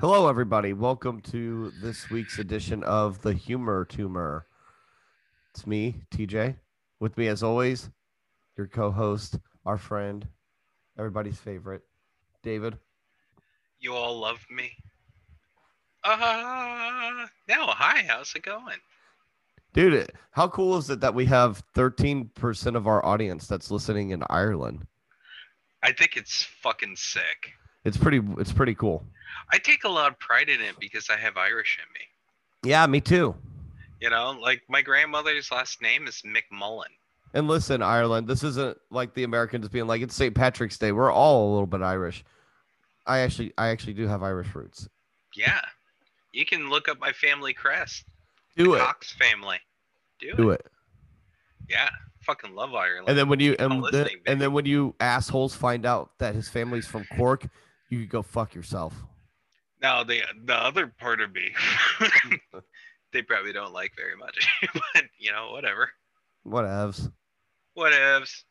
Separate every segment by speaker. Speaker 1: Hello, everybody. Welcome to this week's edition of The Humor Tumor. It's me, TJ. With me, as always, your co host, our friend, everybody's favorite, David.
Speaker 2: You all love me. Uh, no, hi, how's it going?
Speaker 1: Dude, it- how cool is it that we have 13% of our audience that's listening in Ireland?
Speaker 2: I think it's fucking sick.
Speaker 1: It's pretty, it's pretty cool.
Speaker 2: I take a lot of pride in it because I have Irish in me.
Speaker 1: Yeah, me too.
Speaker 2: You know, like my grandmother's last name is McMullen.
Speaker 1: And listen, Ireland, this isn't like the Americans being like it's St. Patrick's Day. We're all a little bit Irish. I actually, I actually do have Irish roots.
Speaker 2: Yeah. You can look up my family crest.
Speaker 1: Do
Speaker 2: the
Speaker 1: it,
Speaker 2: Cox family. Do,
Speaker 1: do
Speaker 2: it.
Speaker 1: it.
Speaker 2: Yeah. Fucking love Ireland.
Speaker 1: And then when you and,
Speaker 2: I'm
Speaker 1: then,
Speaker 2: listening,
Speaker 1: and
Speaker 2: baby.
Speaker 1: then when you assholes find out that his family's from Cork, you could go fuck yourself.
Speaker 2: now the the other part of me they probably don't like very much. but you know, whatever.
Speaker 1: Whatevs.
Speaker 2: Whatevs.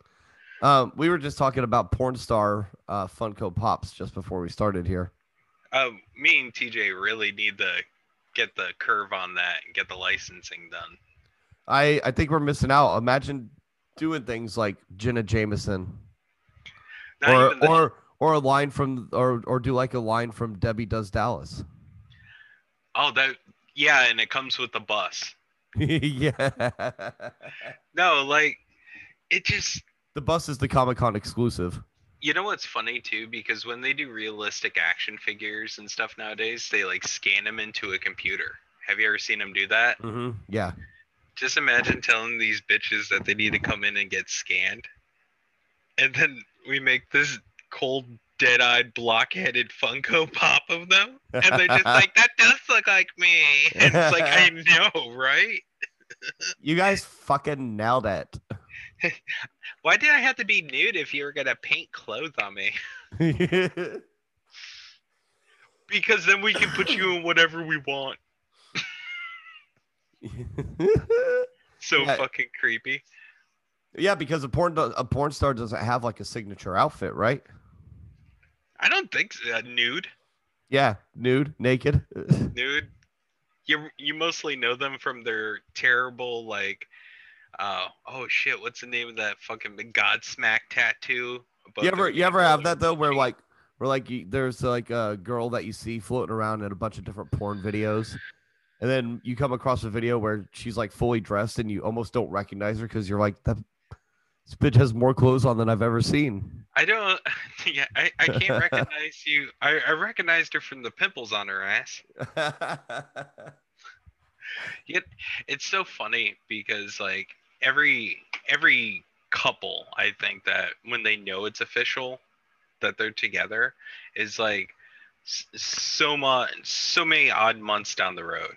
Speaker 1: Um, we were just talking about porn star uh, Funko Pops just before we started here.
Speaker 2: Um, me and TJ really need to get the curve on that and get the licensing done.
Speaker 1: I I think we're missing out. Imagine doing things like Jenna Jameson
Speaker 2: Not
Speaker 1: or
Speaker 2: even the-
Speaker 1: or or a line from or or do like a line from Debbie Does Dallas.
Speaker 2: oh, that yeah, and it comes with the bus.
Speaker 1: yeah.
Speaker 2: No, like it just
Speaker 1: The bus is the Comic Con exclusive.
Speaker 2: you know what's funny too because when they do realistic action figures and stuff nowadays, they like scan them into a computer. Have you ever seen them do that?
Speaker 1: Mm-hmm. Yeah.
Speaker 2: Just imagine telling these bitches that they need to come in and get scanned. And then we make this cold, dead eyed, blockheaded Funko Pop of them. And they're just like, that does look like me. And it's like, I know, right?
Speaker 1: You guys fucking nailed it.
Speaker 2: Why did I have to be nude if you were going to paint clothes on me? Because then we can put you in whatever we want. So
Speaker 1: Yeah.
Speaker 2: fucking creepy.
Speaker 1: yeah, because a porn do- a porn star doesn't have like a signature outfit, right?
Speaker 2: I don't think so. uh, nude.
Speaker 1: Yeah, nude, naked.
Speaker 2: nude. You you mostly know them from their terrible like, uh, oh shit, what's the name of that fucking Godsmack tattoo? above
Speaker 1: you ever
Speaker 2: their
Speaker 1: you ever
Speaker 2: navel
Speaker 1: have
Speaker 2: or
Speaker 1: that though, where
Speaker 2: something?
Speaker 1: like where like you, there's like a girl that you see floating around in a bunch of different porn videos, and then you come across a video where she's like fully dressed and you almost don't recognize her because you're like that. This bitch has more clothes on than I've ever seen.
Speaker 2: I don't, yeah, I, I can't recognize you. I, I recognized her from the pimples on her ass. It's so funny because like every every couple, I think that when they know it's official, that they're together, is like s- so much, so many odd months down the road.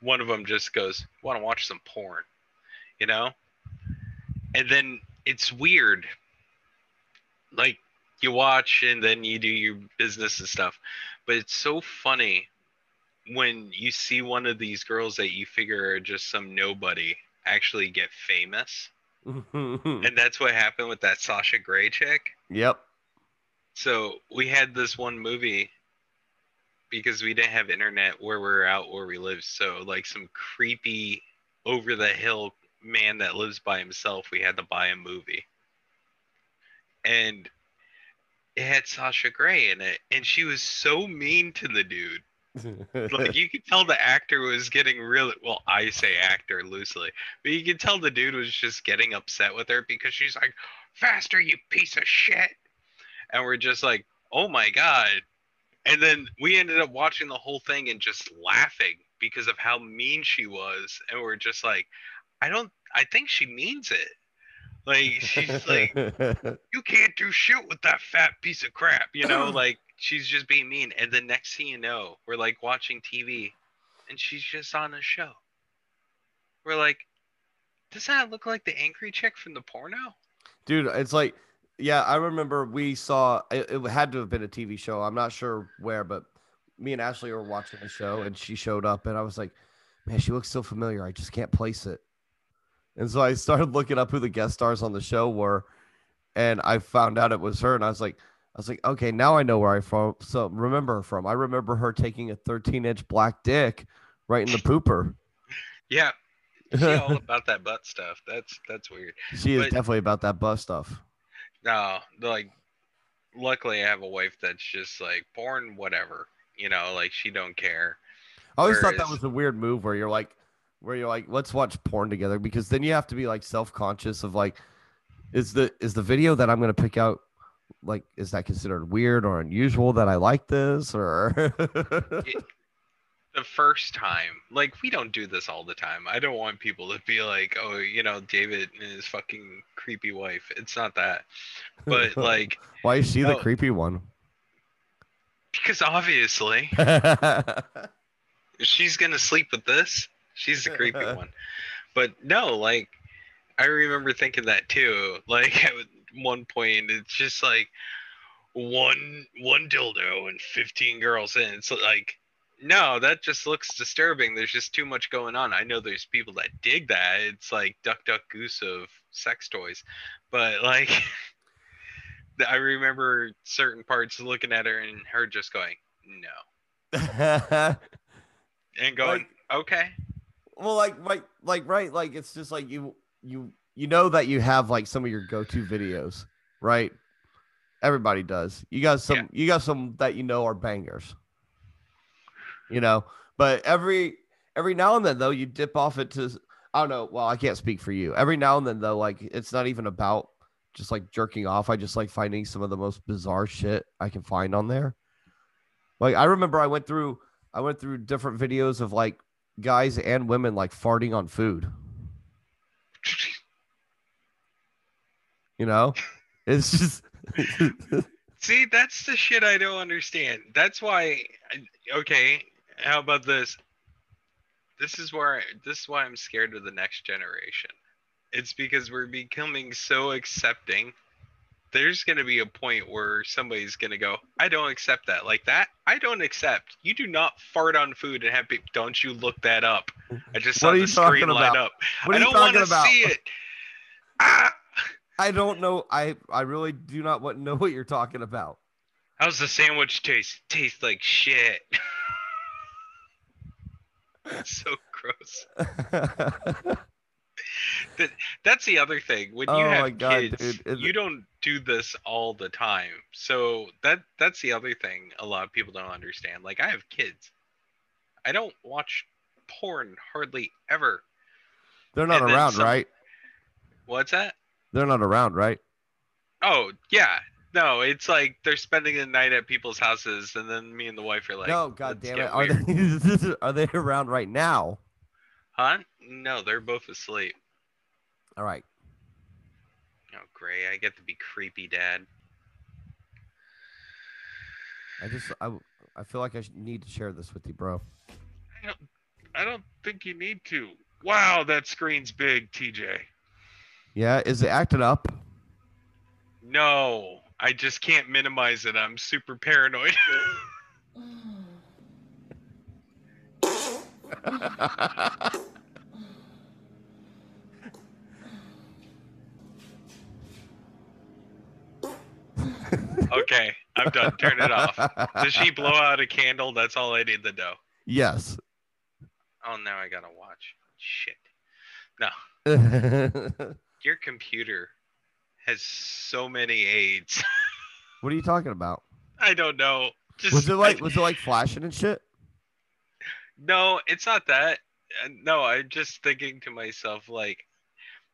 Speaker 2: One of them just goes, "Want to watch some porn," you know, and then it's weird. Like you watch and then you do your business and stuff, but it's so funny when you see one of these girls that you figure are just some nobody actually get famous.
Speaker 1: Hmm.
Speaker 2: And that's what happened with that Sasha Grey chick.
Speaker 1: yep.
Speaker 2: So we had this one movie because we didn't have internet where we were out where we lived. So like some creepy over the hill man that lives by himself, we had to buy a movie. And it had Sasha Grey in it, and she was so mean to the dude like you could tell the actor was getting really well i say actor loosely but you could tell the dude was just getting upset with her because she's like faster you piece of shit and we're just like oh my god and then we ended up watching the whole thing and just laughing because of how mean she was and we're just like i don't i think she means it like she's like you can't do shit with that fat piece of crap, you know, like she's just being mean. And the next thing you know, we're like watching TV and she's just on a show. We're like, does that look like the angry chick from the porno?
Speaker 1: dude it's like yeah i remember we saw it, it had to have been a tv show i'm not sure where but me and ashley were watching the show and she showed up and i was like man she looks so familiar i just can't place it and so i started looking up who the guest stars on the show were and i found out it was her and i was like i was like, okay, now I know where I from. So remember her from. I remember her taking a 13 inch black dick right in the pooper.
Speaker 2: Yeah. She all about that butt stuff. That's that's weird.
Speaker 1: She is
Speaker 2: But-
Speaker 1: definitely about that butt stuff.
Speaker 2: No, like luckily I have a wife that's just like born whatever. You know, like she don't care.
Speaker 1: I always thought that
Speaker 2: Whereas-
Speaker 1: was a weird move where you're like, where you're like, let's watch porn together because then you have to be like self conscious of like, is the is the video that I'm gonna pick out like is that considered weird or unusual that I like this or
Speaker 2: the first time. Like we don't do this all the time. I don't want people to be like, "Oh, you know, David and his fucking creepy wife." It's not that. But like
Speaker 1: why is she the
Speaker 2: No.
Speaker 1: creepy one?
Speaker 2: because obviously she's going to sleep with this. She's the creepy one. But no, like I remember thinking that too. Like at one point it's just like one one dildo and 15 girls in. It's like no, that just looks disturbing. There's just too much going on. I know there's people that dig that. It's like duck duck goose of sex toys. But like I remember certain parts looking at her and her just going, "No." And going, "Okay."
Speaker 1: well like right like right like it's just like you you you know that you have like some of your go-to videos right everybody does you got some
Speaker 2: Yeah.
Speaker 1: you got some that you know are bangers you know but every every now and then though you dip off into i don't know well i can't speak for you every now and then though like it's not even about just like jerking off i just like finding some of the most bizarre shit i can find on there like i remember i went through i went through different videos of like guys and women like farting on food. You know, it's just
Speaker 2: See, that's the shit I don't understand. That's why. Okay, how about this? This is where I, this is why I'm scared of the next generation. It's because we're becoming so accepting. There's gonna be a point where somebody's gonna go, "I don't accept that like that. I don't accept. You do not fart on food and have people. Don't you look that up? I just saw
Speaker 1: What are
Speaker 2: the
Speaker 1: you
Speaker 2: screen
Speaker 1: talking
Speaker 2: light
Speaker 1: about?
Speaker 2: up.
Speaker 1: what are
Speaker 2: I
Speaker 1: you
Speaker 2: don't want
Speaker 1: talking
Speaker 2: to
Speaker 1: about?
Speaker 2: see it. Ah!
Speaker 1: I don't know. I I really do not want know what you're talking about.
Speaker 2: How's the sandwich taste? Tastes like shit. It's so gross. That's the other thing. When you
Speaker 1: Oh
Speaker 2: have
Speaker 1: my God,
Speaker 2: kids,
Speaker 1: dude. Is-
Speaker 2: you don't do this all the time. So that that's the other thing a lot of people don't understand. Like I have kids. I don't watch porn hardly ever.
Speaker 1: They're not
Speaker 2: And then
Speaker 1: around,
Speaker 2: some-
Speaker 1: right?
Speaker 2: What's that?
Speaker 1: They're not around, right?
Speaker 2: Oh, yeah. No, it's like they're spending the night at people's houses and then me and the wife are like,
Speaker 1: no, god damn
Speaker 2: "Let's get
Speaker 1: it. Are
Speaker 2: weird."
Speaker 1: they are they around right now?
Speaker 2: Huh? No, they're both asleep.
Speaker 1: All right.
Speaker 2: Oh, great. I get to be creepy dad.
Speaker 1: I just I I feel like I sh- need to share this with you, bro.
Speaker 2: I don't think you need to. Wow, that screen's big, TJ.
Speaker 1: Yeah, is it acting up?
Speaker 2: No, I just can't minimize it. I'm super paranoid. okay, I'm done. Turn it off. Does she blow out a candle? That's all I need to know.
Speaker 1: Yes.
Speaker 2: Oh, now I gotta watch. Shit. No,
Speaker 1: what
Speaker 2: your computer has so many aids.
Speaker 1: are you talking about?
Speaker 2: I don't know. Just
Speaker 1: Was it like was it like flashing and shit?
Speaker 2: No, it's not that. Uh, No, I'm just thinking to myself, like,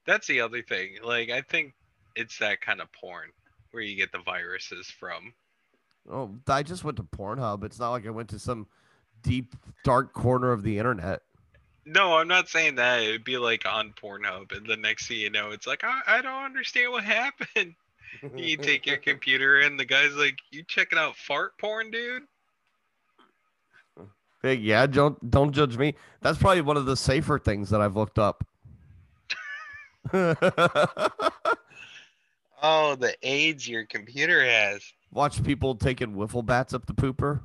Speaker 2: that's the other thing. Like, I think it's that kind of porn where you get the viruses from.
Speaker 1: Oh, I just went to Pornhub. It's not like I went to some deep dark corner of the internet.
Speaker 2: No, I'm not saying that. It'd be like on Pornhub, and the next thing you know, it's like, I, I don't understand what happened. You take your computer, and the guy's like, You checking out fart porn, dude?
Speaker 1: Hey, yeah, don't don't judge me. That's probably one of the safer things that I've looked up.
Speaker 2: Oh, the AIDS your computer has.
Speaker 1: Watch people taking wiffle bats up the pooper.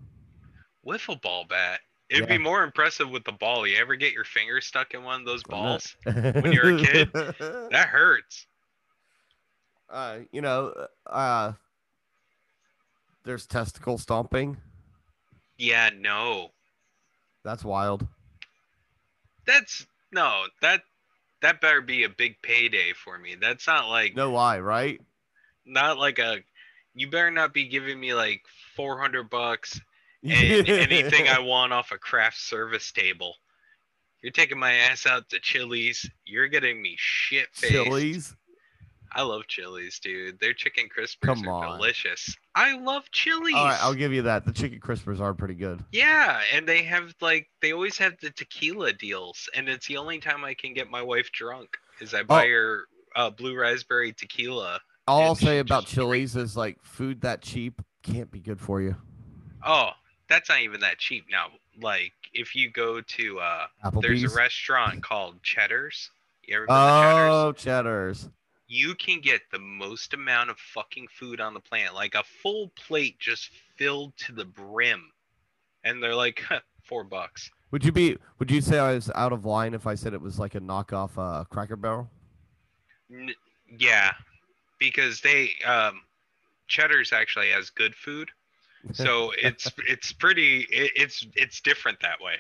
Speaker 2: Wiffle ball bat. It'd
Speaker 1: Yeah.
Speaker 2: be more impressive with the ball. You ever get your finger stuck in one of those balls? you were a
Speaker 1: kid.
Speaker 2: That hurts.
Speaker 1: Uh, you know, uh, there's testicle stomping.
Speaker 2: Yeah, no.
Speaker 1: That's wild.
Speaker 2: That's no, that that better be a big payday for me. That's not like
Speaker 1: No lie, right?
Speaker 2: not like a you better not be giving me like 400 bucks and anything I want off a craft service table. You're taking my ass out to Chili's. You're getting me shit faced.
Speaker 1: Chili's.
Speaker 2: I love Chili's, dude. Their chicken crispers
Speaker 1: Come
Speaker 2: are
Speaker 1: on.
Speaker 2: delicious. I love Chili's.
Speaker 1: All right, I'll give you that. The chicken crispers are pretty good.
Speaker 2: yeah, and they have like they always have the tequila deals, and it's the only time I can get my wife drunk is I buy
Speaker 1: Oh.
Speaker 2: her uh, blue raspberry tequila.
Speaker 1: All I'll
Speaker 2: And
Speaker 1: say
Speaker 2: sh-
Speaker 1: about
Speaker 2: sh-
Speaker 1: Chili's is like food that cheap can't be good for you.
Speaker 2: Oh, that's not even that cheap now. Like if you go to uh, there's
Speaker 1: Applebee's.
Speaker 2: a restaurant called Cheddar's. You ever been to Cheddar's?
Speaker 1: oh, cheddars.
Speaker 2: you can get the most amount of fucking food on the planet, like a full plate just filled to the brim. And they're like, "Huh, four bucks.
Speaker 1: Would you be? Would you say I was out of line if I said it was like a knockoff uh, Cracker Barrel?
Speaker 2: N- yeah, because they, um, Cheddar's actually has good food, so it's it's pretty it, it's it's different that way.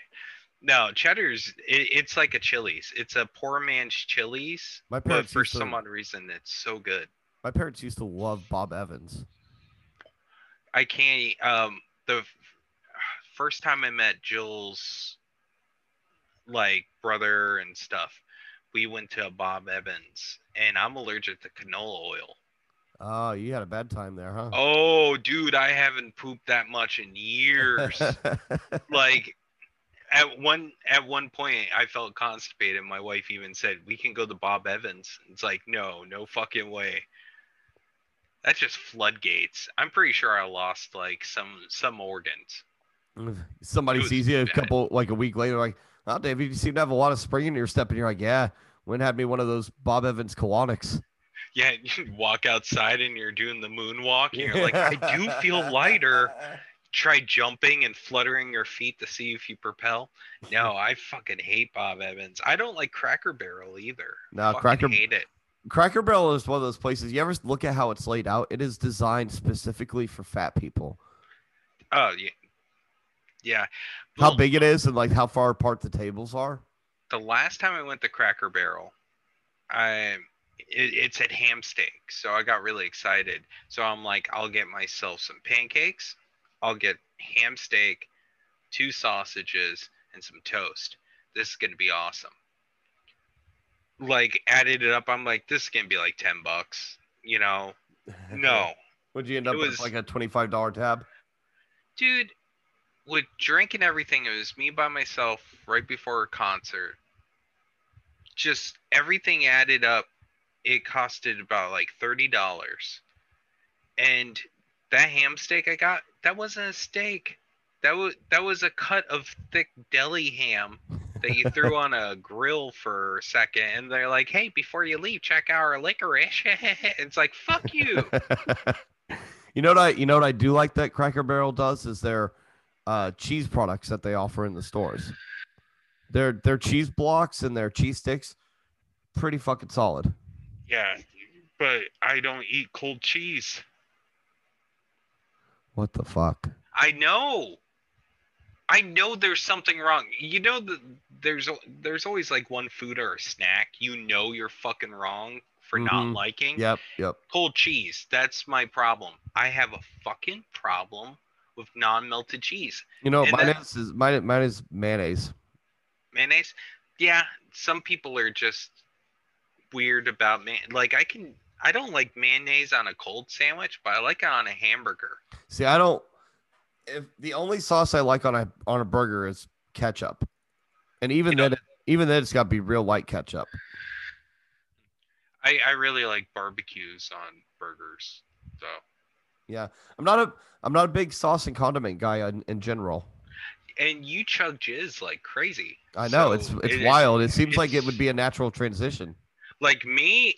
Speaker 2: No, Cheddar's it, it's like a Chili's. It's a poor man's Chili's,
Speaker 1: My
Speaker 2: but
Speaker 1: parents
Speaker 2: for
Speaker 1: used to,
Speaker 2: some odd reason, it's so good.
Speaker 1: My parents used to love Bob Evans.
Speaker 2: I can't. Um, the f- first time I met Jill's like brother and stuff, we went to a Bob Evans, and I'm allergic to canola oil.
Speaker 1: Oh, you had a bad time there, huh?
Speaker 2: Oh, dude, I haven't pooped that much in years. like, at one at one point, I felt constipated. My wife even said, "We can go to Bob Evans." It's like, no, no fucking way. That's just floodgates. I'm pretty sure I lost like some some organs. It
Speaker 1: Somebody
Speaker 2: was
Speaker 1: sees you a
Speaker 2: bad.
Speaker 1: couple like a week later, like, oh, David, you seem to have a lot of spring in your step, and you're like, yeah. Wynn had me one of those Bob Evans colonics.
Speaker 2: Yeah, you walk outside and you're doing the moonwalk. And you're like, I do feel lighter. Try jumping and fluttering your feet to see if you propel. No, I fucking hate Bob Evans. I don't like Cracker Barrel either.
Speaker 1: No,
Speaker 2: Fucking
Speaker 1: Uh, Cracker-
Speaker 2: hate it.
Speaker 1: Cracker Barrel is one of those places. You ever look at how it's laid out? It is designed specifically for fat people.
Speaker 2: Oh yeah, yeah.
Speaker 1: How
Speaker 2: Well,
Speaker 1: big it is and like how far apart the tables are.
Speaker 2: The last time I went to Cracker Barrel, I it, it said ham steak, so I got really excited. So I'm like, I'll get myself some pancakes. I'll get ham steak, two sausages, and some toast. This is gonna be awesome. Like added it up, I'm like, this is gonna be like ten bucks. You know? No,
Speaker 1: Would you end
Speaker 2: It
Speaker 1: up with
Speaker 2: was-
Speaker 1: like a twenty-five dollar tab?
Speaker 2: dude. With drink and everything, it was me by myself right before a concert. Just everything added up, it costed about like thirty dollars. And that ham steak I got, that wasn't a steak. That was that was a cut of thick deli ham that you threw on a grill for a second, and they're like, "Hey, before you leave, check out our licorice." it's like, "Fuck you."
Speaker 1: you know what I? You know what I do like that Cracker Barrel does is their uh, cheese products that they offer in the stores. Their their cheese blocks and their cheese sticks, pretty fucking solid.
Speaker 2: Yeah, but I don't eat cold cheese.
Speaker 1: What the fuck?
Speaker 2: I know. I know there's something wrong. You know that there's al- there's always like one food or a snack you know you're fucking wrong for not
Speaker 1: Mhm.
Speaker 2: liking.
Speaker 1: Yep, yep.
Speaker 2: Cold cheese, that's my problem. I have a fucking problem with non-melted cheese.
Speaker 1: You know,
Speaker 2: And
Speaker 1: mine
Speaker 2: that-
Speaker 1: is, is mine, mine is mayonnaise.
Speaker 2: Mayonnaise? Yeah, some people are just weird about man like I can I don't like mayonnaise on a cold sandwich, but I like it on a hamburger.
Speaker 1: See, I don't. If the only sauce I like on a on a burger is ketchup, and even
Speaker 2: You know-
Speaker 1: then, even then, it's got to be real light ketchup.
Speaker 2: I, I really like barbecues on burgers. So
Speaker 1: I'm not a I'm not a big sauce and condiment guy in, in general.
Speaker 2: and you chug jizz like crazy.
Speaker 1: I know
Speaker 2: So
Speaker 1: it's it's
Speaker 2: it-
Speaker 1: wild. It seems like it
Speaker 2: it's-
Speaker 1: would be a natural transition.
Speaker 2: Like me,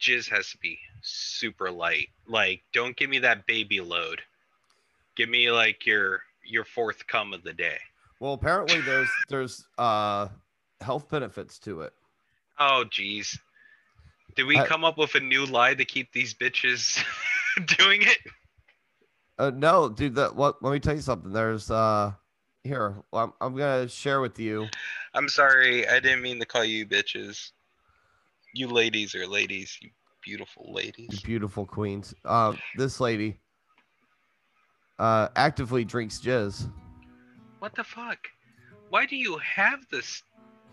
Speaker 2: jizz has to be super light. Like don't give me that baby load. Give me like your your fourth cum of the day.
Speaker 1: Well, apparently there's there's uh health benefits to it.
Speaker 2: Oh jeez. Did we
Speaker 1: I-
Speaker 2: come up with a new lie to keep these bitches doing it?
Speaker 1: Uh, no, dude. That what? Let me tell you something. There's uh, here. I'm, I'm gonna share with you.
Speaker 2: I'm sorry, I didn't mean to call you bitches. You ladies are ladies, you beautiful
Speaker 1: you
Speaker 2: ladies.
Speaker 1: beautiful queens. Uh, this lady. Uh, actively drinks jizz.
Speaker 2: What the fuck? Why do you have this?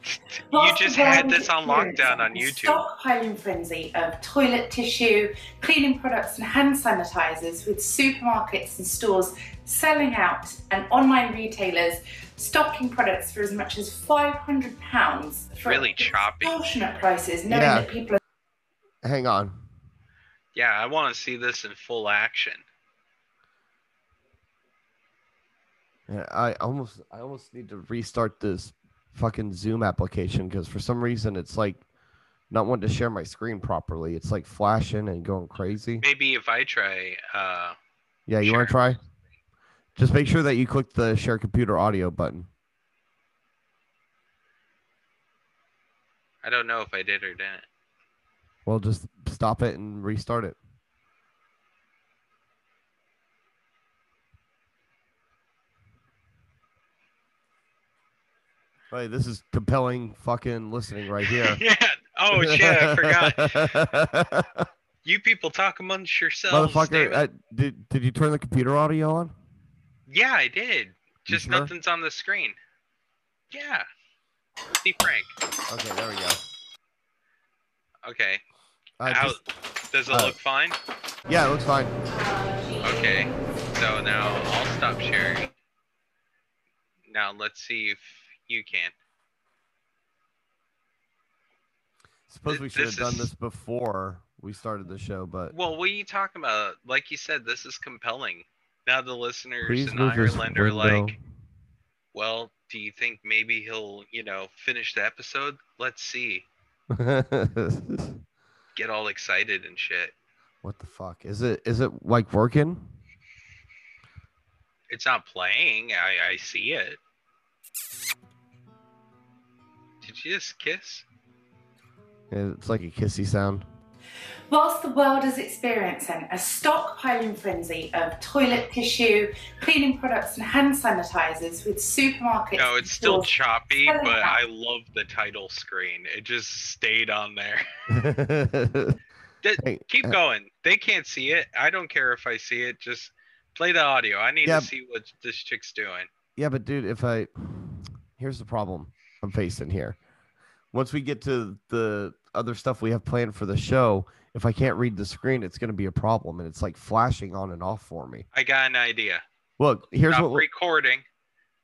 Speaker 2: You
Speaker 3: Plastic
Speaker 2: just had
Speaker 3: blanket
Speaker 2: this on
Speaker 3: clearance
Speaker 2: lockdown on
Speaker 3: and
Speaker 2: YouTube.
Speaker 3: Stockpiling frenzy of toilet tissue, cleaning products, and hand sanitizers, with supermarkets and stores selling out and online retailers stocking products for as much as £500 for
Speaker 2: Really choppy.
Speaker 3: extortionate prices, knowing
Speaker 1: Yeah.
Speaker 3: that people are
Speaker 1: Hang on.
Speaker 2: Yeah, I want to see this in full action.
Speaker 1: Yeah, I almost I almost need to restart this fucking Zoom application because for some reason it's like not wanting to share my screen properly. It's like flashing and going crazy.
Speaker 2: Maybe if I try, uh,
Speaker 1: Yeah, you want to
Speaker 2: Sure.
Speaker 1: try? Just make sure that you click the share computer audio button.
Speaker 2: I don't know if I did or didn't.
Speaker 1: Well, just stop it and restart it. Hey, this is compelling fucking listening right here.
Speaker 2: Yeah. Oh shit, I forgot. You people talk amongst yourselves.
Speaker 1: Motherfucker,
Speaker 2: Oh, damn it.
Speaker 1: uh, did, did you turn the computer audio on?
Speaker 2: yeah, I did.
Speaker 1: You
Speaker 2: Just
Speaker 1: sure?
Speaker 2: nothing's on the screen. Yeah. Be frank.
Speaker 1: Okay, there we go.
Speaker 2: Okay.
Speaker 1: Uh,
Speaker 2: Out.
Speaker 1: just-
Speaker 2: Does it
Speaker 1: uh,
Speaker 2: look fine?
Speaker 1: yeah, it looks fine.
Speaker 2: Okay. So now I'll stop sharing. Now let's see if you can.
Speaker 1: Suppose
Speaker 2: Th-
Speaker 1: we should
Speaker 2: this
Speaker 1: have done
Speaker 2: is-
Speaker 1: this before we started the show, but
Speaker 2: Well, what are you talking about? Like you said, this is compelling. Now the listeners
Speaker 1: please
Speaker 2: in
Speaker 1: move your
Speaker 2: Ireland are
Speaker 1: window.
Speaker 2: like, well, do you think maybe he'll, you know, finish the episode? Let's see.
Speaker 1: what
Speaker 2: Get all excited and shit.
Speaker 1: the fuck is it? Is it like working?
Speaker 2: It's not playing. I, I see it. Did you just kiss?
Speaker 1: It's like a kissy sound.
Speaker 3: Whilst the world is experiencing a stockpiling frenzy of toilet tissue, cleaning products, and hand sanitizers, with supermarkets.
Speaker 2: No, it's still
Speaker 3: and stores-
Speaker 2: choppy,
Speaker 3: Tell him
Speaker 2: but
Speaker 3: that.
Speaker 2: I love the title screen. It just stayed on there. Th-
Speaker 1: Hey,
Speaker 2: Keep
Speaker 1: uh,
Speaker 2: going. They can't see it. I don't care if I see it. Just play the audio. I need
Speaker 1: Yeah.
Speaker 2: to see what this chick's doing.
Speaker 1: Yeah, but dude, if I here's the problem I'm facing here. Once we get to the other stuff we have planned for the show, if I can't read the screen, it's gonna be a problem, and it's like flashing on and off for me.
Speaker 2: I got an idea.
Speaker 1: Look, here's
Speaker 2: Stop
Speaker 1: what we-
Speaker 2: recording,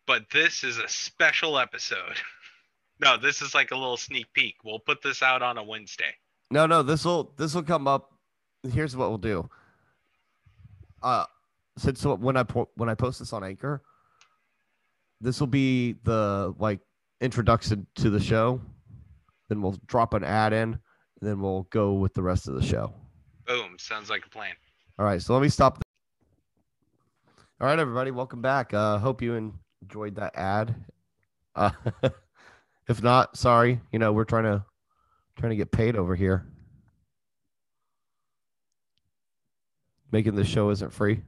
Speaker 2: but this is a special episode. no, this is like a little sneak peek. We'll put this out on a Wednesday.
Speaker 1: no, no, this will this will come up. Here's what we'll do. Uh, since when I po- when I post this on Anchor, this will be the like introduction to the show. Then we'll drop an ad in, and then we'll go with the rest of the show.
Speaker 2: Boom. Sounds like a plan.
Speaker 1: All right, so let me stop. th- All right, everybody, welcome back. Uh, hope you enjoyed that ad. Uh, if not, sorry. You know, we're trying to trying to get paid over here. Making the show isn't free.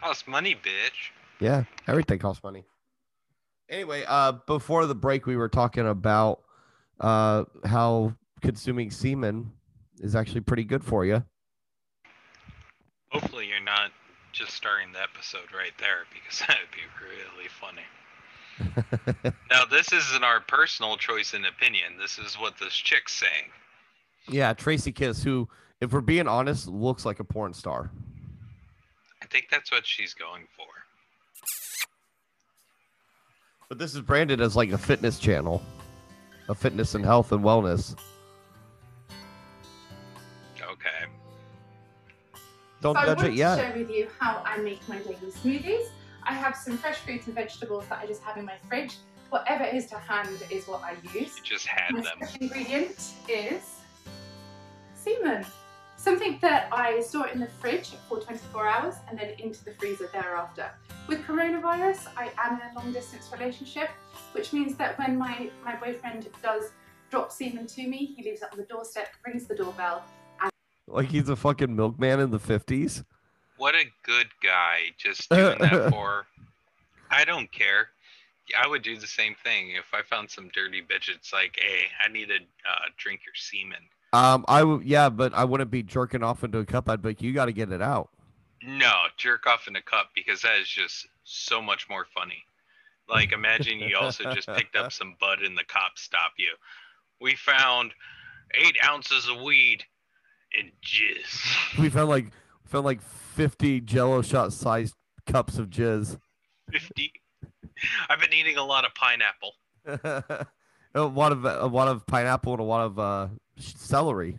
Speaker 2: Cost money, bitch.
Speaker 1: Yeah, everything costs money. Anyway, uh, before the break, we were talking about uh how consuming semen is actually pretty good for you.
Speaker 2: Hopefully, you're not just starting the episode right there because that would be really funny. now, this isn't our personal choice and opinion. This is what this chick's saying.
Speaker 1: Yeah, Tracy Kiss, who, if we're being honest, looks like a porn star.
Speaker 2: I think that's what she's going for.
Speaker 1: But this is branded as like a fitness channel, a fitness and health and wellness.
Speaker 2: Okay.
Speaker 1: Don't
Speaker 3: So I
Speaker 1: judge
Speaker 3: wanted
Speaker 1: it yet.
Speaker 3: to share with you how I make my daily smoothies. I have some fresh fruit and vegetables that I just have in my fridge. Whatever is to hand is what I use.
Speaker 2: You just had
Speaker 3: My
Speaker 2: them.
Speaker 3: special ingredient is semen. Something that I store in the fridge for 24 hours and then into the freezer thereafter. With coronavirus, I am in a long distance relationship, which means that when my, my boyfriend does drop semen to me, he leaves it on the doorstep, rings the doorbell.
Speaker 1: Like he's a fucking milkman in the 50s.
Speaker 2: what a good guy just doing that for. I don't care. I would do the same thing if I found some dirty bitch. It's like, hey, I need to uh, drink your semen.
Speaker 1: Um, I would, yeah, but I wouldn't be jerking off into a cup. I'd be like, you got to get it out.
Speaker 2: No, jerk off in a cup because that is just so much more funny. Like, imagine you also just picked up some bud and the cops stop you. We found eight ounces of weed and jizz.
Speaker 1: We found like found like fifty Jello shot sized cups of jizz.
Speaker 2: 50. I've been eating a lot of pineapple.
Speaker 1: a lot of a lot of pineapple and a lot of uh, sh- celery.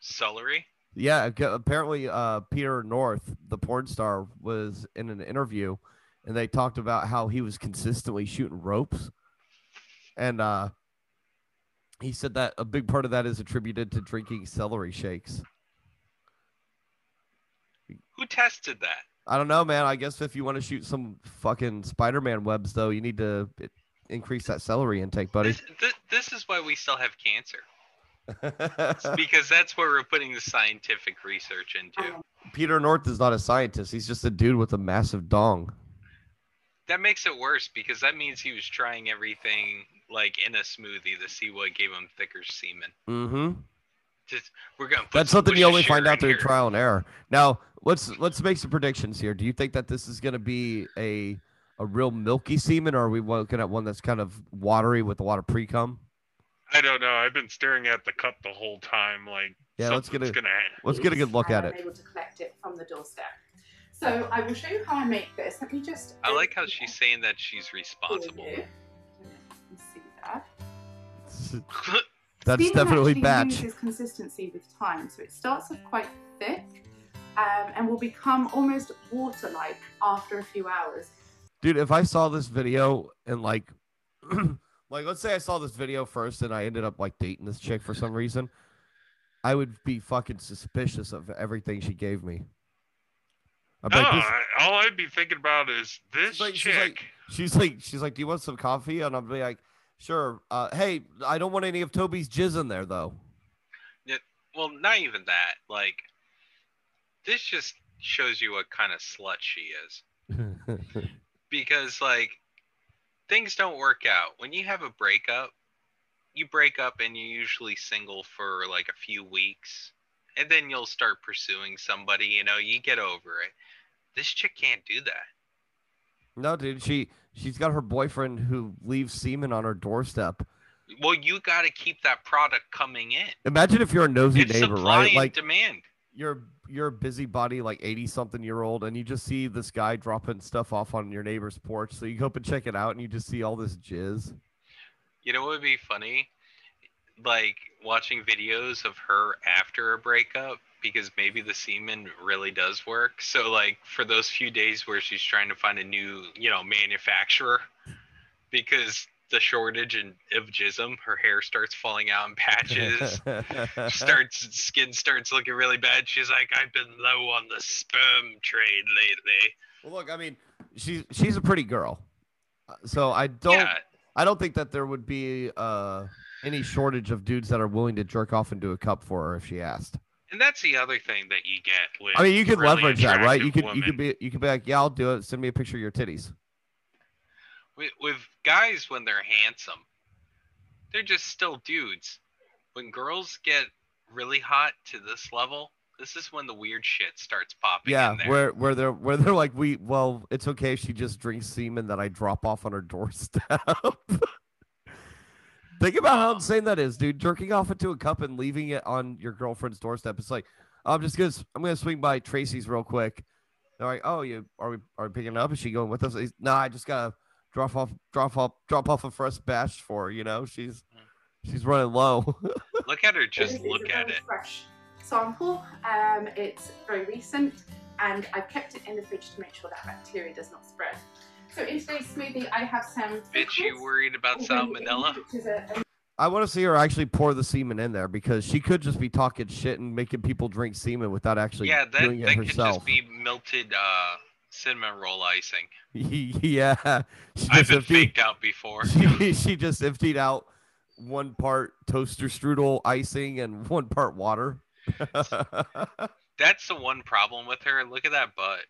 Speaker 2: Celery?
Speaker 1: Yeah, ac- apparently uh, Peter North, the porn star, was in an interview, and they talked about how he was consistently shooting ropes, and uh, he said that a big part of that is attributed to drinking celery shakes.
Speaker 2: Who tested that?
Speaker 1: I don't know, man. I guess if you want to shoot some fucking Spider-Man webs, though, you need to i- increase that celery intake, buddy.
Speaker 2: This, this, this is why we still have cancer. It's because that's where we're putting the scientific research
Speaker 4: Um,
Speaker 2: into.
Speaker 1: Peter North is not a scientist. He's just a dude with a massive dong.
Speaker 2: That makes it worse because that means he was trying everything like in a smoothie to see what gave him thicker semen.
Speaker 1: Mm-hmm.
Speaker 2: Just, we're gonna put
Speaker 1: That's
Speaker 2: some
Speaker 1: something you only
Speaker 2: Worcestershire
Speaker 1: find out
Speaker 2: in
Speaker 1: through
Speaker 2: here.
Speaker 1: trial and error. Now, let's let's make some predictions here. Do you think that this is going to be a a real milky semen, or are we looking at one that's kind of watery with a lot of pre-cum?
Speaker 4: I don't know. I've been staring at the cup the whole time. Like,
Speaker 1: Yeah, let's get
Speaker 4: something's
Speaker 1: a-
Speaker 4: gonna happen.
Speaker 1: Let's get a good look
Speaker 3: and
Speaker 1: at
Speaker 3: I'm
Speaker 1: it.
Speaker 3: able to collect it from the doorstep. So I will show you how I make this. Let me just.
Speaker 2: I like how she's saying that she's responsible.
Speaker 3: Let me see that.
Speaker 1: That's
Speaker 3: Stephen
Speaker 1: definitely
Speaker 3: actually
Speaker 1: batch.
Speaker 3: loses consistency with time, so it starts off quite thick um, and will become almost water-like after a few hours.
Speaker 1: dude if i saw this video and like like let's say i saw this video first and i ended up like dating this chick for some reason i would be fucking suspicious of everything she gave me I'd be
Speaker 4: No,
Speaker 1: like,
Speaker 2: Oh,
Speaker 1: this-
Speaker 4: I, all I'd be thinking about is this
Speaker 1: She's like- she's
Speaker 4: chick.
Speaker 1: like- she's like she's like do you want some coffee and i'll be like sure uh, hey i don't want any of toby's jizz in there though
Speaker 2: Well, not even that. Like, this just shows you what kind of slut she is. because like things don't work out when you have a breakup you break up and you're usually single for like a few weeks and then you'll start pursuing somebody you know you get over it this chick can't do that
Speaker 1: no dude she she's got her boyfriend who leaves semen on her doorstep
Speaker 2: well you got to keep that product coming in
Speaker 1: imagine if you're a nosy
Speaker 2: it's
Speaker 1: neighbor
Speaker 2: supply
Speaker 1: right
Speaker 2: and
Speaker 1: like
Speaker 2: demand
Speaker 1: you're you're a busybody like 80 something year old and you just see this guy dropping stuff off on your neighbor's porch so you go up and check it out and you just see all this jizz
Speaker 2: you know what would be funny like watching videos of her after a breakup because maybe the semen really does work so like for those few days where she's trying to find a new you know manufacturer because the shortage in, of jism her hair starts falling out in patches starts skin starts looking really bad she's like i've been low on the sperm trade lately
Speaker 1: well look i mean she's she's a pretty girl Uh, so i don't
Speaker 2: yeah
Speaker 1: i don't think that there would be uh any shortage of dudes that are willing to jerk off into a cup for her if she asked
Speaker 2: and that's the other thing that you get with
Speaker 1: i mean you could
Speaker 4: Really
Speaker 1: leverage that right you
Speaker 4: attractive
Speaker 1: could you
Speaker 4: woman.
Speaker 1: could be you could be like yeah i'll do it send me a picture of your titties
Speaker 2: with, with guys when they're handsome they're just still dudes when girls get really hot to this level this is when the weird shit starts popping
Speaker 1: yeah
Speaker 2: in there.
Speaker 1: where where they're where they're like we well it's okay if she just drinks semen that i drop off on her doorstep think about how insane that is dude jerking off into a cup and leaving it on your girlfriend's doorstep it's like i'm just gonna s- i'm gonna swing by tracy's real quick they're like oh you are we are we picking up is she going with us no nah, i just gotta drop off drop off drop off a fresh batch for her, you know she's
Speaker 2: Hmm.
Speaker 1: she's running low
Speaker 2: look at her just
Speaker 3: This is
Speaker 2: look
Speaker 3: a
Speaker 2: at
Speaker 3: very
Speaker 2: it
Speaker 3: Fresh sample. Um, it's very recent, and I've kept it in the fridge to make sure that bacteria does not spread. So in today's smoothie, I have some.
Speaker 2: bitch you worried about salmonella
Speaker 3: Which is a, a
Speaker 1: I want to see her actually pour the semen in there because she could just be talking shit and making people drink semen without actually
Speaker 2: yeah that,
Speaker 1: doing it
Speaker 2: that could
Speaker 1: herself.
Speaker 2: just be melted uh cinnamon roll icing
Speaker 1: yeah, she
Speaker 2: i've
Speaker 1: just,
Speaker 2: been
Speaker 1: emptied,
Speaker 2: faked out before
Speaker 1: she, she just emptied out one part toaster strudel icing and one part water.
Speaker 2: That's the one problem with her. Look at that butt.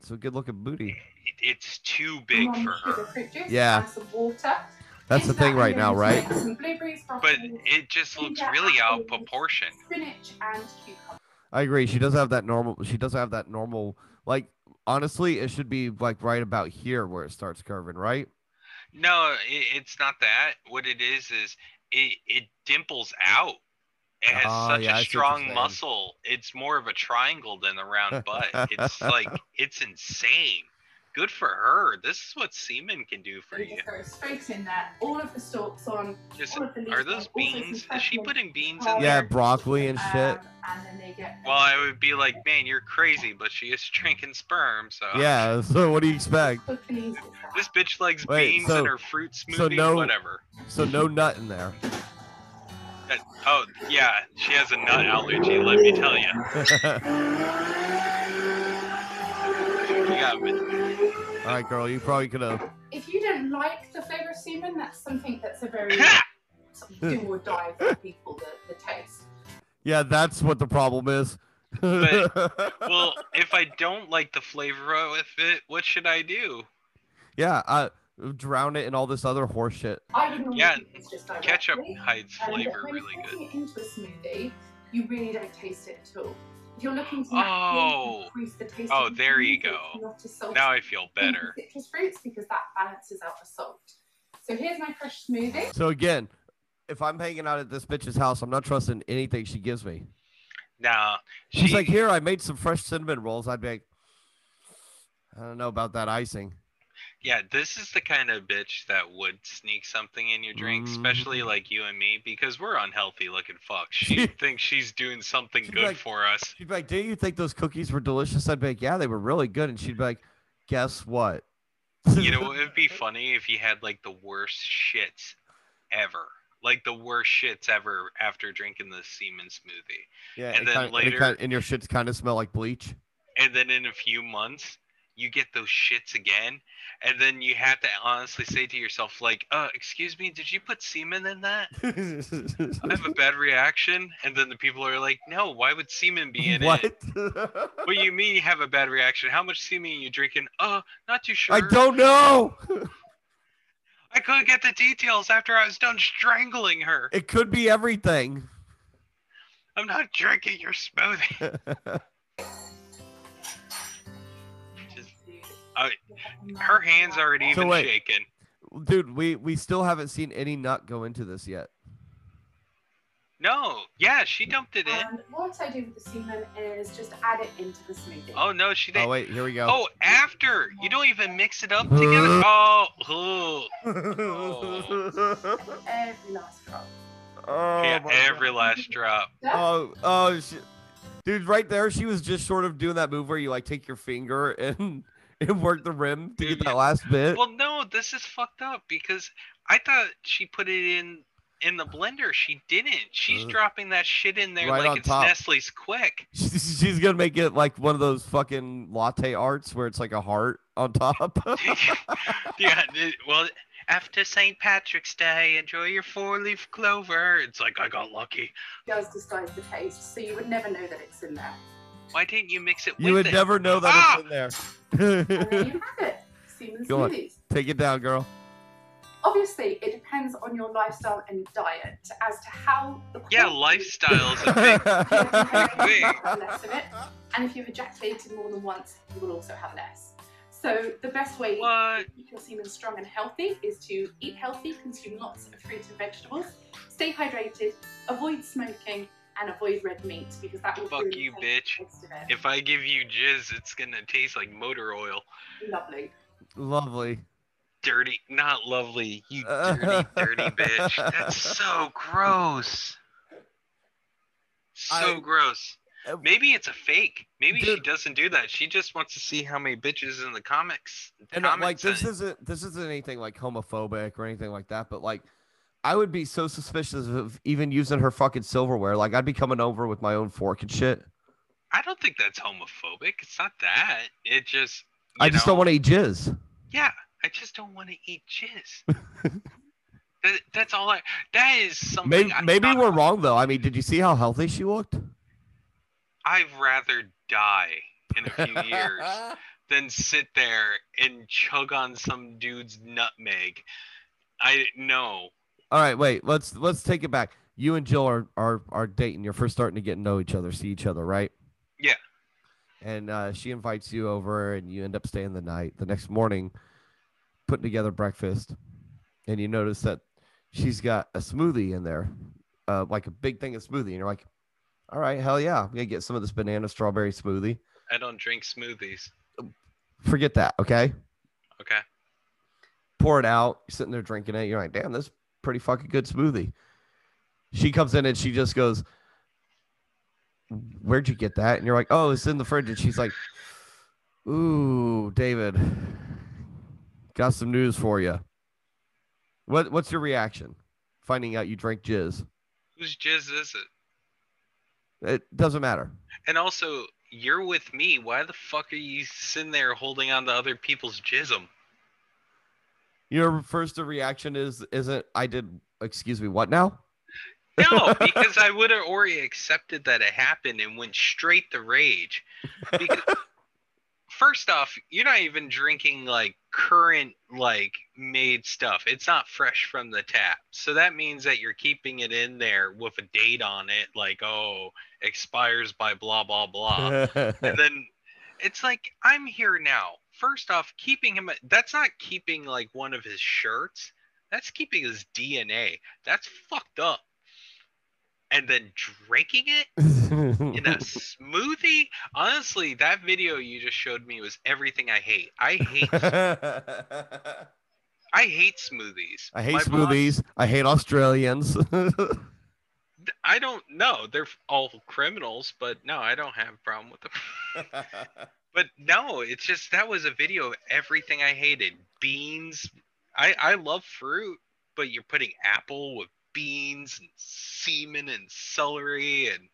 Speaker 1: It's a good looking booty.
Speaker 2: It- It's too big
Speaker 3: Lemon
Speaker 2: for
Speaker 3: sugar
Speaker 2: her.
Speaker 3: fruit juice,
Speaker 1: Yeah.
Speaker 3: add some water.
Speaker 1: That's the
Speaker 3: Mix that
Speaker 1: thing right
Speaker 3: in,
Speaker 1: now, right?
Speaker 3: mix Some blueberries,
Speaker 2: But
Speaker 3: broccoli,
Speaker 2: it just looks really out of proportion.
Speaker 3: spinach, and cucumber.
Speaker 1: I agree. She does have that normal. She does have that normal. Like honestly, it should be like right about here where it starts curving, right?
Speaker 2: No, it, it's not that. What it is is it, it dimples out. It has
Speaker 1: Oh,
Speaker 2: such
Speaker 1: yeah, I see what
Speaker 2: a
Speaker 1: you're
Speaker 2: strong
Speaker 1: saying.
Speaker 2: muscle. It's more of a triangle than a round butt. It's like it's insane. Good for her. This is what semen can do for
Speaker 3: So we
Speaker 2: you.
Speaker 3: just throw straight in there. All of the stalks on.
Speaker 2: Just,
Speaker 3: all of the leaves
Speaker 2: are
Speaker 3: on,
Speaker 2: those
Speaker 3: also
Speaker 2: beans?
Speaker 3: some
Speaker 2: Is she
Speaker 3: fresh
Speaker 2: putting beans
Speaker 3: Oh,
Speaker 2: in
Speaker 1: Yeah,
Speaker 2: there?
Speaker 1: broccoli and
Speaker 3: Um,
Speaker 1: shit.
Speaker 3: and then they get.
Speaker 2: Well, I would be like, man, you're crazy, but she is drinking sperm, so
Speaker 1: Yeah. So what do you expect?
Speaker 3: Quickly use it for
Speaker 2: This bitch likes
Speaker 1: Wait,
Speaker 2: beans
Speaker 1: so-
Speaker 2: in her fruit smoothie,
Speaker 1: no-
Speaker 2: whatever.
Speaker 1: So no nut in there.
Speaker 2: That, oh yeah, she has a nut allergy. Let me tell you.
Speaker 1: All
Speaker 2: You got
Speaker 1: right, girl. You probably could have.
Speaker 3: If you don't like the flavor of semen, that's something that's a very sort of do or die for people, the, the taste.
Speaker 1: Yeah, that's what the problem is.
Speaker 2: well, if I don't like the flavor of it, what should I do?
Speaker 1: yeah, I drown it in all this other horse shit.
Speaker 3: I would normally
Speaker 2: Yeah,
Speaker 3: do this just directly.
Speaker 2: Ketchup hides
Speaker 3: Um, but
Speaker 2: flavor
Speaker 3: when
Speaker 2: really
Speaker 3: you're
Speaker 2: good.
Speaker 3: putting it into a smoothie, you really don't taste it at all. If you're looking to
Speaker 2: Oh.
Speaker 3: naturally increase the taste,
Speaker 2: Oh,
Speaker 3: of the
Speaker 2: there you
Speaker 3: smoothie,
Speaker 2: go.
Speaker 3: it's Not a salt
Speaker 2: Now I feel
Speaker 3: thing with
Speaker 2: better.
Speaker 3: Citrus fruits because that balances out the salt. So here's my fresh smoothie.
Speaker 1: So again, if I'm hanging out at this bitch's house, I'm not trusting anything she gives me.
Speaker 2: Nah,
Speaker 1: She's
Speaker 2: she
Speaker 1: like, here, I made some fresh cinnamon rolls. I'd be like, I don't know about that icing.
Speaker 2: Yeah, this is the kind of bitch that would sneak something in your
Speaker 1: Mm.
Speaker 2: drink, especially like you and me, because we're unhealthy looking fuck. She thinks she's doing something
Speaker 1: She's
Speaker 2: good
Speaker 1: like-
Speaker 2: for us.
Speaker 1: She'd be like, didn't you think those cookies were delicious? I'd be like, yeah, they were really good. And she'd be like, guess what?
Speaker 2: You know, it'd be funny if you had like the worst shits ever. Like the worst shits ever after drinking the semen smoothie.
Speaker 1: yeah,
Speaker 2: and
Speaker 1: it
Speaker 2: then
Speaker 1: kinda- it
Speaker 2: later-
Speaker 1: kinda- and your shits kind of smell like bleach.
Speaker 2: And then in a few months, you get those shits again. And then you have to honestly say to yourself, like, uh, excuse me, did you put semen in that? I have a bad reaction. And then the people are like, no, why would semen be in it?
Speaker 1: what?
Speaker 2: What do you mean you have a bad reaction? How much semen are you drinking? Uh, not too sure.
Speaker 1: I don't know.
Speaker 2: I couldn't get the details after I was done strangling her.
Speaker 1: It could be everything.
Speaker 2: I'm not drinking your smoothie. Just- uh, her hand's already
Speaker 1: So
Speaker 2: even
Speaker 1: wait.
Speaker 2: shaking.
Speaker 1: Dude, we we still haven't seen any nut go into this yet.
Speaker 2: No, yeah, she dumped it in.
Speaker 3: And what I do with the semen is just add it into the smoothie.
Speaker 2: Oh no, she
Speaker 1: Oh
Speaker 2: didn't.
Speaker 1: wait, here we go.
Speaker 2: Oh, after you don't even mix it up together. Oh, oh.
Speaker 1: Oh,
Speaker 3: Every last drop.
Speaker 2: Yeah,
Speaker 1: my
Speaker 2: every last drop.
Speaker 3: That's
Speaker 1: Oh, oh, sh dude, right there, she was just sort of doing that move where you like take your finger and and work the rim to get that last bit.
Speaker 2: Well, no, this is fucked up because I thought she put it in in the blender. She didn't. She's
Speaker 1: Uh,
Speaker 2: dropping that shit in there
Speaker 1: right on
Speaker 2: like it's
Speaker 1: top.
Speaker 2: Nestle's quick.
Speaker 1: She's she's gonna make it like one of those fucking latte arts where it's like a heart on top.
Speaker 2: yeah. it- Well, after St. Patrick's Day, enjoy your four-leaf clover. It's like I got lucky.
Speaker 3: does disguise the taste, so you would never know that it's in there.
Speaker 2: Why didn't you mix it
Speaker 1: you
Speaker 2: with Ah!
Speaker 1: would
Speaker 2: it?
Speaker 1: never know that it's in
Speaker 3: And
Speaker 1: there.
Speaker 3: there you have it. Semen
Speaker 1: Go on.
Speaker 3: smoothies.
Speaker 1: take it down, girl.
Speaker 3: Obviously, it depends on your lifestyle and diet as to how the
Speaker 2: yeah,
Speaker 3: quality-
Speaker 2: lifestyle's a thing.
Speaker 3: less of it. And if you've ejaculated more than once, you will also have less. So the best way
Speaker 2: What?
Speaker 3: to keep your semen strong and healthy is to eat healthy, consume lots of fruit and vegetables, stay hydrated, avoid smoking, and avoid red meat because that will
Speaker 2: Fuck
Speaker 3: really
Speaker 2: you,
Speaker 3: take the
Speaker 2: bitch.
Speaker 3: taste of it.
Speaker 2: If I give you jizz, it's gonna taste like motor oil.
Speaker 3: Lovely.
Speaker 1: Lovely.
Speaker 2: dirty, not lovely, you
Speaker 1: Uh.
Speaker 2: dirty, dirty bitch. That's so gross. So
Speaker 1: I-
Speaker 2: gross.
Speaker 1: Uh,
Speaker 2: Maybe it's a fake. Maybe she
Speaker 1: Dude.
Speaker 2: doesn't do that. She just wants to see how many bitches in the comics.
Speaker 1: and uh,
Speaker 2: comments
Speaker 1: like this
Speaker 2: on it.
Speaker 1: isn't this isn't anything like homophobic or anything like that but like i would be so suspicious of even using her fucking silverware like i'd be coming over with my own fork and shit
Speaker 2: I don't think that's homophobic. It's not that. It just.
Speaker 1: i
Speaker 2: you
Speaker 1: just
Speaker 2: know,
Speaker 1: don't want to eat jizz
Speaker 2: Yeah, I just don't want to eat jizz. that, that's all I. That is something.
Speaker 1: maybe,
Speaker 2: I
Speaker 1: maybe
Speaker 2: thought
Speaker 1: we're
Speaker 2: about.
Speaker 1: wrong though i mean did you see how healthy she looked
Speaker 2: I'd rather die in a few years than sit there and chug on some dude's nutmeg. I no.
Speaker 1: All right, wait. Let's let's take it back. You and Jill are are are dating. You're first starting to get to know each other, see each other, right?
Speaker 2: Yeah.
Speaker 1: And uh, she invites you over, and you end up staying the night. The next morning, putting together breakfast, and you notice that she's got a smoothie in there, uh, like a big thing of smoothie, and you're like, "All right, hell yeah, I'm gonna get some of this banana strawberry smoothie."
Speaker 2: I don't drink smoothies.
Speaker 1: Forget that, okay?
Speaker 2: Okay.
Speaker 1: pour it out. You're sitting there drinking it. You're like, damn, this is pretty fucking good smoothie. She comes in and she just goes, Where'd you get that? And you're like, Oh, it's in the fridge. And she's like, Ooh, David, got some news for you. What what's your reaction? Finding out you drank jizz.
Speaker 2: Whose jizz is it?
Speaker 1: It doesn't matter.
Speaker 2: And also, you're with me. Why the fuck are you sitting there holding on to other people's jism?
Speaker 1: Your first reaction is isn't I did excuse me, what now?
Speaker 2: No, because I would have already accepted that it happened and went straight to rage. Because first off, you're not even drinking like current like made stuff. It's not fresh from the tap. So that means that you're keeping it in there with a date on it, like, oh, expires by blah blah blah and then it's like I'm here now. First off, keeping him that's not keeping like one of his shirts. That's keeping his DNA. That's fucked up. And then drinking it in a smoothie? Honestly, that video you just showed me was everything I hate. I hate
Speaker 1: I
Speaker 2: I hate smoothies.
Speaker 1: hate
Speaker 2: My boss-
Speaker 1: smoothies. I hate Australians.
Speaker 2: I don't know. They're all criminals, but no, I don't have a problem with them. But no, it's just that was a video of everything I hated. Beans. I I love fruit, but you're putting apple with beans and semen and celery and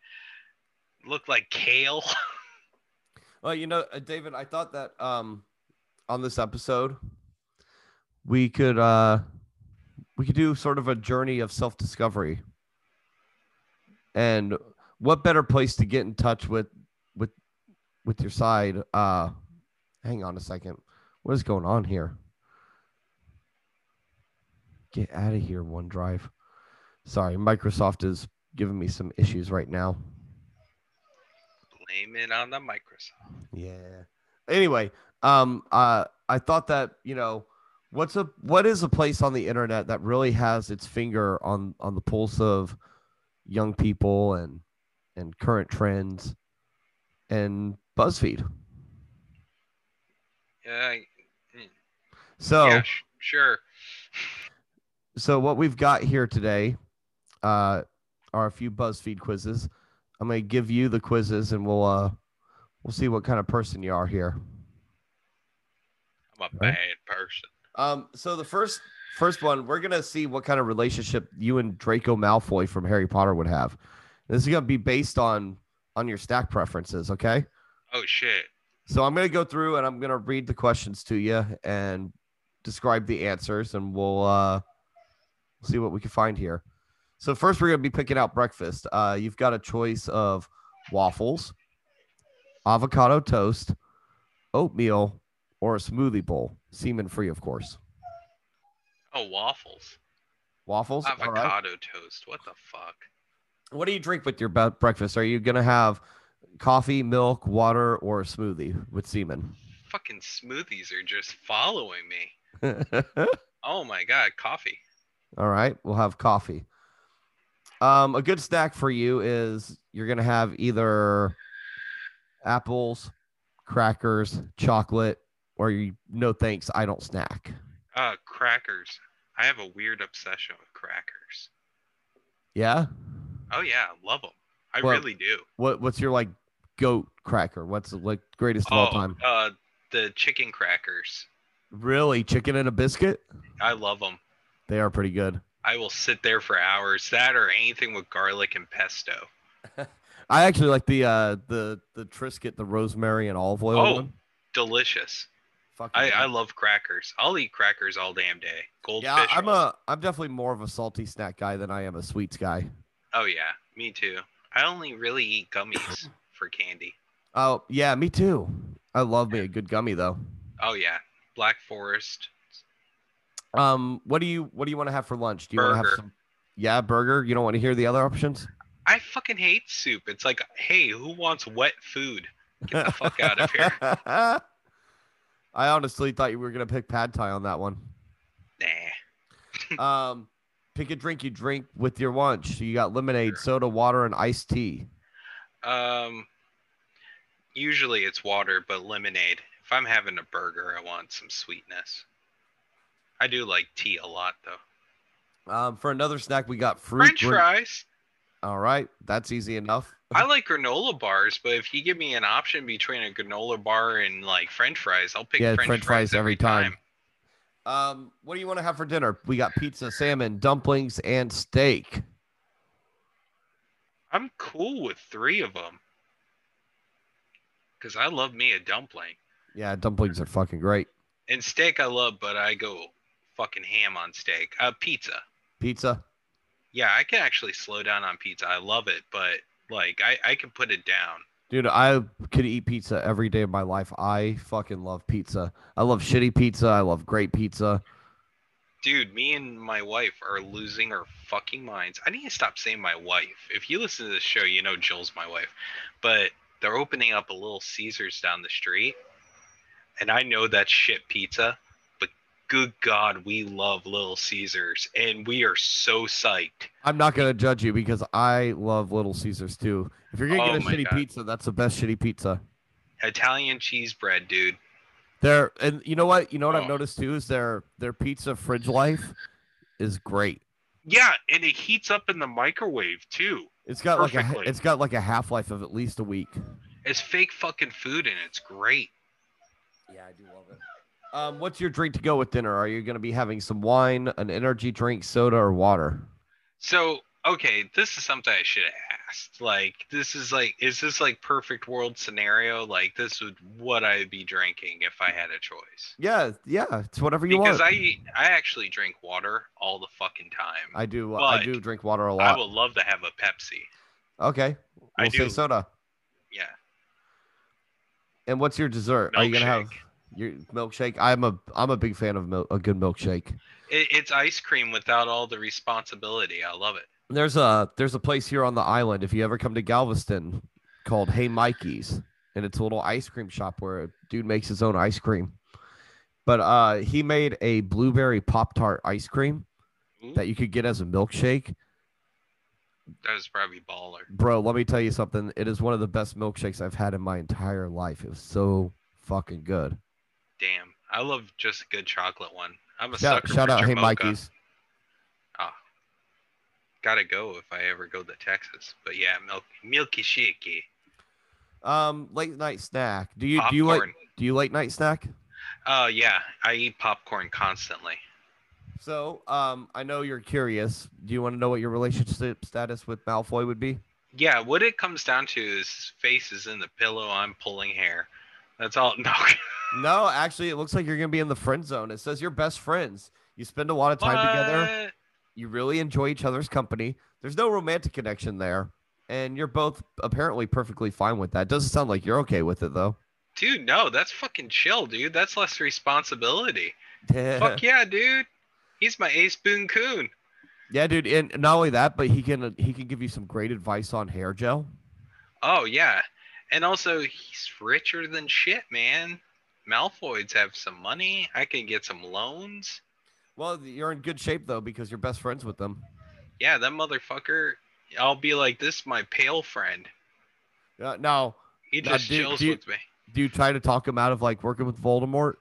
Speaker 2: look like kale.
Speaker 1: well, you know, uh, David, I thought that um, on this episode we could uh, we could do sort of a journey of self discovery, and what better place to get in touch with with with your side? Uh, hang on a second. What is going on here? Get out of here, OneDrive. Sorry, Microsoft is giving me some issues right now.
Speaker 2: Blame it on the Microsoft.
Speaker 1: Yeah. Anyway, um, uh, I thought that you know, what's a what is a place on the internet that really has its finger on on the pulse of young people and and current trends, and BuzzFeed.
Speaker 2: Yeah. I-
Speaker 1: So
Speaker 2: Yeah. sh- sure.
Speaker 1: so what we've got here today uh, are a few BuzzFeed quizzes. I'm gonna give you the quizzes, and we'll uh, we'll see what kind of person you are here.
Speaker 2: I'm a
Speaker 1: Right.
Speaker 2: bad person.
Speaker 1: Um, so the first first one, we're gonna see what kind of relationship you and Draco Malfoy from Harry Potter would have. This is gonna be based on on your stack preferences, okay?
Speaker 2: Oh shit.
Speaker 1: So I'm gonna go through and I'm gonna read the questions to you and describe the answers, and we'll uh, see what we can find here. So first, we're gonna be picking out breakfast. Uh, you've got a choice of waffles, avocado toast, oatmeal, or a smoothie bowl, semen free, of course.
Speaker 2: Oh waffles.
Speaker 1: Waffles. all right.
Speaker 2: Avocado toast. What the fuck?
Speaker 1: What do you drink with your be- breakfast? Are you gonna have coffee, milk, water, or a smoothie with semen?
Speaker 2: Fucking smoothies are just following me.
Speaker 1: all
Speaker 2: Oh my god, coffee.
Speaker 1: right, we'll have coffee. Um, a good snack for you is you're gonna have either apples, crackers, chocolate, or you no thanks, I don't snack.
Speaker 2: Uh crackers. I have a weird obsession with crackers.
Speaker 1: Yeah.
Speaker 2: Oh yeah, I love them. I
Speaker 1: Well,
Speaker 2: really do.
Speaker 1: What What's your like goat cracker? What's the like greatest of
Speaker 2: Oh,
Speaker 1: all time?
Speaker 2: uh, the chicken crackers.
Speaker 1: Really, chicken and a biscuit?
Speaker 2: I love them.
Speaker 1: They are pretty good.
Speaker 2: I will sit there for hours. That or anything with garlic and pesto.
Speaker 1: I actually like the uh the the Triscuit, the rosemary and olive oil.
Speaker 2: Oh,
Speaker 1: one.
Speaker 2: Delicious.
Speaker 1: Fucking
Speaker 2: I, I
Speaker 1: good.
Speaker 2: love crackers. I'll eat crackers all damn day. Goldfish.
Speaker 1: yeah, I'm
Speaker 2: rolls.
Speaker 1: a I'm definitely more of a salty snack guy than I am a sweets guy.
Speaker 2: Oh yeah, me too. I only really eat gummies for candy.
Speaker 1: Oh yeah, me too. I love me a good gummy though.
Speaker 2: Oh yeah, Black Forest.
Speaker 1: Um, what do you what do you want to have for lunch? Do you want to have
Speaker 2: Burger.
Speaker 1: some? Yeah, burger. You don't want to hear the other options.
Speaker 2: I fucking hate soup. It's like, hey, who wants wet food? Get the fuck out of here.
Speaker 1: I honestly thought you were gonna pick pad thai on that one.
Speaker 2: Nah.
Speaker 1: Um, pick a drink you drink with your lunch. So you got lemonade, soda, water, and iced tea.
Speaker 2: Um, usually it's water, but lemonade. If I'm having a burger, I want some sweetness. I do like tea a lot though.
Speaker 1: Um, for another snack, we got fruit.
Speaker 2: French
Speaker 1: drink-
Speaker 2: fries.
Speaker 1: All right, that's easy enough.
Speaker 2: I like granola bars, but if you give me an option between a granola bar and like French fries, I'll pick
Speaker 1: Yeah,
Speaker 2: French,
Speaker 1: French
Speaker 2: fries, every time.
Speaker 1: Um, what do you want to have for dinner? We got pizza, salmon, dumplings, and steak.
Speaker 4: I'm
Speaker 2: Cool with three of them. Cause I love me a dumpling
Speaker 1: Yeah, dumplings are fucking great.
Speaker 2: and steak. I love, but I go fucking ham on steak. Uh, pizza.
Speaker 1: Pizza.
Speaker 2: Yeah, I can actually slow down on pizza. I love it, but like I, I can put it down.
Speaker 1: Dude, I could eat pizza every day of my life. I fucking love pizza. I love shitty pizza. I love great pizza.
Speaker 2: Dude, me and my wife are losing our fucking minds. I need to stop saying my wife. If you listen to this show, you know Jill's my wife. But they're opening up a little Caesars down the street. And I know that's shit pizza, but good God, we love Little Caesars. And we are so psyched.
Speaker 1: I'm not gonna judge you because I love Little Caesars too. If you're gonna
Speaker 2: Oh
Speaker 1: get a
Speaker 2: my
Speaker 1: shitty
Speaker 2: God.
Speaker 1: pizza, that's the best shitty pizza.
Speaker 2: Italian cheese bread, dude.
Speaker 1: There and you know what? You know what
Speaker 4: Oh.
Speaker 1: I've noticed too is their their pizza fridge life is great.
Speaker 4: Yeah, and it heats up in the microwave too.
Speaker 1: It's got like a
Speaker 4: Perfectly.
Speaker 1: it's got like a half life of at least a week.
Speaker 2: It's fake fucking food and it's great.
Speaker 1: Yeah, I do love it. Um, what's your drink to go with dinner? Are you going to be having some wine, an energy drink, soda, or water?
Speaker 2: So, okay, this is something I should have asked. Like, this is like, is this like perfect world scenario? Like, this would what I'd be drinking if I had a choice.
Speaker 1: Yeah, yeah, it's whatever you
Speaker 2: Because
Speaker 1: want.
Speaker 2: I I actually drink water all the fucking time.
Speaker 1: I do, uh, I
Speaker 2: but
Speaker 1: do drink water a
Speaker 2: I,
Speaker 1: lot.
Speaker 2: would love to have a Pepsi.
Speaker 1: okay, we'll
Speaker 2: I
Speaker 1: say
Speaker 2: do.
Speaker 1: soda.
Speaker 2: Yeah.
Speaker 1: And what's your dessert? Are you going to have
Speaker 2: Milkshake.
Speaker 1: your milkshake? I'm a, I'm a big fan of mil- a good milkshake.
Speaker 2: It, it's ice cream without all the responsibility. I love it.
Speaker 1: There's a, there's a place here on the island. If you ever come to Galveston, called Hey Mikey's, and it's a little ice cream shop where a dude makes his own ice cream. But uh, he made a blueberry pop tart ice cream.
Speaker 2: Ooh,
Speaker 1: that you could get as a milkshake,
Speaker 2: that was probably baller.
Speaker 1: bro. Let me tell you something. It is one of the best milkshakes I've had in my entire life. It was so fucking good.
Speaker 2: Damn. I love just a good chocolate one. I'm a
Speaker 1: Shout,
Speaker 2: sucker
Speaker 1: shout
Speaker 2: for
Speaker 1: out, hey
Speaker 2: Jamocha.
Speaker 1: Mikey's.
Speaker 2: Gotta go if I ever go to Texas. But yeah, milk, milky shaky.
Speaker 1: Um, late night snack. Do you do you like
Speaker 2: Popcorn.
Speaker 1: do you late night snack?
Speaker 2: Oh yeah, I eat popcorn constantly.
Speaker 1: So, um, I know you're curious. Do you want to know what your relationship status with Malfoy would be?
Speaker 2: Yeah, what it comes down to is his face is in the pillow. I'm pulling hair. That's all. No,
Speaker 1: No, actually, it looks like you're gonna be in the friend zone. It says you're best friends. You spend a lot of time together.
Speaker 2: What?
Speaker 1: You really enjoy each other's company. There's no romantic connection there. And you're both apparently perfectly fine with that. Doesn't sound like you're okay with it though.
Speaker 2: Dude, no, that's fucking chill, dude. That's less responsibility. Fuck yeah, dude. He's my ace boon coon.
Speaker 1: yeah, dude. And not only that, but he can he can give you some great advice on hair gel.
Speaker 2: Oh yeah, and also he's richer than shit, man. Malfoy's have some money. I can get some loans.
Speaker 1: Well, you're in good shape though because you're best friends with them.
Speaker 2: Yeah, that motherfucker. I'll be like, this is my pale friend.
Speaker 1: Uh, now,
Speaker 2: He
Speaker 1: Now,
Speaker 2: just
Speaker 1: do-
Speaker 2: chills
Speaker 1: do you-
Speaker 2: with me.
Speaker 1: do you try to talk him out of like working with Voldemort?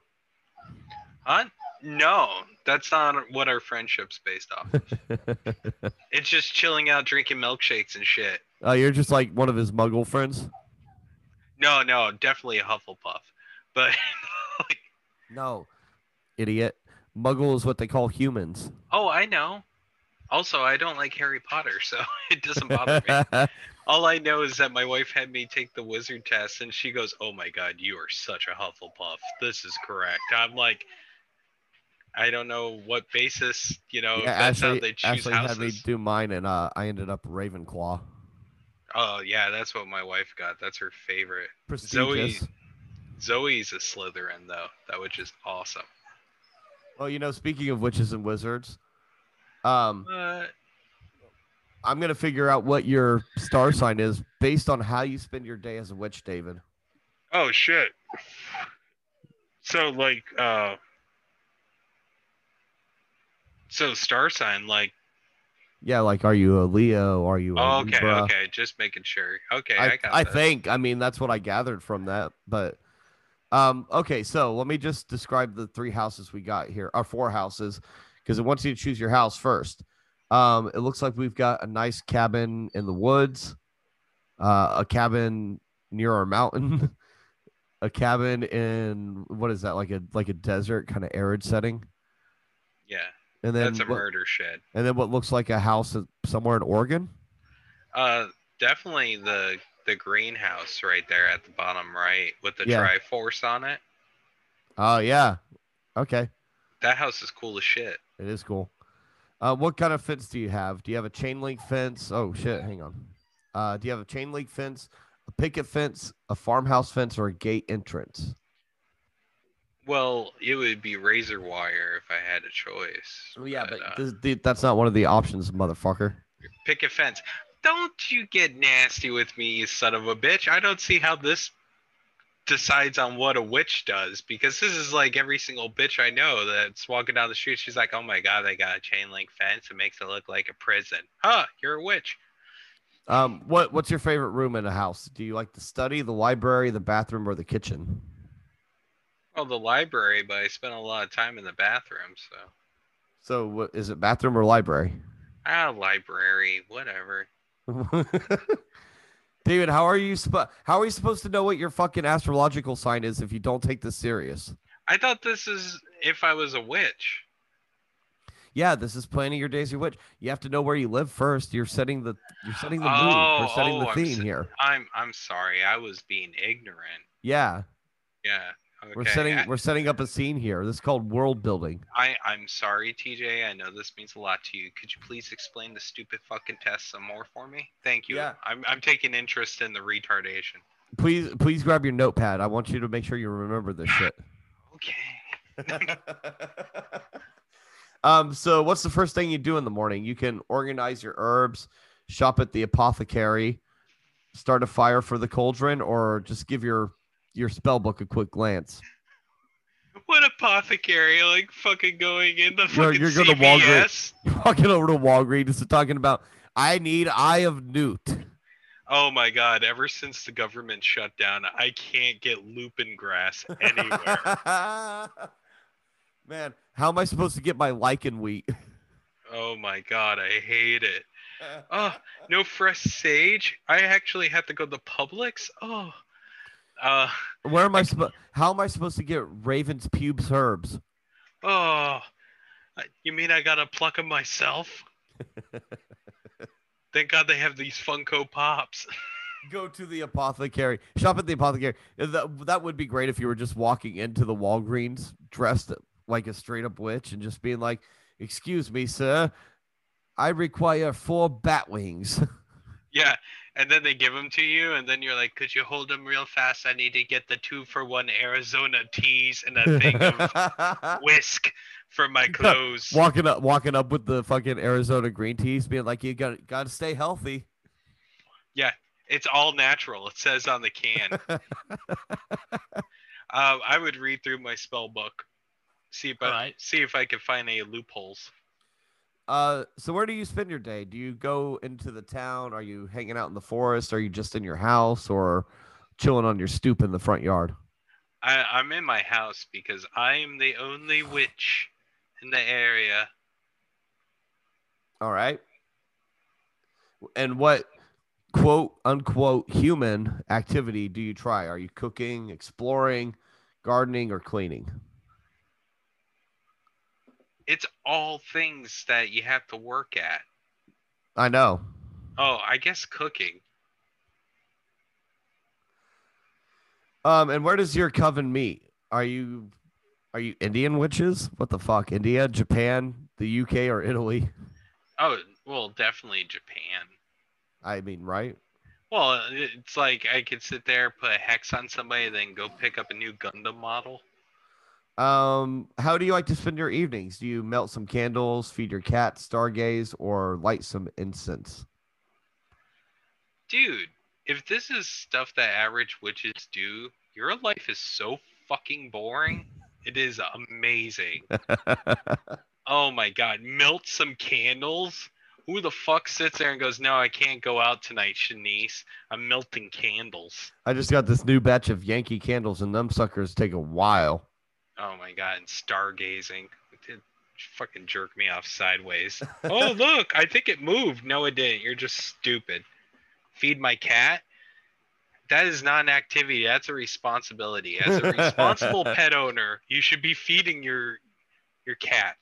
Speaker 2: Huh? No, that's not what our friendship's based off. of. it's just chilling out, drinking milkshakes and shit.
Speaker 1: Uh, you're just like one of his Muggle friends.
Speaker 2: No, no, definitely a Hufflepuff. But
Speaker 1: No, idiot. Muggle is what they call humans.
Speaker 2: oh, I know. Also, I don't like Harry Potter, so it doesn't bother me. All I know is that my wife had me take the wizard test, and she goes, "Oh my God, you are such a Hufflepuff. This is correct." I'm like, I don't know what basis, you know,
Speaker 1: Yeah,
Speaker 2: if
Speaker 1: Ashley,
Speaker 2: Oh, that's how they choose
Speaker 1: Ashley had me
Speaker 2: houses.
Speaker 1: do mine, and uh, I ended up Ravenclaw.
Speaker 2: Oh yeah, that's what my wife got. That's her favorite.
Speaker 1: Prestigious.
Speaker 2: Zoe's a Slytherin though. That which is awesome.
Speaker 1: Well, you know, speaking of witches and wizards, um,
Speaker 2: But
Speaker 1: I'm gonna figure out what your star sign is based on how you spend your day as a witch, David.
Speaker 4: Oh shit. So like uh
Speaker 2: so star sign like
Speaker 1: Yeah, like are you a Leo? Are you a
Speaker 2: oh, okay
Speaker 1: Libra?
Speaker 2: okay just making sure okay I,
Speaker 1: I,
Speaker 2: got
Speaker 1: I
Speaker 2: that.
Speaker 1: think. I mean, that's what I gathered from that. But um, okay, so let me just describe the three houses we got here, our four houses, because it wants you to choose your house first. Um, it looks like we've got a nice cabin in the woods, uh, a cabin near our mountain, a cabin in what is that like a like a desert kind of arid setting,
Speaker 2: yeah
Speaker 1: and then
Speaker 2: that's a
Speaker 1: what-
Speaker 2: murder shed.
Speaker 1: and then what looks like a house somewhere in Oregon.
Speaker 2: Uh, definitely the the greenhouse right there at the bottom right with the
Speaker 1: Yeah.
Speaker 2: Triforce on it.
Speaker 1: Oh yeah, okay.
Speaker 2: That house is cool as shit.
Speaker 1: It is cool. Uh, what kind of fence do you have? Do you have a chain link fence? Oh shit, hang on. Uh, do you have a chain link fence, a picket fence, a farmhouse fence, or a gate entrance?
Speaker 2: Well, it would be razor wire if I had a choice.
Speaker 1: Oh,
Speaker 2: uh,
Speaker 1: this, th- that's not one of the options, motherfucker.
Speaker 2: pick a fence. Don't you get nasty with me, you son of a bitch. I don't see how this decides on what a witch does because this is like every single bitch I know that's walking down the street. She's like, oh my god, they got a chain link fence. It makes it look like a prison. Huh, you're a witch.
Speaker 1: Um, what what's your favorite room in a house? Do you like the study, the library, the bathroom, or the kitchen?
Speaker 2: Well, the library, but I spent a lot of time in the bathroom, so.
Speaker 1: So, what is it, bathroom or library?
Speaker 2: Ah, library, whatever.
Speaker 1: David, how are you? Sp- how are you supposed to know what your fucking astrological sign is if you don't take this serious?
Speaker 2: I thought this is if I was a witch.
Speaker 1: Yeah, this is planning your days. Your witch. You have to know where you live first. You're setting the you're setting the mood.
Speaker 2: Oh,
Speaker 1: We're setting
Speaker 2: oh,
Speaker 1: the
Speaker 2: I'm
Speaker 1: theme
Speaker 2: se-
Speaker 1: here.
Speaker 2: I'm I'm sorry, I was being ignorant.
Speaker 1: Yeah,
Speaker 2: Yeah. Okay.
Speaker 1: we're setting
Speaker 2: I,
Speaker 1: we're setting up a scene here. This is called world building.
Speaker 2: I I'm sorry, TJ. I know this means a lot to you. Could you please explain the stupid fucking test some more for me? Thank you.
Speaker 1: Yeah.
Speaker 2: I'm I'm taking interest in the retardation.
Speaker 1: Please please grab your notepad. I want you to make sure you remember this shit.
Speaker 2: Okay.
Speaker 1: um. So, what's the first thing you do in the morning? You can organize your herbs, shop at the apothecary, start a fire for the cauldron, or just give your your spell book a quick glance.
Speaker 2: What apothecary like fucking going in the
Speaker 1: You're-
Speaker 2: fucking
Speaker 1: you're going to Walgreens.
Speaker 2: CVS?
Speaker 1: Walking over to Walgreens and talking about I need Eye of Newt.
Speaker 2: Oh my god, ever since the government shut down, I can't get lupin grass anywhere.
Speaker 1: Man, how am I supposed to get my lichen wheat?
Speaker 2: oh my god, I hate it. Oh, no fresh sage? I actually have to go to Publix? Oh. Uh
Speaker 1: Where am I supposed? How am I supposed to get Raven's pubes herbs?
Speaker 2: oh. I- You mean I got to pluck them myself? Thank God they have these Funko Pops.
Speaker 1: Go to the apothecary. Shop at the apothecary. That, that would be great if you were just walking into the Walgreens dressed like a straight up witch and just being like, "Excuse me, sir, I require four bat wings."
Speaker 2: Yeah, and then they give them to you, and then you're like, "Could you hold them real fast? I need to get the two for one Arizona teas and a thing of whisk for my clothes."
Speaker 1: walking up, walking up with the fucking Arizona green teas, being like, "You got got to stay healthy."
Speaker 2: It's all natural. It says on the can. um, I would read through my spell book, see if I,
Speaker 5: Alright.
Speaker 2: see if I can find any loopholes.
Speaker 1: Uh, so where do you spend your day? Do you go into the town? Are you hanging out in the forest? Are you just in your house or chilling on your stoop in the front yard?
Speaker 2: I, I'm in my house because I'm the only witch in the area.
Speaker 1: All right. And what quote unquote human activity do you try? Are you cooking, exploring, gardening, or cleaning?
Speaker 2: It's all things that you have to work at.
Speaker 1: I know.
Speaker 2: Oh, I guess cooking.
Speaker 1: Um, and where does your coven meet? Are you are you Indian witches? What the fuck? India, Japan, the UK, or Italy?
Speaker 2: Oh, well, definitely Japan.
Speaker 1: I mean, right?
Speaker 2: Well, it's like I could sit there, put a hex on somebody, then go pick up a new Gundam model.
Speaker 1: Um, how do you like to spend your evenings? Do you melt some candles, feed your cat, stargaze, or light some incense?
Speaker 2: Dude, if this is stuff that average witches do, your life is so fucking boring. It is amazing. oh my god, melt some candles? Who the fuck sits there and goes, No, I can't go out tonight, Shanice. I'm melting candles.
Speaker 1: I just got this new batch of Yankee candles, and them suckers take a while.
Speaker 2: Oh my god, and stargazing. It did fucking jerk me off sideways. oh look, I think it moved. No, it didn't. You're just stupid. Feed my cat. That is not an activity. That's a responsibility. As a responsible pet owner, you should be feeding your your cat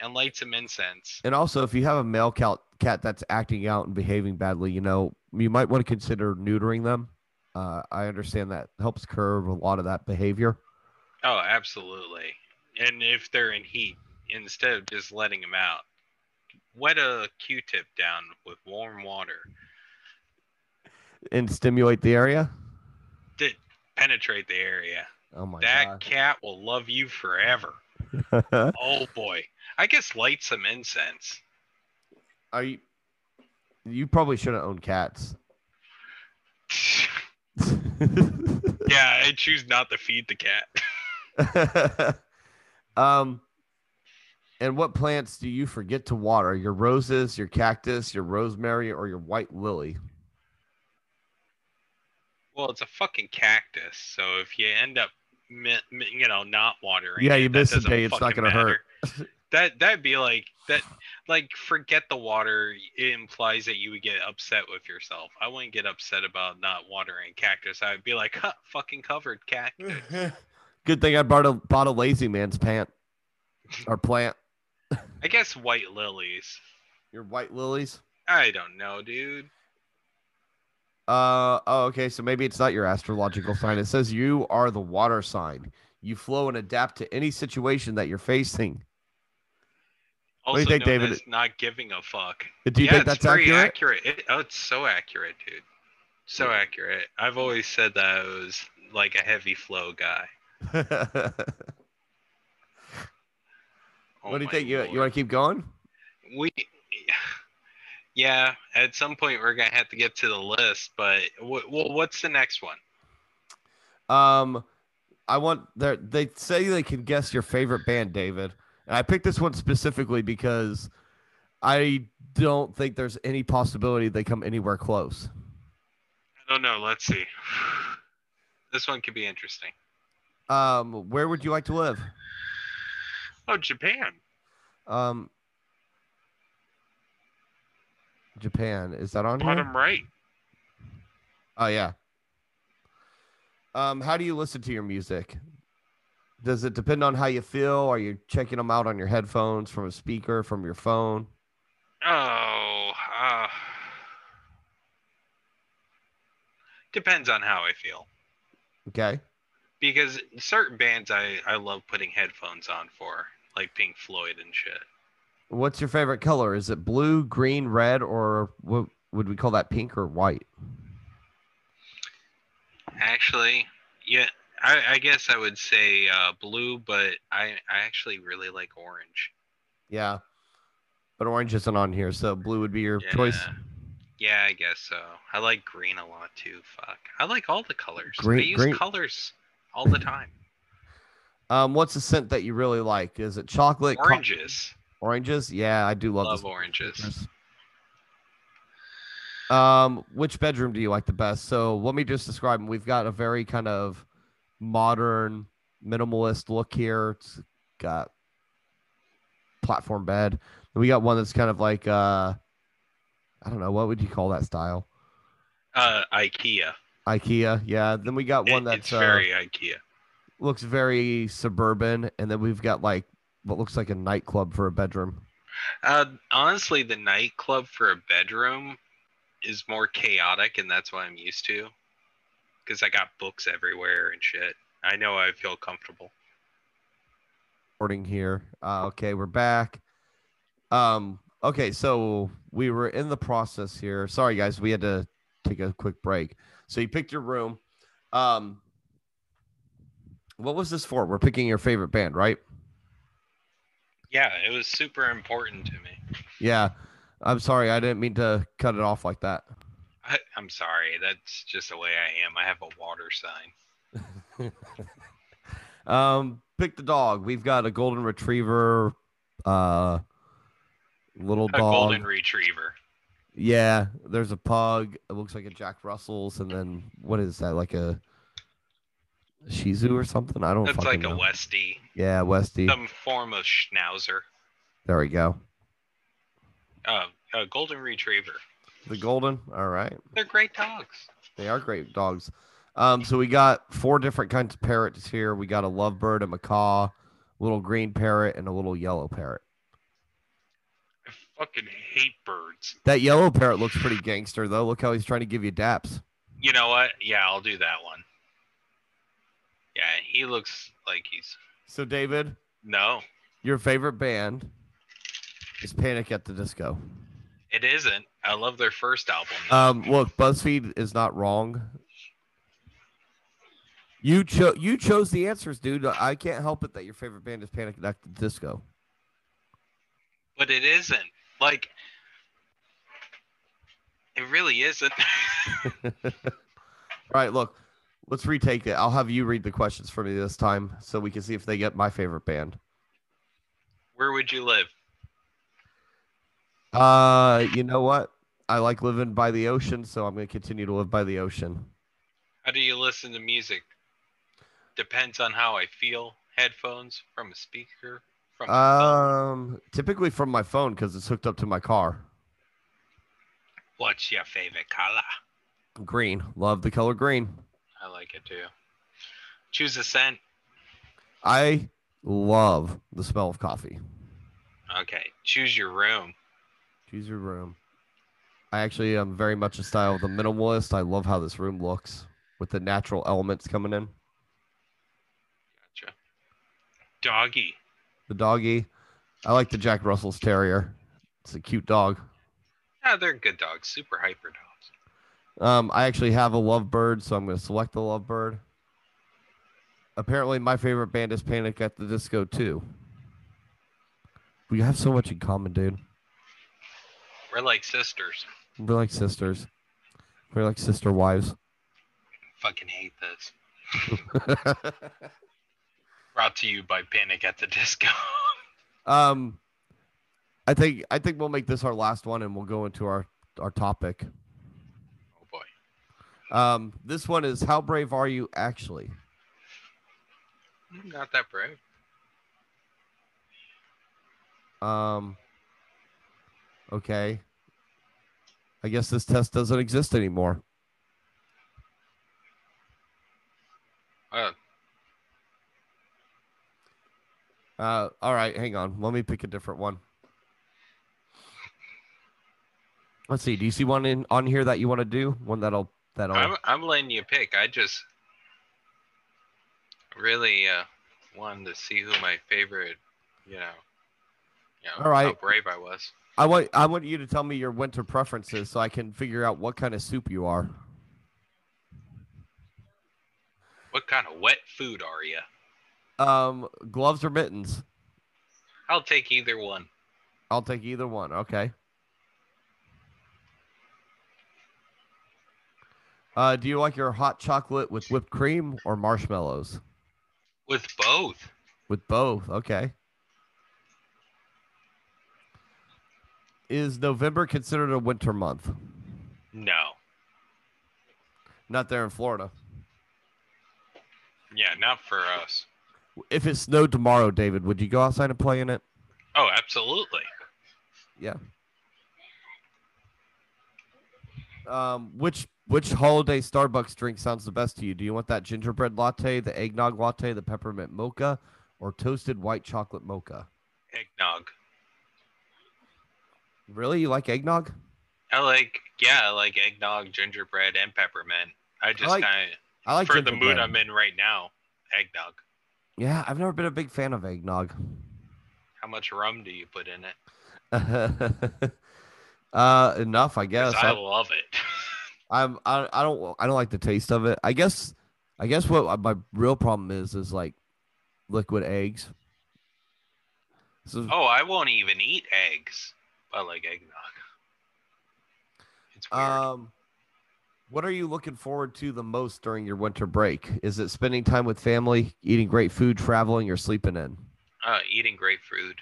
Speaker 2: and light some incense.
Speaker 1: And also, if you have a male cat, cat that's acting out and behaving badly, you know, you might want to consider neutering them. Uh, I understand that helps curb a lot of that behavior.
Speaker 2: Oh, absolutely. And if they're in heat, instead of just letting them out, wet a Q-tip down with warm water.
Speaker 1: and stimulate the area.
Speaker 2: Did penetrate the area.
Speaker 1: Oh my
Speaker 2: that cat will love you forever.
Speaker 1: god!
Speaker 2: Oh boy. I guess light some incense.
Speaker 1: Are you? You probably shouldn't own cats.
Speaker 2: yeah, I choose not to feed the cat.
Speaker 1: um, and what plants do you forget to water? Your roses, your cactus, your rosemary, or your white lily?
Speaker 2: Well, it's a fucking cactus, so if you end up, mi- mi- you know, not watering,
Speaker 1: Yeah,
Speaker 2: it,
Speaker 1: you
Speaker 2: that
Speaker 1: miss a
Speaker 2: doesn't
Speaker 1: day, it's not
Speaker 2: fucking
Speaker 1: gonna hurt.
Speaker 2: matter. that that'd be like that, like forget the water. It implies that you would get upset with yourself. I wouldn't get upset about not watering cactus. I'd be like, huh, fucking covered cactus.
Speaker 1: Good thing I bought a bought a lazy man's pant or plant.
Speaker 2: I guess white lilies.
Speaker 1: Your white lilies.
Speaker 2: I don't know, dude.
Speaker 1: Uh oh, okay. So maybe it's not your astrological sign. It says you are the water sign. You flow and adapt to any situation that you're facing. do
Speaker 2: Also
Speaker 1: you think,
Speaker 2: known
Speaker 1: David?
Speaker 2: as not giving a fuck.
Speaker 1: Do you
Speaker 2: yeah,
Speaker 1: think that's
Speaker 2: it's very
Speaker 1: accurate?
Speaker 2: accurate. It, oh, it's so accurate, dude. So accurate. I've always said that I was like a heavy flow guy. Oh
Speaker 1: what do you
Speaker 2: my
Speaker 1: think? You, you
Speaker 2: lord.
Speaker 1: want to keep going?
Speaker 2: We, yeah. At some point, we're gonna have to get to the list. But wh- well, what's the next one?
Speaker 1: Um, I want they they say they can guess your favorite band, David. And I picked this one specifically because I don't think there's any possibility they come anywhere close.
Speaker 2: I don't know. Let's see. This one could be interesting.
Speaker 1: Um, where would you like to live?
Speaker 4: Oh, Japan.
Speaker 1: Um, Japan is that on here?
Speaker 4: Bottom right.
Speaker 1: Oh yeah. Um, how do you listen to your music? Does it depend on how you feel? Are you checking them out on your headphones, from a speaker, from your phone?
Speaker 2: Oh, uh, depends on how I feel.
Speaker 1: Okay.
Speaker 2: because certain bands I, I love putting headphones on for, like Pink Floyd and shit.
Speaker 1: What's your favorite color? Is it blue, green, red, or what would we call that? Pink or white?
Speaker 2: Actually, yeah, I, I guess I would say uh, blue, but I, I actually really like orange.
Speaker 1: Yeah. But orange isn't on here, so blue would be your
Speaker 2: Yeah.
Speaker 1: choice.
Speaker 2: Yeah, I guess so. I like green a lot too. Fuck, I like all the colors. I
Speaker 1: Green-
Speaker 2: use
Speaker 1: green-
Speaker 2: colors all the time.
Speaker 1: Um, what's the scent that you really like? Is it chocolate? co-
Speaker 2: Oranges,
Speaker 1: oranges? Yeah, I do love,
Speaker 2: love
Speaker 1: this.
Speaker 2: oranges.
Speaker 1: Yes. Um, which bedroom do you like the best? So let me just describe them. We've got a very kind of modern, minimalist look here. It's got platform bed. Then we got one that's kind of like uh, I don't know what would you call that style?
Speaker 2: Uh, IKEA.
Speaker 1: IKEA, yeah. Then we got one
Speaker 2: It- it's
Speaker 1: that's uh,
Speaker 2: very IKEA.
Speaker 1: looks very suburban, and then we've got like what looks like a nightclub for a bedroom.
Speaker 2: Uh, honestly, the nightclub for a bedroom is more chaotic, and that's what I'm used to. Because I got books everywhere and shit. I know I feel comfortable.
Speaker 1: recording here. Uh, okay, we're back. Um, okay, so we were in the process here. Sorry, guys, we had to take a quick break. So you picked your room. Um, what was this for? We're picking your favorite band, right?
Speaker 2: Yeah, it was super important to me.
Speaker 1: Yeah. I'm sorry, I didn't mean to cut it off like that.
Speaker 2: I, I'm sorry. That's just the way I am. I have a water sign.
Speaker 1: Um, pick the dog. We've got a golden retriever, uh, little
Speaker 2: A
Speaker 1: dog.
Speaker 2: golden retriever.
Speaker 1: Yeah, there's a pug. It looks like a Jack Russell's, and then what is that? Like a Shih Tzu or something? I don't.
Speaker 2: That's
Speaker 1: fucking
Speaker 2: like a
Speaker 1: know.
Speaker 2: Westie,
Speaker 1: Yeah, Westie.
Speaker 2: some form of Schnauzer.
Speaker 1: There we go.
Speaker 2: Uh, a golden retriever.
Speaker 1: The golden. All right,
Speaker 2: They're great dogs.
Speaker 1: they are great dogs. Um, so we got four different kinds of parrots here. We got a lovebird, a macaw, little green parrot, and a little yellow parrot.
Speaker 4: I fucking hate birds.
Speaker 1: That yellow parrot looks pretty gangster though. Look how he's trying to give you daps.
Speaker 2: You know what? Yeah, I'll do that one. Yeah, he looks like he's
Speaker 1: So David,
Speaker 2: no.
Speaker 1: your favorite band is Panic at the Disco.
Speaker 2: It isn't. I love their first album.
Speaker 1: Um, look, BuzzFeed is not wrong. You chose you chose the answers, dude. I can't help it that your favorite band is Panic at the Disco.
Speaker 2: but it isn't. Like it really isn't.
Speaker 1: All right, look, let's retake it. I'll have you read the questions for me this time, so we can see if they get my favorite band.
Speaker 2: Where would you live?
Speaker 1: Uh, you know what? I like living by the ocean, so I'm gonna continue to live by the ocean.
Speaker 2: How do you listen to music? Depends on how I feel. Headphones from a speaker from a phone.
Speaker 1: Um, typically from my phone because it's hooked up to my car.
Speaker 2: What's your favorite color?
Speaker 1: Green, love the color green.
Speaker 2: I like it too. Choose a scent.
Speaker 1: I love the smell of coffee.
Speaker 2: Okay. Choose your room.
Speaker 1: Choose your room. I actually am very much a style of the minimalist. I love how this room looks with the natural elements coming in.
Speaker 2: Gotcha. Doggy.
Speaker 1: The doggy. I like the Jack Russell's Terrier. It's a cute dog.
Speaker 2: Yeah, they're good dogs. Super hyper dogs.
Speaker 1: Um, I actually have a lovebird, so I'm going to select the lovebird. Apparently, my favorite band is Panic at the Disco too. We have so much in common, dude.
Speaker 2: We're like sisters.
Speaker 1: We're like sisters. We're like sister wives.
Speaker 2: Fucking hate this. Brought to you by Panic at the Disco.
Speaker 1: Um, I think I think we'll make this our last one, and we'll go into our our topic.
Speaker 2: oh boy.
Speaker 1: Um, this one is how brave are you actually?
Speaker 2: I'm not that brave.
Speaker 1: Um, okay. I guess this test doesn't exist anymore.
Speaker 2: Uh,
Speaker 1: Uh, all right, hang on. Let me pick a different one. Let's see. Do you see one in on here that you want to do? One that'll that'll.
Speaker 2: I'm, I'm letting you pick. I just really uh, wanted to see who my favorite, you know, you know
Speaker 1: All right.
Speaker 2: how brave I was.
Speaker 1: I want I want you to tell me your winter preferences so I can figure out what kind of soup you are.
Speaker 2: What kind of wet food are you?
Speaker 1: Um, gloves or mittens?
Speaker 2: I'll take either one.
Speaker 1: I'll take either one. Okay. Uh, do you like your hot chocolate with whipped cream or marshmallows?
Speaker 2: With both.
Speaker 1: With both. Okay. Is November considered a winter month?
Speaker 2: No.
Speaker 1: Not there in Florida.
Speaker 2: Yeah, not for us.
Speaker 1: If it snowed tomorrow, David, would you go outside and play in it?
Speaker 2: Oh, absolutely.
Speaker 1: Um, which which holiday Starbucks drink sounds the best to you? Do you want that gingerbread latte, the eggnog latte, the peppermint mocha, or toasted white chocolate mocha?
Speaker 2: Eggnog.
Speaker 1: Really? You like eggnog?
Speaker 2: I like, yeah, I like eggnog, gingerbread, and peppermint. I just
Speaker 1: like
Speaker 2: kind
Speaker 1: I
Speaker 2: of,
Speaker 1: like
Speaker 2: for the mood
Speaker 1: gingerbread.
Speaker 2: I'm in right now, eggnog.
Speaker 1: Yeah, I've never been a big fan of eggnog.
Speaker 2: How much rum do you put in it?
Speaker 1: uh, enough, I guess.
Speaker 2: 'Cause I
Speaker 1: I,
Speaker 2: love it.
Speaker 1: I'm I, I don't I don't like the taste of it. I guess I guess what my real problem is is like liquid eggs. This is-
Speaker 2: Oh, I won't even eat eggs. I like eggnog. It's weird.
Speaker 1: um, what are you looking forward to the most during your winter break? Is it spending time with family, eating great food, traveling, or sleeping in?
Speaker 2: uh, eating great food.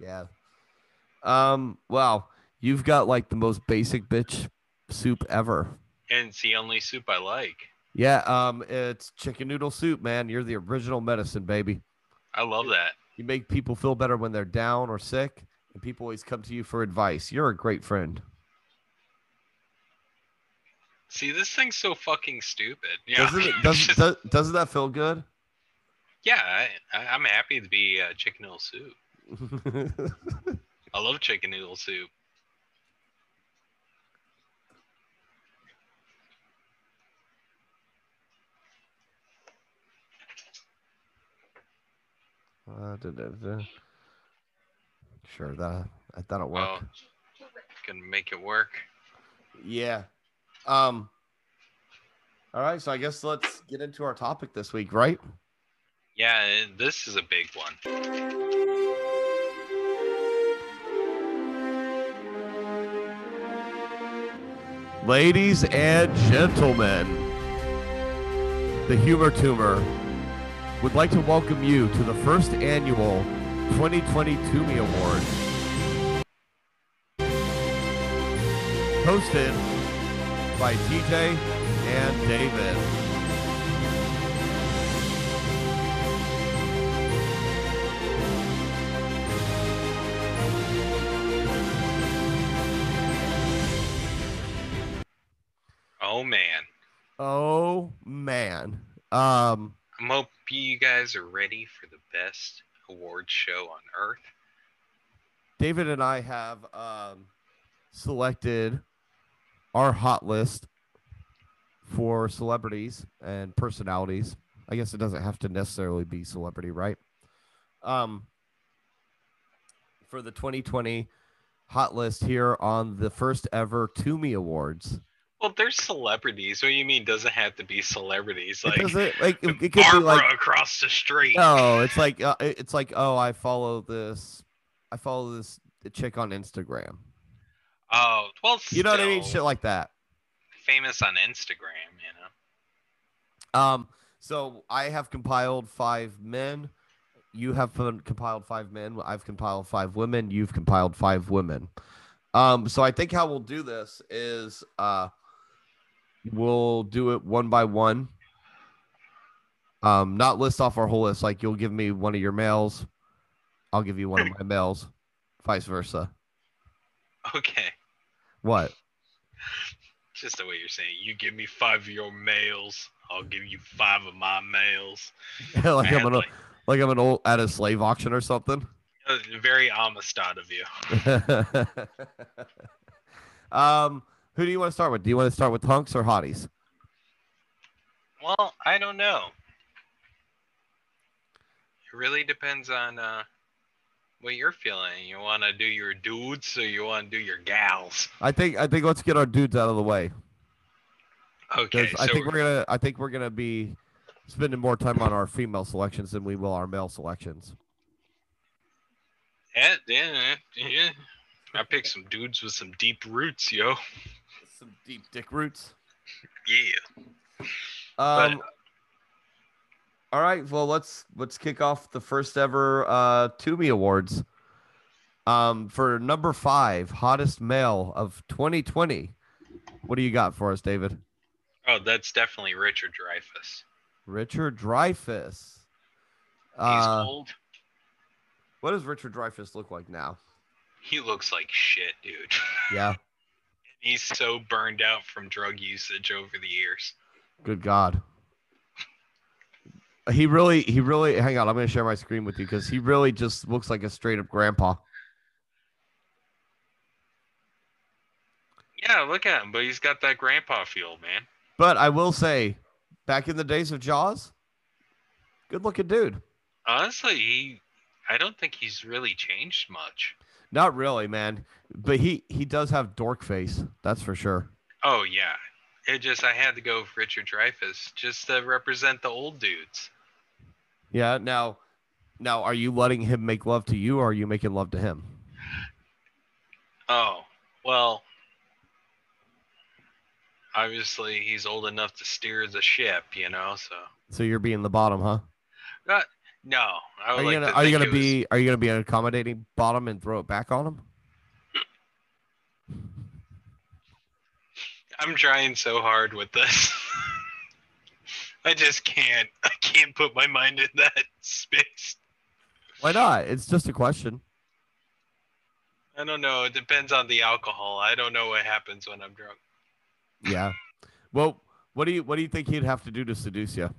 Speaker 1: Yeah. Um. Wow, you've got like the most basic bitch soup ever.
Speaker 2: And it's the only soup I like.
Speaker 1: Yeah. Um. It's chicken noodle soup, man. You're the original medicine, baby.
Speaker 2: I love that.
Speaker 1: You make people feel better when they're down or sick, and people always come to you for advice. You're a great friend.
Speaker 2: See, this thing's so fucking stupid. Yeah,
Speaker 1: Doesn't it, doesn't, does, doesn't that feel good?
Speaker 2: yeah I, I, I'm happy to be uh, chicken noodle soup. I love chicken noodle soup.
Speaker 1: Uh, da, da, da. Sure, that that'll work.
Speaker 2: Well, can Oh, make it work.
Speaker 1: Yeah. Um. All right, so I guess let's get into our topic this week, right?
Speaker 2: Yeah, it- this is a big one.
Speaker 1: Ladies and gentlemen, the Humor Tumor would like to welcome you to the first annual 2020 Toomey Award. Hosted by TJ and David.
Speaker 2: Oh man,
Speaker 1: Oh man. Um
Speaker 2: I'm hope you guys are ready for the best award show on earth.
Speaker 1: David and I have um, selected our hot list for celebrities and personalities. I guess it doesn't have to necessarily be celebrity, right? Um, for the 2020 hot list here on the first ever Toomey Awards.
Speaker 2: Well, there's celebrities. What do you mean? Doesn't have to be celebrities. Like
Speaker 1: it doesn't like it, it could
Speaker 2: Barbara
Speaker 1: be like
Speaker 2: across the street.
Speaker 1: no, it's like uh, it- it's like oh, I follow this, I follow this chick on Instagram.
Speaker 2: Oh, well,
Speaker 1: You know what I mean?
Speaker 2: still
Speaker 1: Shit like that.
Speaker 2: famous on Instagram, you know.
Speaker 1: Um, so I have compiled five men. You have fun- compiled five men. I've compiled five women. You've compiled five women. Um, so I think how we'll do this is uh, we'll do it one by one. Um, not list off our whole list. Like you'll give me one of your males, I'll give you one of my males, vice versa.
Speaker 2: Okay,
Speaker 1: What?
Speaker 2: just the way you're saying, you give me five of your males, I'll give you five of my males.
Speaker 1: like
Speaker 2: Man,
Speaker 1: I'm an,
Speaker 2: like,
Speaker 1: like I'm an old at a slave auction or something.
Speaker 2: uh, very Amistad of you.
Speaker 1: um, who do you want to start with? Do you want to start with hunks or hotties?
Speaker 2: Well, I don't know. It really depends on uh, what you're feeling. You want to do your dudes, or you want to do your gals.
Speaker 1: I think I think let's get our dudes out of the way because
Speaker 2: Okay, so
Speaker 1: I think
Speaker 2: we're-
Speaker 1: we're gonna I think we're gonna be spending more time on our female selections than we will our male selections.
Speaker 2: yeah, yeah, eh, yeah. I picked some dudes with some deep roots, yo.
Speaker 1: Some deep dick roots.
Speaker 2: Yeah.
Speaker 1: Um, all right, well let's let's kick off the first ever uh, Toomey Awards. Um, for number five, hottest male of 2020. What do you got for us, David?
Speaker 2: Oh, that's definitely Richard Dreyfus.
Speaker 1: Richard Dreyfus.
Speaker 2: He's
Speaker 1: Uh,
Speaker 2: old.
Speaker 1: what does Richard Dreyfus look like now?
Speaker 2: He looks like shit, dude.
Speaker 1: Yeah,
Speaker 2: He's so burned out from drug usage over the years.
Speaker 1: good God. He really, he really. Hang on, I'm going to share my screen with you because he really just looks like a straight up grandpa.
Speaker 2: Yeah, look at him, but he's got that grandpa feel, man.
Speaker 1: But I will say, back in the days of Jaws, good looking dude.
Speaker 2: Honestly, he I don't think he's really changed much.
Speaker 1: Not really, man. But he he does have dork face. That's for sure.
Speaker 2: Oh yeah. It just I had to go with Richard Dreyfuss just to represent the old dudes.
Speaker 1: Yeah. Now, now, are you letting him make love to you, or are you making love to him?
Speaker 2: Oh, well. Obviously, he's old enough to steer the ship, you know. So
Speaker 1: So you're being the bottom, huh?
Speaker 2: no, I
Speaker 1: Are
Speaker 2: would
Speaker 1: you
Speaker 2: like
Speaker 1: gonna
Speaker 2: to
Speaker 1: Are you gonna
Speaker 2: think it was-
Speaker 1: be Are you gonna be an accommodating bottom and throw it back on him?
Speaker 2: I'm trying so hard with this. I just can't. I can't put my mind in that space.
Speaker 1: Why not? It's just a question.
Speaker 2: I don't know. It depends on the alcohol. I don't know what happens when I'm drunk.
Speaker 1: Yeah. Well, what do you What do you think he'd have to do to seduce you?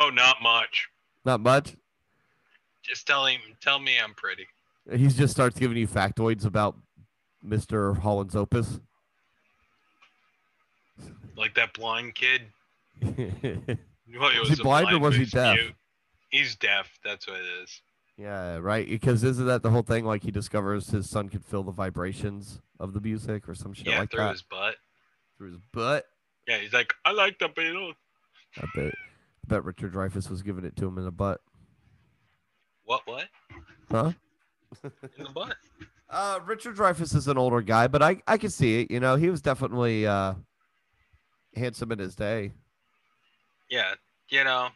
Speaker 2: Oh, not much.
Speaker 1: Not much.
Speaker 2: Just tell him. Tell me I'm pretty.
Speaker 1: He just starts giving you factoids about Mister Holland's opus.
Speaker 2: Like that blind kid. Well,
Speaker 1: Was
Speaker 2: was,
Speaker 1: he
Speaker 2: a
Speaker 1: blind or was he
Speaker 2: who's
Speaker 1: deaf?
Speaker 2: mute. He's deaf. That's what it is.
Speaker 1: yeah, right. Because isn't that the whole thing? Like he discovers his son could feel the vibrations of the music or some shit
Speaker 2: yeah,
Speaker 1: like
Speaker 2: through
Speaker 1: that
Speaker 2: his butt.
Speaker 1: through his butt.
Speaker 2: Yeah, he's like, I like the Beatles.
Speaker 1: I bet. I bet Richard Dreyfuss was giving it to him in the butt.
Speaker 2: What? What?
Speaker 1: Huh?
Speaker 2: In the butt.
Speaker 1: Uh, Richard Dreyfuss is an older guy, but I I can see it. You know, he was definitely uh, handsome in his day.
Speaker 2: Yeah. You know,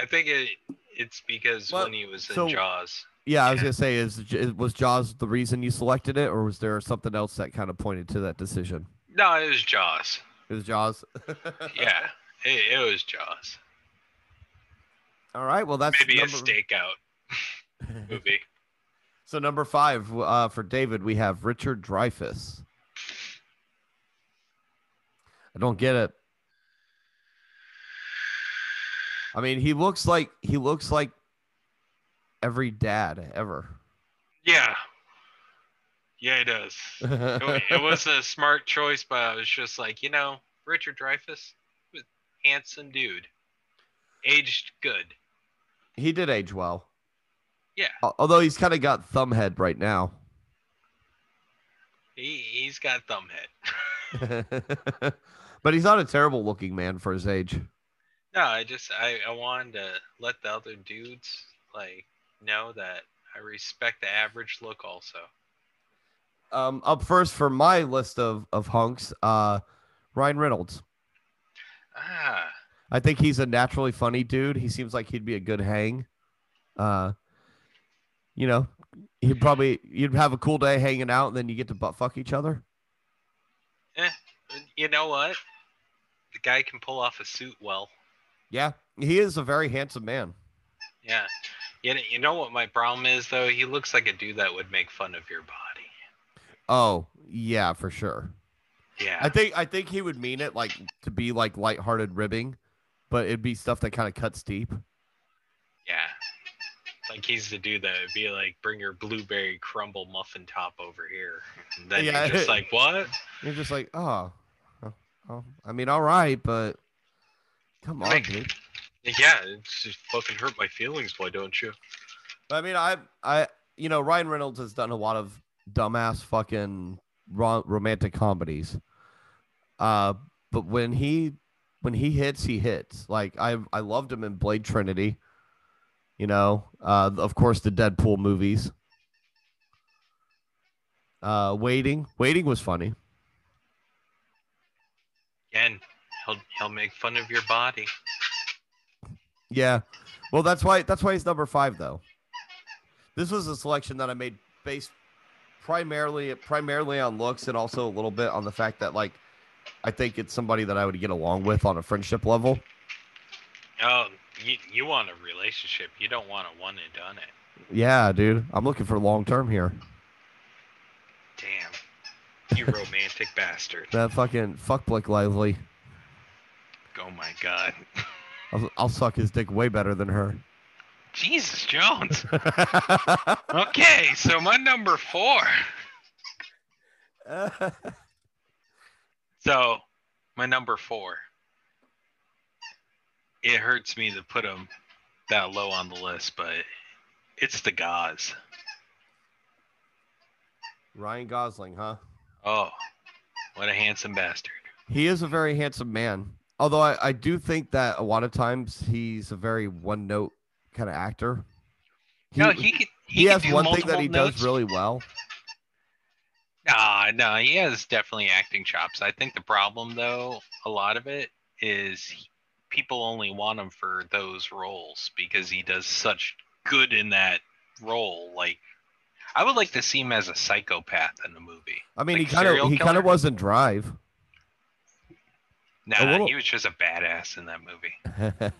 Speaker 2: I think it. It's because
Speaker 1: Well,
Speaker 2: when he was in
Speaker 1: so-
Speaker 2: Jaws.
Speaker 1: Yeah, I was gonna say, is J- was Jaws the reason you selected it, or was there something else that kind of pointed to that decision?
Speaker 2: No, it was Jaws.
Speaker 1: It was Jaws.
Speaker 2: Yeah, it, it was Jaws.
Speaker 1: All right. Well, that's
Speaker 2: Maybe
Speaker 1: number-
Speaker 2: a stakeout movie.
Speaker 1: So number five uh, for David, we have Richard Dreyfuss. I don't get it. I mean, he looks like he looks like every dad ever.
Speaker 4: Yeah. Yeah, it does.
Speaker 2: It, wa- it was a smart choice, but I was just like, you know, Richard Dreyfuss, he was a handsome dude, aged good.
Speaker 1: he did age well.
Speaker 2: Yeah.
Speaker 1: Al- Although he's kind of got thumbhead right now.
Speaker 2: He he's got thumb head.
Speaker 1: but he's not a terrible looking man for his age.
Speaker 2: No, I just I, I wanted to let the other dudes like know that I respect the average look also.
Speaker 1: Um, up first for my list of of hunks, uh, Ryan Reynolds.
Speaker 2: Ah,
Speaker 1: I think he's a naturally funny dude. He seems like he'd be a good hang. Uh, you know, he'd probably you'd have a cool day hanging out, and then you get to butt fuck each other.
Speaker 2: you know what? The guy can pull off a suit well.
Speaker 1: Yeah, he is a very handsome man.
Speaker 2: Yeah. You know, you know what my problem is though? He looks like a dude that would make fun of your body.
Speaker 1: Oh yeah, for sure. I
Speaker 2: Yeah.
Speaker 1: think I think he would mean it like to be like lighthearted ribbing, but it'd be stuff that kind of cuts deep.
Speaker 2: Yeah. Like he's the dude that would be like, bring your blueberry crumble muffin top over here. And then
Speaker 1: Yeah.
Speaker 2: you're just like, what?
Speaker 1: You're just like, oh, oh, oh. I mean, all right, but come on,
Speaker 2: Like-
Speaker 1: dude.
Speaker 2: Yeah, it's just fucking hurt my feelings. Why don't you?
Speaker 1: But, I mean, I, I, you know, Ryan Reynolds has done a lot of dumbass fucking ro- romantic comedies. Uh, but when he, when he hits, he hits. Like I, I loved him in Blade Trinity. You know, uh, of course the Deadpool movies. Uh, waiting, waiting was funny.
Speaker 2: Again, he'll he'll make fun of your body.
Speaker 1: Yeah. Well, that's why that's why he's number five though. This was a selection that I made based primarily primarily on looks and also a little bit on the fact that like I think it's somebody that I would get along with on a friendship level.
Speaker 2: Oh, you, you want a relationship. You don't want a one and done it.
Speaker 1: Yeah, dude. I'm looking for long term here.
Speaker 2: Damn. You romantic bastard.
Speaker 1: That fucking fuck Blake Lively.
Speaker 2: Oh my god.
Speaker 1: I'll, I'll suck his dick way better than her.
Speaker 2: Jesus Jones. Okay, so my number four. So, my number four. It hurts me to put him that low on the list, but it's the Gauze.
Speaker 1: Ryan Gosling, huh?
Speaker 2: Oh, What a handsome bastard.
Speaker 1: He is a very handsome man. Although I, I do think that a lot of times he's a very one note kind of actor. He,
Speaker 2: no,
Speaker 1: he,
Speaker 2: he can. He, can
Speaker 1: has
Speaker 2: do
Speaker 1: one thing that
Speaker 2: multiple
Speaker 1: he
Speaker 2: notes.
Speaker 1: does really well.
Speaker 2: Nah, no, he has definitely acting chops. I think the problem, though, a lot of it is he- people only want him for those roles because he does such good in that role. Like, I would like to see him as a psychopath in the movie.
Speaker 1: I mean,
Speaker 2: Like
Speaker 1: he kind
Speaker 2: serial
Speaker 1: of he kind
Speaker 2: killer?
Speaker 1: of was in Drive.
Speaker 2: Nah,
Speaker 1: little-
Speaker 2: he was just a badass in that movie.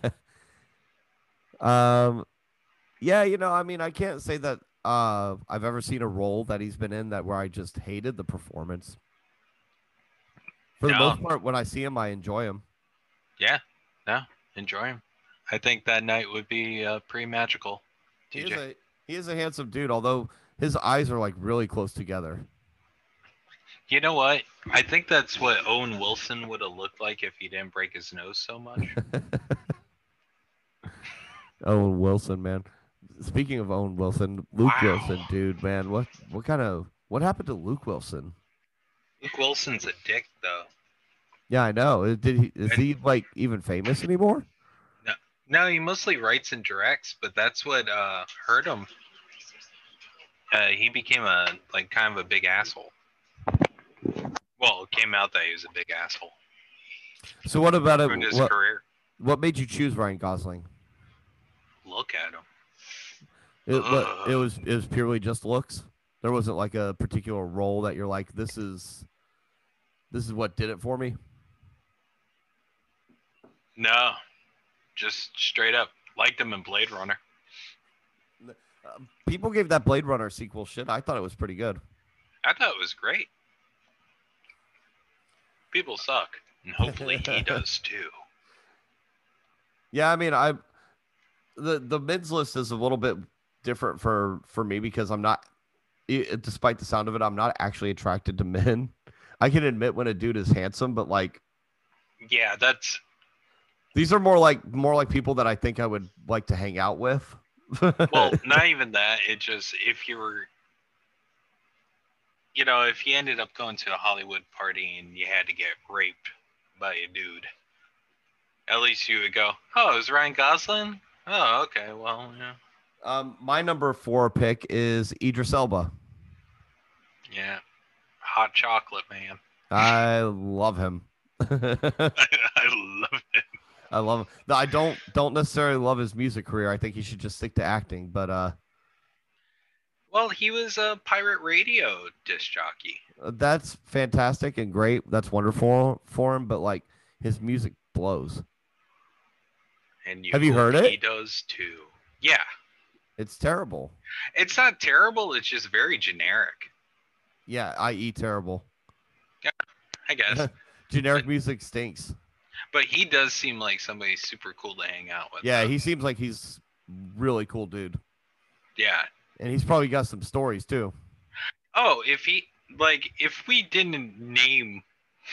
Speaker 1: um, yeah, you know, I mean, I can't say that uh, I've ever seen a role that he's been in that where I just hated the performance. For the
Speaker 2: No.
Speaker 1: most part, when I see him, I enjoy him.
Speaker 2: Enjoy him. I think that night would be uh, pretty magical.
Speaker 1: He is,
Speaker 2: TJ.
Speaker 1: a, he is a handsome dude, although his eyes are like really close together.
Speaker 2: You know what? I think that's what Owen Wilson would have looked like if he didn't break his nose so much.
Speaker 1: Owen Wilson, man. Speaking of Owen Wilson, Luke
Speaker 2: Wow.
Speaker 1: Wilson, dude, man, what what kind of what happened to Luke Wilson?
Speaker 2: Luke Wilson's a dick, though.
Speaker 1: Yeah, I know. Did he is he like even famous anymore?
Speaker 2: No, he mostly writes and directs, but that's what uh, hurt him. Uh, he became a like kind of a big asshole. Well, it came out that he was a big asshole
Speaker 1: So what about it?
Speaker 2: in his
Speaker 1: What,
Speaker 2: career.
Speaker 1: what made you choose Ryan Gosling?
Speaker 2: Look at him.
Speaker 1: It, what-
Speaker 2: Ugh.
Speaker 1: it was it was purely just looks. There wasn't like a particular role that you're like this is this is what did it for me.
Speaker 2: No, just straight up liked him in Blade Runner.
Speaker 1: People gave that Blade Runner sequel shit. I thought it was pretty good.
Speaker 2: I thought it was great. People suck, and hopefully he does too.
Speaker 1: Yeah, I mean, I the the men's list is a little bit different for for me because I'm not, e- despite the sound of it, I'm not actually attracted to men. I can admit when a dude is handsome, but like
Speaker 2: Yeah, that's
Speaker 1: these are more like more like people that I think I would like to hang out with.
Speaker 2: well, not even that. It just if you were, you know, if you ended up going to a Hollywood party and you had to get raped by a dude, at least you would go, "Oh, it was Ryan Gosling." Oh, okay. Well, yeah,
Speaker 1: um, my number four pick is Idris Elba.
Speaker 2: yeah. Hot chocolate, man.
Speaker 1: I love him. I
Speaker 2: I love it.
Speaker 1: love him. No, I don't don't necessarily love his music career. I think he should just stick to acting. But uh,
Speaker 2: Well, he was a pirate radio disc jockey.
Speaker 1: Uh, that's fantastic and great. That's wonderful for him. But like his music blows.
Speaker 2: And you
Speaker 1: Have you
Speaker 2: hope
Speaker 1: heard
Speaker 2: He
Speaker 1: it?
Speaker 2: does too. Yeah,
Speaker 1: It's terrible.
Speaker 2: it's not terrible. It's just very generic,
Speaker 1: Yeah, i.e. terrible.
Speaker 2: I guess.
Speaker 1: Generic music stinks.
Speaker 2: but he does seem like somebody super cool to hang out with.
Speaker 1: Yeah,
Speaker 2: though.
Speaker 1: he seems like he's really cool dude,
Speaker 2: yeah.
Speaker 1: and he's probably got some stories too.
Speaker 2: Oh, if he like if we didn't name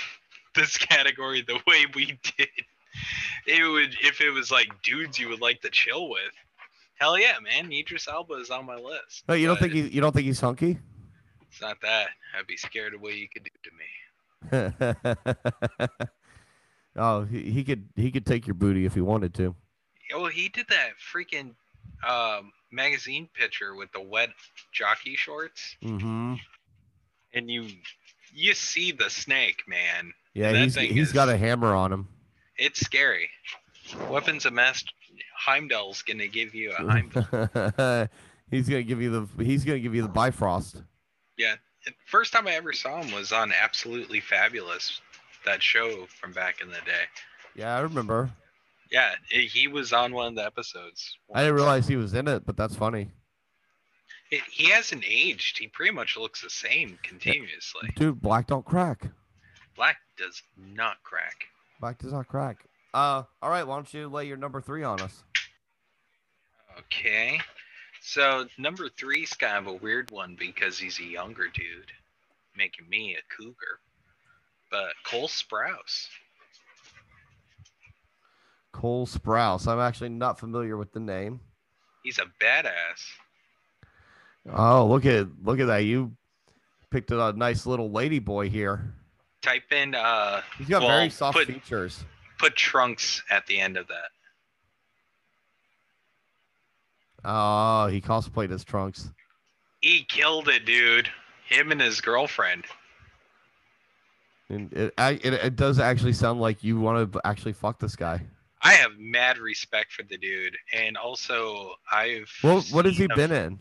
Speaker 2: this category the way we did, it would if it was like dudes you would like to chill with. Hell yeah, man! Idris Alba is on my list.
Speaker 1: No, you don't think
Speaker 2: but
Speaker 1: he, you don't think he's hunky?
Speaker 2: it's not that? I'd be scared of what you could do to me.
Speaker 1: oh, he, he could he could take your booty if he wanted to.
Speaker 2: Oh, he did that freaking um, magazine picture with the wet jockey shorts,
Speaker 1: Mm-hmm.
Speaker 2: and you you see the snake, man.
Speaker 1: Yeah,
Speaker 2: That
Speaker 1: he's
Speaker 2: thing
Speaker 1: he's got
Speaker 2: is-
Speaker 1: a hammer on him.
Speaker 2: It's scary. Weapons of mass Heimdall's gonna give you a Heimdall.
Speaker 1: he's gonna give you the he's gonna give you the Bifrost.
Speaker 2: First time I ever saw him was on Absolutely Fabulous, that show from back in the day.
Speaker 1: Yeah, I remember.
Speaker 2: Yeah, i- he was on one of the episodes.
Speaker 1: I didn't realize he was in it, but that's funny,
Speaker 2: He- he hasn't aged. He pretty much looks the same continuously.
Speaker 1: dude. Black don't crack.
Speaker 2: Black does not crack.
Speaker 1: Black does not crack. Uh, all right. Why don't you lay your number three on us?
Speaker 2: Okay. So number three's kind of a weird one because he's a younger dude, making me a cougar. But Cole Sprouse.
Speaker 1: Cole Sprouse. I'm actually not familiar with the name.
Speaker 2: He's a badass.
Speaker 1: Oh, look at look at that! You picked a nice little lady boy here.
Speaker 2: Type in uh
Speaker 1: He's got
Speaker 2: Well,
Speaker 1: very soft
Speaker 2: put-
Speaker 1: features.
Speaker 2: put trunks at the end of that.
Speaker 1: Oh, he cosplayed as Trunks.
Speaker 2: He killed it, dude. Him and his girlfriend.
Speaker 1: And it, I- it, it does actually sound like you want to actually fuck this guy.
Speaker 2: I have mad respect for the dude, and also I've.
Speaker 1: Well, what has he
Speaker 2: seen a-
Speaker 1: been in?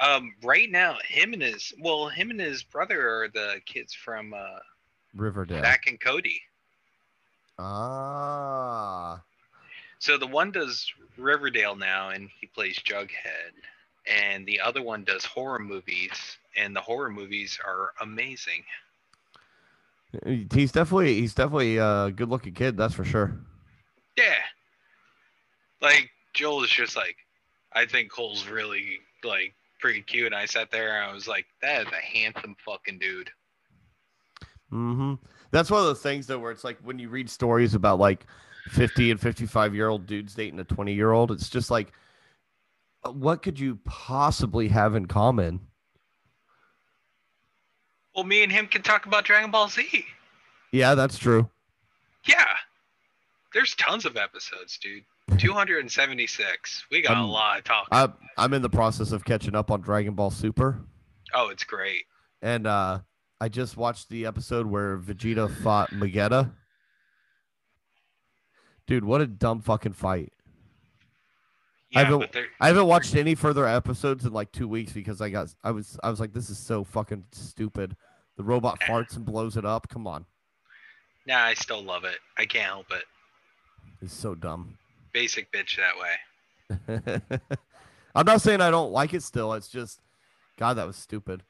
Speaker 2: Um, right now, him and his well, him and his brother are the kids from uh,
Speaker 1: Riverdale.
Speaker 2: Zach and Cody.
Speaker 1: Ah,
Speaker 2: So the one does Riverdale now, and he plays Jughead, and the other one does horror movies, and the horror movies are amazing.
Speaker 1: He- he's definitely he's definitely a good-looking kid. That's for sure.
Speaker 2: Yeah. Like Joel is just like, I think Cole's really like pretty cute, and I sat there and I was like, that is a handsome fucking dude.
Speaker 1: hmm That's one of those things though, where it's like when you read stories about like fifty and fifty-five-year-old dudes dating a twenty-year-old, it's just like, uh, what could you possibly have in common?
Speaker 2: Well, me and him can talk about Dragon Ball Z.
Speaker 1: Yeah, that's true.
Speaker 2: Yeah. There's tons of episodes, dude. 276. We got a
Speaker 1: I'm-
Speaker 2: lot of talk.
Speaker 1: I I'm in the process of catching up on Dragon Ball Super,
Speaker 2: oh, it's great.
Speaker 1: and uh, I just watched the episode where Vegeta fought Vegeta. Dude, what a dumb fucking fight! I
Speaker 2: Yeah,
Speaker 1: haven't-
Speaker 2: but there,
Speaker 1: I haven't watched any further episodes in like two weeks because I got I was I was like, this is so fucking stupid. The robot farts and blows it up. Come on,
Speaker 2: nah, I still love it. I can't help it.
Speaker 1: it's so dumb.
Speaker 2: Basic bitch that way.
Speaker 1: I'm not saying I don't like it still. It's just, God, that was stupid.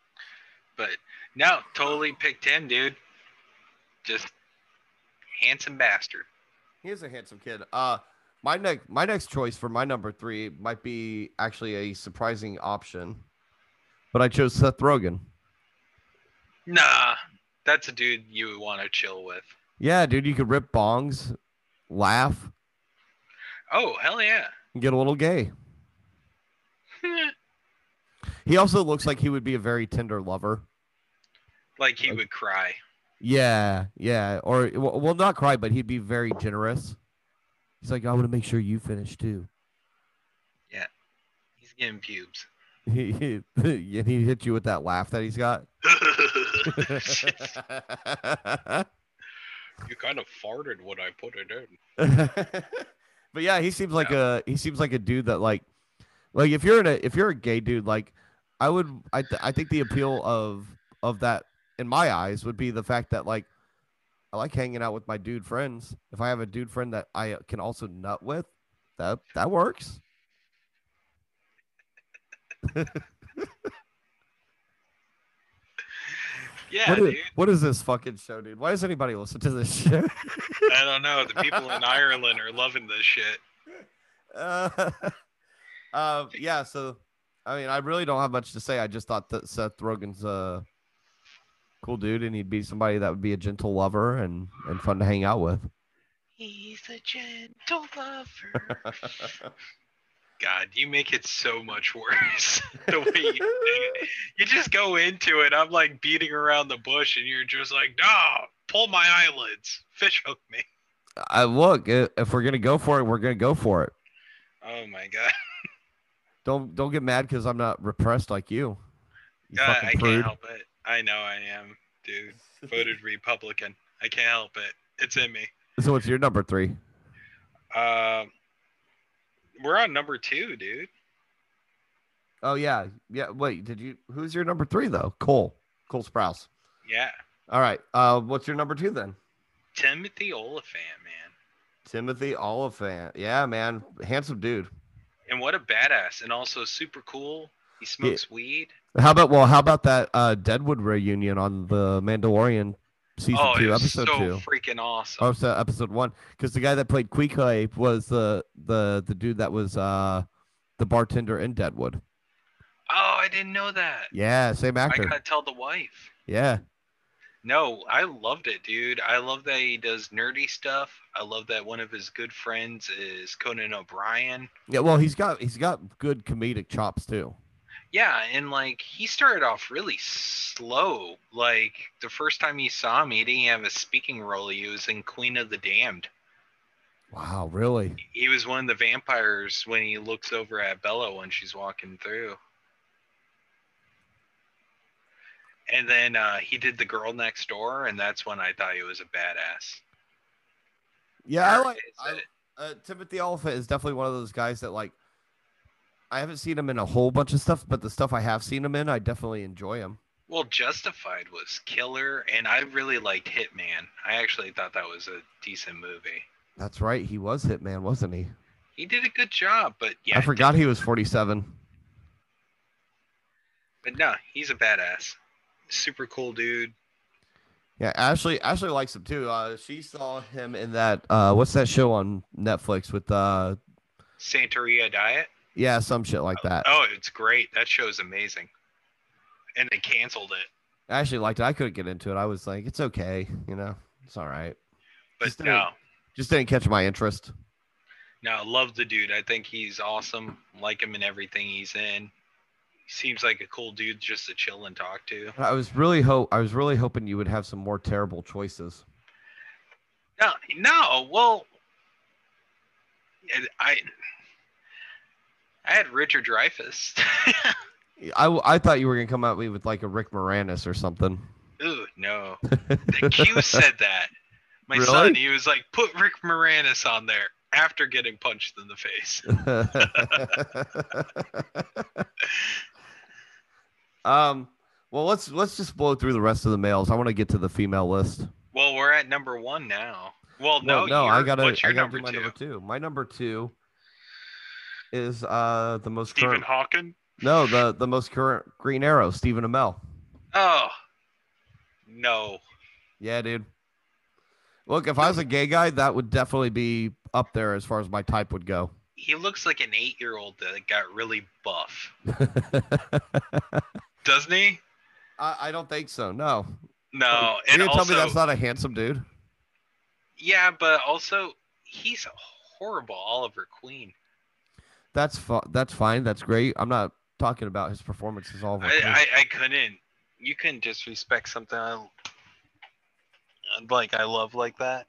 Speaker 2: But no, totally picked him, dude. Just handsome bastard.
Speaker 1: He is a handsome kid. Uh, my next my next choice for my number three might be actually a surprising option, but I chose Seth Rogen.
Speaker 2: Nah, that's a dude you would want to chill with.
Speaker 1: Yeah, dude, you could rip bongs, laugh,
Speaker 2: Oh, hell yeah.
Speaker 1: and get a little gay. He also looks like he would be a very tender lover.
Speaker 2: like he would cry.
Speaker 1: Yeah, yeah, or w- well, not cry, but he'd be very generous. He's like, I want to make sure you finish too.
Speaker 2: He's getting pubes.
Speaker 1: He, he, and he hit you with that laugh that he's got.
Speaker 2: you kind of farted when I put it in.
Speaker 1: but yeah, he seems like a he seems like a dude that like like if you're in a if you're a gay dude, like I would I th- I think the appeal of of that in my eyes would be the fact that like I like hanging out with my dude friends. If I have a dude friend that I can also nut with, that that works.
Speaker 2: Yeah,
Speaker 1: what, is,
Speaker 2: dude.
Speaker 1: what is this fucking show, dude? Why does anybody listen to this shit?
Speaker 2: I don't know. The people in Ireland are loving this shit.
Speaker 1: uh, uh, yeah. So, I mean, I really don't have much to say. I just thought that Seth Rogen's a cool dude, and he'd be somebody that would be a gentle lover and and fun to hang out with.
Speaker 2: He's a gentle lover. God, you make it so much worse. the way you, say it. you just go into it. I'm like beating around the bush, and you're just like, nah, pull my eyelids, fish hook me.
Speaker 1: I look. i- If we're gonna go for it, we're gonna go for it.
Speaker 2: Oh my god,
Speaker 1: Don't don't get mad because I'm not repressed like you. You
Speaker 2: god Uh, I
Speaker 1: fucking
Speaker 2: can't
Speaker 1: prude.
Speaker 2: help it. I know I am, dude. Voted Republican. I can't help it. It's in me.
Speaker 1: So what's your number three?
Speaker 2: Um, we're on number two, dude.
Speaker 1: Oh yeah, yeah. Wait, did you? Who's your number three though? Cole. Cole Sprouse.
Speaker 2: Yeah,
Speaker 1: All right. Uh, what's your number two then?
Speaker 2: Timothy Oliphant, man.
Speaker 1: Timothy Oliphant. Yeah, man. Handsome dude.
Speaker 2: And what a badass, and also super cool. He smokes weed.
Speaker 1: How about well, how about that uh Deadwood reunion on the Mandalorian season
Speaker 2: Oh,
Speaker 1: two,
Speaker 2: it was
Speaker 1: episode
Speaker 2: so
Speaker 1: two.
Speaker 2: freaking awesome.
Speaker 1: Oh, so episode one. Because the guy that played Queequeg was the the the dude that was uh the bartender in Deadwood.
Speaker 2: Oh, I didn't know that.
Speaker 1: Yeah, same
Speaker 2: I
Speaker 1: actor.
Speaker 2: gotta tell the wife.
Speaker 1: Yeah.
Speaker 2: No, I loved it, dude. I love that he does nerdy stuff. I love that one of his good friends is Conan O'Brien.
Speaker 1: Yeah, well he's got he's got good comedic chops too.
Speaker 2: Yeah, and like he started off really slow. Like the first time you saw him, he didn't have a speaking role. He was in Queen of the Damned.
Speaker 1: Wow, really?
Speaker 2: He was one of the vampires when he looks over at Bella when she's walking through. And then uh, he did the girl next door, and that's when I thought he was a badass.
Speaker 1: Yeah, I
Speaker 2: Or
Speaker 1: like
Speaker 2: is
Speaker 1: I,
Speaker 2: it-
Speaker 1: uh, Timothy Oliphant is definitely one of those guys that like I haven't seen him in a whole bunch of stuff, but the stuff I have seen him in, I definitely enjoy him.
Speaker 2: Well, Justified was killer, and I really liked Hitman. I actually thought that was a decent movie.
Speaker 1: That's right, he was Hitman, wasn't he?
Speaker 2: He did a good job, but yeah,
Speaker 1: I forgot he was 47.
Speaker 2: but no, he's a badass, super cool dude.
Speaker 1: Yeah, Ashley Ashley likes him too. Uh, she saw him in that uh, what's that show on Netflix with uh
Speaker 2: Santeria diet.
Speaker 1: yeah, some shit like that.
Speaker 2: Oh, it's great. That show's amazing. And they canceled it.
Speaker 1: I actually liked it. I couldn't get into it. I was like, it's okay, you know, it's all right.
Speaker 2: But
Speaker 1: Just
Speaker 2: no,
Speaker 1: Just didn't catch my interest.
Speaker 2: no, love the dude. I think he's awesome. Like him in everything he's in. Seems like a cool dude just to chill and talk to.
Speaker 1: I was really hope I was really hoping you would have some more terrible choices.
Speaker 2: No, no. Well, it- I I had Richard Dreyfuss.
Speaker 1: I, I thought you were gonna come out with like a Rick Moranis or something.
Speaker 2: Ooh, no. The Q said that. My
Speaker 1: Really?
Speaker 2: son, he was like, put Rick Moranis on there after getting punched in the face.
Speaker 1: um, well, let's let's just blow through the rest of the males. I want to get to the female list.
Speaker 2: Well, we're at number one now. Well, no,
Speaker 1: Well, no, I
Speaker 2: you're-
Speaker 1: gotta
Speaker 2: What's your
Speaker 1: I gotta
Speaker 2: number
Speaker 1: do my
Speaker 2: two?
Speaker 1: number two. My number two is uh the most
Speaker 4: Stephen
Speaker 1: current.
Speaker 4: Hawking.
Speaker 1: No, the the most current Green Arrow, Stephen Amell.
Speaker 2: Oh, no.
Speaker 1: Yeah, dude. Look, if I was a gay guy, that would definitely be up there as far as my type would go.
Speaker 2: He looks like an eight-year-old that got really buff, doesn't he?
Speaker 1: I, I don't think so. No.
Speaker 2: No,
Speaker 1: Oh, you
Speaker 2: Oh, and
Speaker 1: gonna
Speaker 2: also,
Speaker 1: tell me that's not a handsome dude?
Speaker 2: yeah, but also he's a horrible Oliver Queen.
Speaker 1: That's fu- that's fine. That's great. I'm not talking about his performances all. over.
Speaker 2: I, I, I couldn't. You couldn't disrespect something I, like I love like that.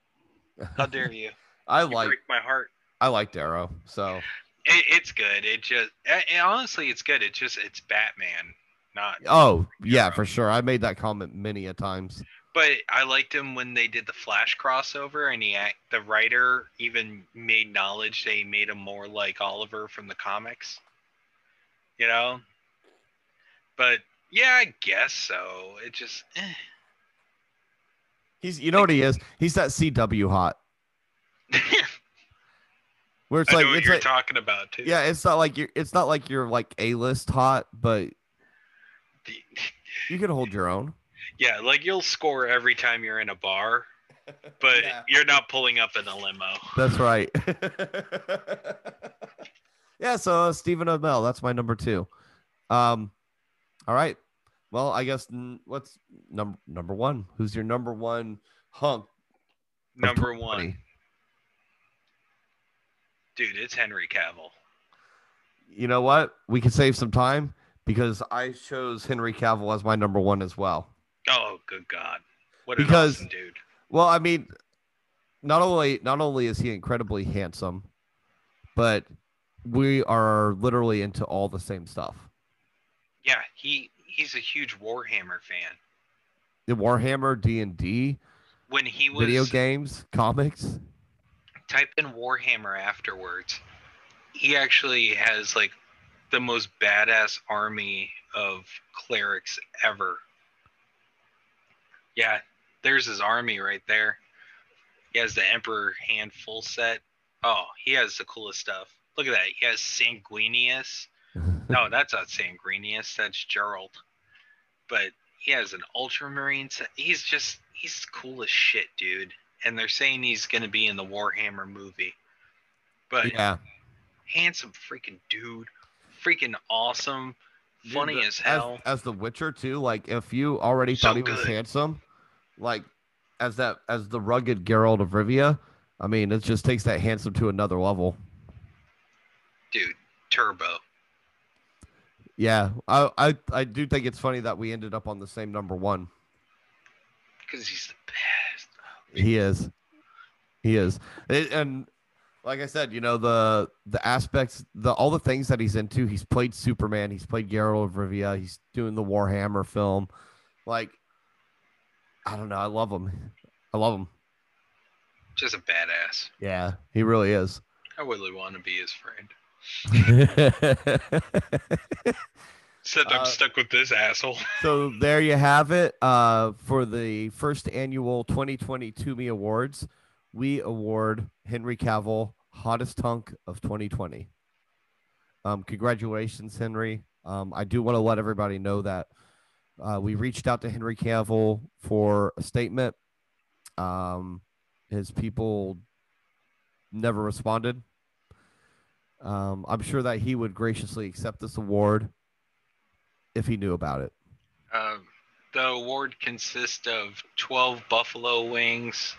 Speaker 2: How dare you?
Speaker 1: I
Speaker 2: You
Speaker 1: like
Speaker 2: break my heart.
Speaker 1: I liked Arrow. So
Speaker 2: It, it's good. It just and and honestly, it's good. It's just it's Batman, not.
Speaker 1: oh yeah, for sure. I made that comment many a times.
Speaker 2: But I liked him when they did the Flash crossover, and he act, the writer even made knowledge they made him more like Oliver from the comics. You know. But yeah, I guess so. It just. eh.
Speaker 1: He's you know what he is? He's that CW hot. Where it's
Speaker 2: I
Speaker 1: like
Speaker 2: know what
Speaker 1: it's
Speaker 2: you're
Speaker 1: like,
Speaker 2: talking about too.
Speaker 1: yeah, it's not like you're it's not like you're like A list hot, but
Speaker 2: The-
Speaker 1: you can hold your own.
Speaker 2: Yeah, like you'll score every time you're in a bar, but
Speaker 1: Yeah.
Speaker 2: you're not pulling up in a limo.
Speaker 1: That's right. yeah, so uh, Stephen Amell, that's my number two. Um, all right. Well, I guess n- what's number number one? Who's your number one hunk? of
Speaker 2: Number
Speaker 1: 20?
Speaker 2: one, dude, it's Henry Cavill.
Speaker 1: You know what? We could save some time because I chose Henry Cavill as my number one as well.
Speaker 2: Oh, good God, what an
Speaker 1: Because-
Speaker 2: awesome dude!
Speaker 1: Well, I mean, not only not only is he incredibly handsome, but we are literally into all the same stuff.
Speaker 2: Yeah, he he's a huge Warhammer fan.
Speaker 1: The Warhammer, D and D,
Speaker 2: When he was
Speaker 1: video games, comics.
Speaker 2: type in Warhammer afterwards, he actually has like the most badass army of clerics ever. Yeah, there's his army right there. He has the Emperor hand full set. Oh, he has the coolest stuff. Look at that. He has Sanguinius. No, that's not Sanguinius. That's Gerald. But he has an Ultramarine set. He's just, he's cool as shit, dude. And they're saying he's going to be in the Warhammer movie. But
Speaker 1: Yeah,
Speaker 2: handsome freaking dude, freaking awesome,
Speaker 1: Dude,
Speaker 2: funny
Speaker 1: the-
Speaker 2: as hell.
Speaker 1: As, The Witcher too, like if you already
Speaker 2: So
Speaker 1: thought he was
Speaker 2: good.
Speaker 1: handsome, like as that as the rugged Geralt of Rivia, I mean, it just takes that handsome to another level.
Speaker 2: dude, turbo.
Speaker 1: Yeah, I, I I do think it's funny that we ended up on the same number one.
Speaker 2: because he's the best.
Speaker 1: He is, he is, It- and like I said, you know the the aspects, the all the things that he's into. He's played Superman. He's played Geralt of Rivia. He's doing the Warhammer film. Like, I don't know. I love him. I love him.
Speaker 2: Just a badass.
Speaker 1: Yeah, he really is.
Speaker 2: I really want to be his friend. Except
Speaker 1: Uh,
Speaker 2: I'm stuck with this asshole.
Speaker 1: so there you have it uh, for the first annual 2020 Toomey Awards. We award Henry Cavill hottest hunk of 2020. Um, congratulations, Henry. Um, I do want to let everybody know that uh, we reached out to Henry Cavill for a statement. Um, his people never responded. Um, I'm sure that he would graciously accept this award if he knew about it.
Speaker 2: Um, the award consists of 12 buffalo wings,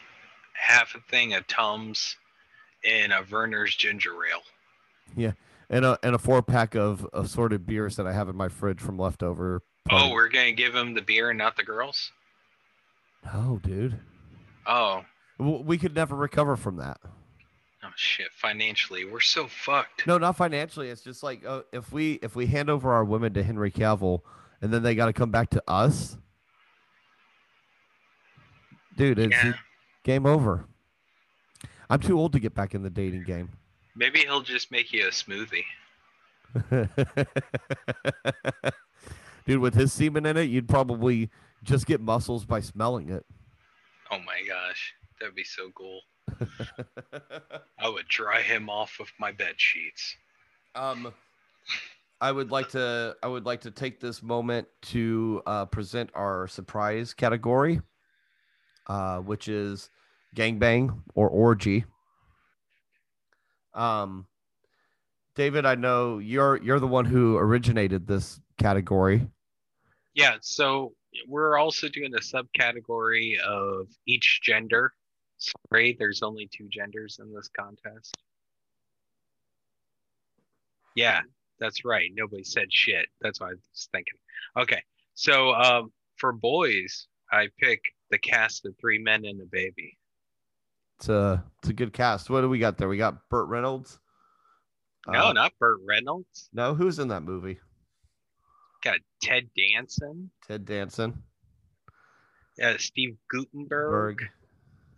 Speaker 2: half a thing of Tums, and a Verner's ginger ale.
Speaker 1: and a and a four pack of assorted beers that I have in my fridge from leftover.
Speaker 2: Oh,
Speaker 1: parties.
Speaker 2: we're going to give him the beer and not the girls?
Speaker 1: no, dude,
Speaker 2: Oh,
Speaker 1: W- we could never recover from that.
Speaker 2: oh shit. Financially, we're so fucked.
Speaker 1: No, not financially. It's just like uh, if we if we hand over our women to Henry Cavill, and then they got to come back to us, dude, it's
Speaker 2: Yeah.
Speaker 1: game over. I'm too old to get back in the dating game.
Speaker 2: Maybe he'll just make you a smoothie.
Speaker 1: dude, with his semen in it, you'd probably just get muscles by smelling it.
Speaker 2: Oh my gosh. That'd be so cool. I would dry him off of my bed sheets.
Speaker 1: Um, I would like to I would like to take this moment to uh, present our surprise category, uh, which is gangbang or orgy. Um, David, I know you're you're the one who originated this category.
Speaker 2: Yeah, so we're also doing a subcategory of each gender. Sorry, there's only two genders in this contest. Yeah, that's right. Nobody said shit. That's what I was thinking. Okay, so um, for boys, I pick the cast of Three Men and a Baby.
Speaker 1: It's a it's a good cast. What do we got there? We got Burt Reynolds.
Speaker 2: No,
Speaker 1: Uh,
Speaker 2: not Burt Reynolds.
Speaker 1: no. Who's in that movie?
Speaker 2: Got Ted Danson,
Speaker 1: Ted Danson.
Speaker 2: uh, Steve Gutenberg,
Speaker 1: Berg.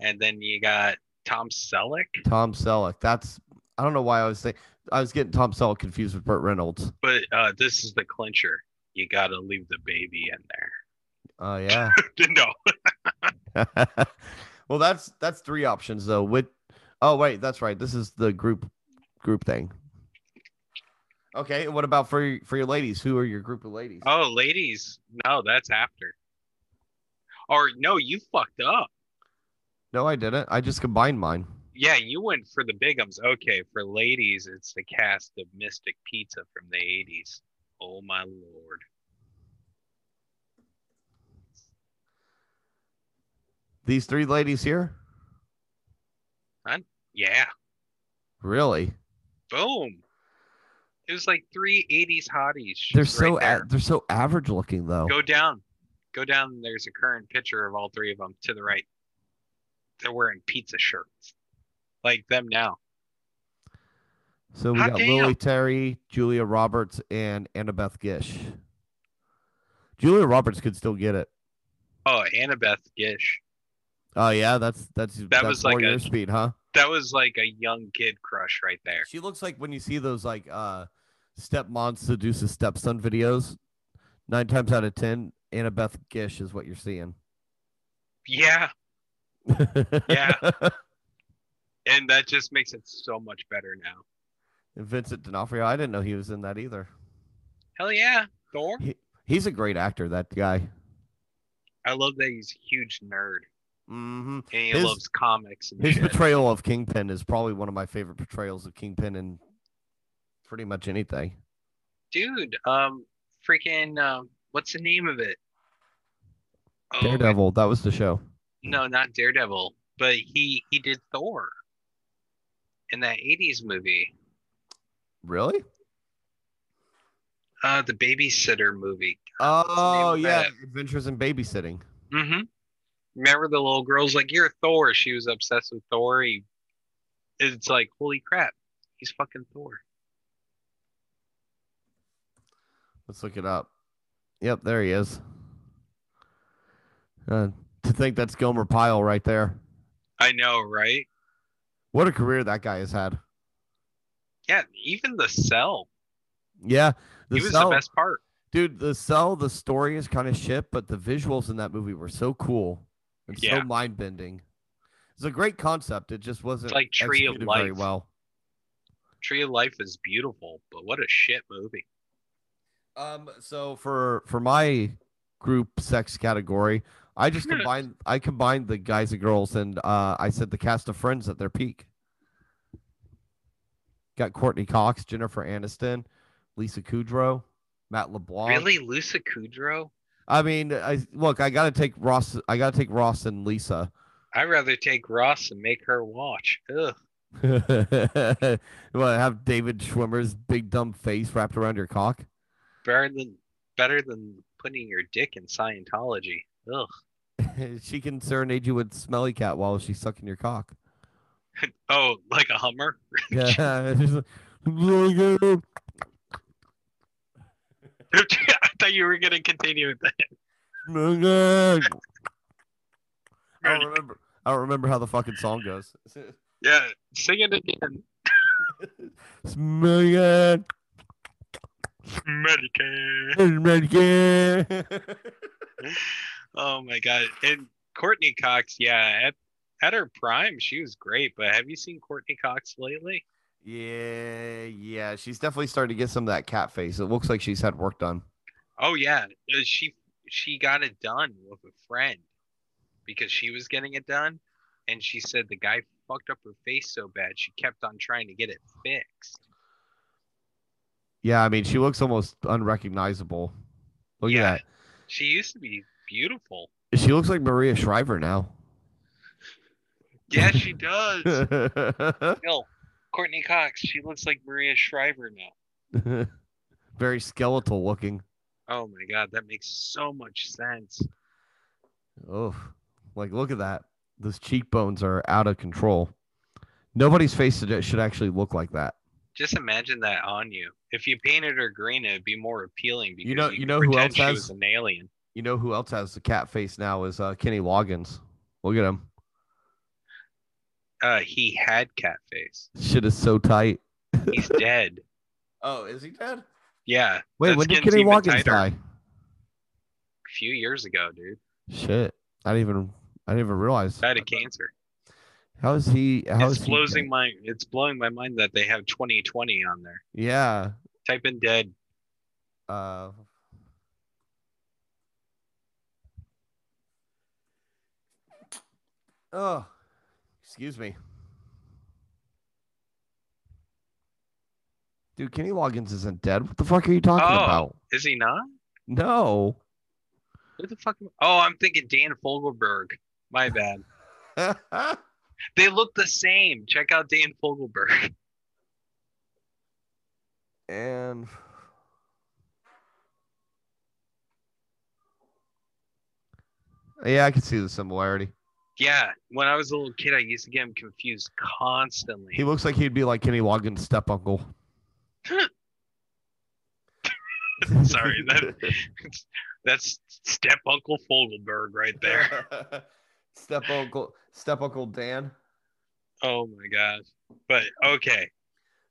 Speaker 2: and then you got Tom Selleck.
Speaker 1: Tom Selleck. That's I don't know why I was saying I was getting Tom Selleck confused with Burt Reynolds.
Speaker 2: But uh, this is the clincher. You gotta leave the baby in there.
Speaker 1: Oh yeah.
Speaker 2: no,
Speaker 1: well, that's that's three options though. With oh wait, that's right. This is the group group thing. Okay, and what about for your- for your ladies? Who are your group of ladies?
Speaker 2: oh ladies, no, that's after. Or no, you fucked up.
Speaker 1: No, I didn't. I just combined mine.
Speaker 2: Yeah, you went for the bigums. Okay, for ladies, it's the cast of Mystic Pizza from the '80s. Oh my lord.
Speaker 1: These three ladies here?
Speaker 2: Yeah,
Speaker 1: Really?
Speaker 2: boom. It was like three '80s hotties.
Speaker 1: They're
Speaker 2: just
Speaker 1: so
Speaker 2: right there.
Speaker 1: a- they're so average looking though.
Speaker 2: Go down. Go down. There's a current picture of all three of them to the right. They're wearing pizza shirts. Like them now.
Speaker 1: So we
Speaker 2: Hot
Speaker 1: got
Speaker 2: damn.
Speaker 1: Lily Terry, Julia Roberts, and Annabeth Gish. Julia Roberts could still get it.
Speaker 2: Oh, Annabeth Gish.
Speaker 1: Oh yeah, that's that's that's
Speaker 2: was
Speaker 1: more
Speaker 2: like
Speaker 1: your
Speaker 2: a-
Speaker 1: speed, huh?
Speaker 2: That was like a young kid crush right there.
Speaker 1: She looks like when you see those like uh stepmom seduces stepson videos. Nine times out of ten, Annabeth Gish is what you're seeing.
Speaker 2: Yeah. Yeah. And that just makes it so much better now.
Speaker 1: And Vincent D'Onofrio, I didn't know he was in that either.
Speaker 2: Hell yeah. Thor.
Speaker 1: He's a great actor, that guy.
Speaker 2: I love that he's a huge nerd.
Speaker 1: hmm
Speaker 2: And he
Speaker 1: His-
Speaker 2: loves comics and
Speaker 1: His
Speaker 2: shit.
Speaker 1: portrayal of Kingpin is probably one of my favorite portrayals of Kingpin in pretty much anything.
Speaker 2: Dude, um freaking um what's the name of it? Oh,
Speaker 1: Daredevil, that was the show.
Speaker 2: no, not Daredevil, but he he did Thor in that '80s movie.
Speaker 1: Really?
Speaker 2: Uh, the babysitter movie.
Speaker 1: Oh
Speaker 2: of
Speaker 1: yeah,
Speaker 2: that?
Speaker 1: Adventures in Babysitting.
Speaker 2: Mm-hmm. Remember the little girl's like, "You're Thor." She was obsessed with Thor. He, it's like, holy crap, he's fucking Thor.
Speaker 1: Let's look it up. Yep, there he is. Uh, to think that's Gomer Pyle right there.
Speaker 2: I know, right?
Speaker 1: What a career that guy has had.
Speaker 2: Yeah, even the cell.
Speaker 1: Yeah,
Speaker 2: he was the best part.
Speaker 1: dude. The cell. The story is kind of shit, but the visuals in that movie were so cool and
Speaker 2: Yeah.
Speaker 1: so mind bending. It's a great concept. It just wasn't
Speaker 2: like Tree of
Speaker 1: executed very
Speaker 2: Life.
Speaker 1: well.
Speaker 2: Tree of Life is beautiful, but what a shit movie.
Speaker 1: Um, so for for my group sex category, I just combined I combined the guys and girls, and uh, I said the cast of Friends at their peak. Got Courtney Cox, Jennifer Aniston, Lisa Kudrow, Matt LeBlanc.
Speaker 2: Really, Lucy Kudrow?
Speaker 1: I mean, I look. I gotta take Ross. I gotta take Ross and Lisa.
Speaker 2: I'd rather take Ross and make her watch. Ugh.
Speaker 1: well, have David Schwimmer's big dumb face wrapped around your cock.
Speaker 2: Better than better than putting your dick in Scientology. Ugh.
Speaker 1: she can serenade you with Smelly Cat while she's sucking your cock.
Speaker 2: Oh, like a Hummer?
Speaker 1: Yeah. it's just like-
Speaker 2: I thought you were gonna continue with that.
Speaker 1: I don't remember. I don't remember how the fucking song goes.
Speaker 2: Yeah, sing it again.
Speaker 1: Smelly
Speaker 2: Medicare.
Speaker 1: cat.
Speaker 2: Oh my god. And Courtney Cox, yeah, at at her prime, she was great, but have you seen Courtney Cox lately?
Speaker 1: Yeah, yeah. She's definitely starting to get some of that cat face. It looks like she's had work done.
Speaker 2: Oh yeah, uh, she she got it done with a friend because she was getting it done, and she said the guy fucked up her face so bad she kept on trying to get it fixed.
Speaker 1: Yeah, I mean, she looks almost unrecognizable. Look
Speaker 2: Yeah.
Speaker 1: at
Speaker 2: She used to be beautiful.
Speaker 1: that. She looks like Maria Shriver now.
Speaker 2: Yeah, she does.
Speaker 1: Very
Speaker 2: no, Courtney Cox, she looks like Maria Shriver now.
Speaker 1: skeletal looking.
Speaker 2: Oh my god, that makes so much sense.
Speaker 1: Oh, like look at that. Those cheekbones are out of control. Nobody's face should should actually look like that.
Speaker 2: Just imagine that on you. If you painted her green, it'd be more appealing because
Speaker 1: You know- you
Speaker 2: could
Speaker 1: know who
Speaker 2: pretend
Speaker 1: else
Speaker 2: she
Speaker 1: has-
Speaker 2: was an alien.
Speaker 1: You know who else has the cat face now is uh, Kenny Loggins. Look at him.
Speaker 2: Uh, he had cat face.
Speaker 1: Shit is so tight.
Speaker 2: He's dead.
Speaker 1: Oh, is he dead?
Speaker 2: Yeah.
Speaker 1: Wait,
Speaker 2: that
Speaker 1: when did
Speaker 2: skin's
Speaker 1: Kenny
Speaker 2: even
Speaker 1: Loggins
Speaker 2: tighter.
Speaker 1: die?
Speaker 2: A few years ago, dude.
Speaker 1: Shit, I didn't even I didn't even realize.
Speaker 2: Died of cancer.
Speaker 1: How is he? How is
Speaker 2: it's
Speaker 1: he
Speaker 2: blowing
Speaker 1: dead?
Speaker 2: my it's blowing my mind that they have 2020 on there.
Speaker 1: Yeah.
Speaker 2: Type in dead.
Speaker 1: Uh, oh, excuse me. Dude, Kenny Loggins isn't dead. What the fuck are you talking
Speaker 2: Oh.
Speaker 1: about?
Speaker 2: Is he not?
Speaker 1: No.
Speaker 2: Who the fuck? am- Oh, I'm thinking Dan Fogelberg. My bad. They look the same. Check out Dan Fogelberg.
Speaker 1: and yeah, I can see the similarity.
Speaker 2: Yeah. When I was a little kid, I used to get him confused constantly.
Speaker 1: He looks like he'd be like Kenny Loggins' step uncle.
Speaker 2: Sorry, that- That's step Uncle Fogelberg right there.
Speaker 1: step uncle, step uncle Dan.
Speaker 2: Oh my gosh. But okay.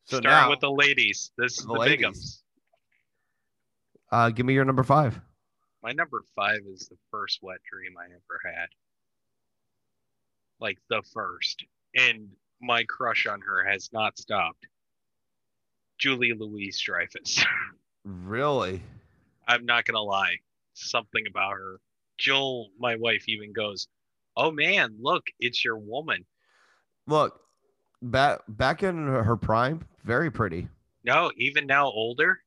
Speaker 1: So
Speaker 2: Starting
Speaker 1: now,
Speaker 2: with the ladies. This is
Speaker 1: The
Speaker 2: the,
Speaker 1: ladies.
Speaker 2: Bigums.
Speaker 1: uh, give me your number five.
Speaker 2: My number five is the first wet dream I ever had. Like the first. And my crush on her has not stopped. Julie Louise Dreyfus.
Speaker 1: Really?
Speaker 2: I'm not going to lie. Something about her. Jill, my wife, even goes, Oh man, look, it's your woman.
Speaker 1: Look, back back in her prime, very pretty.
Speaker 2: No, even now older,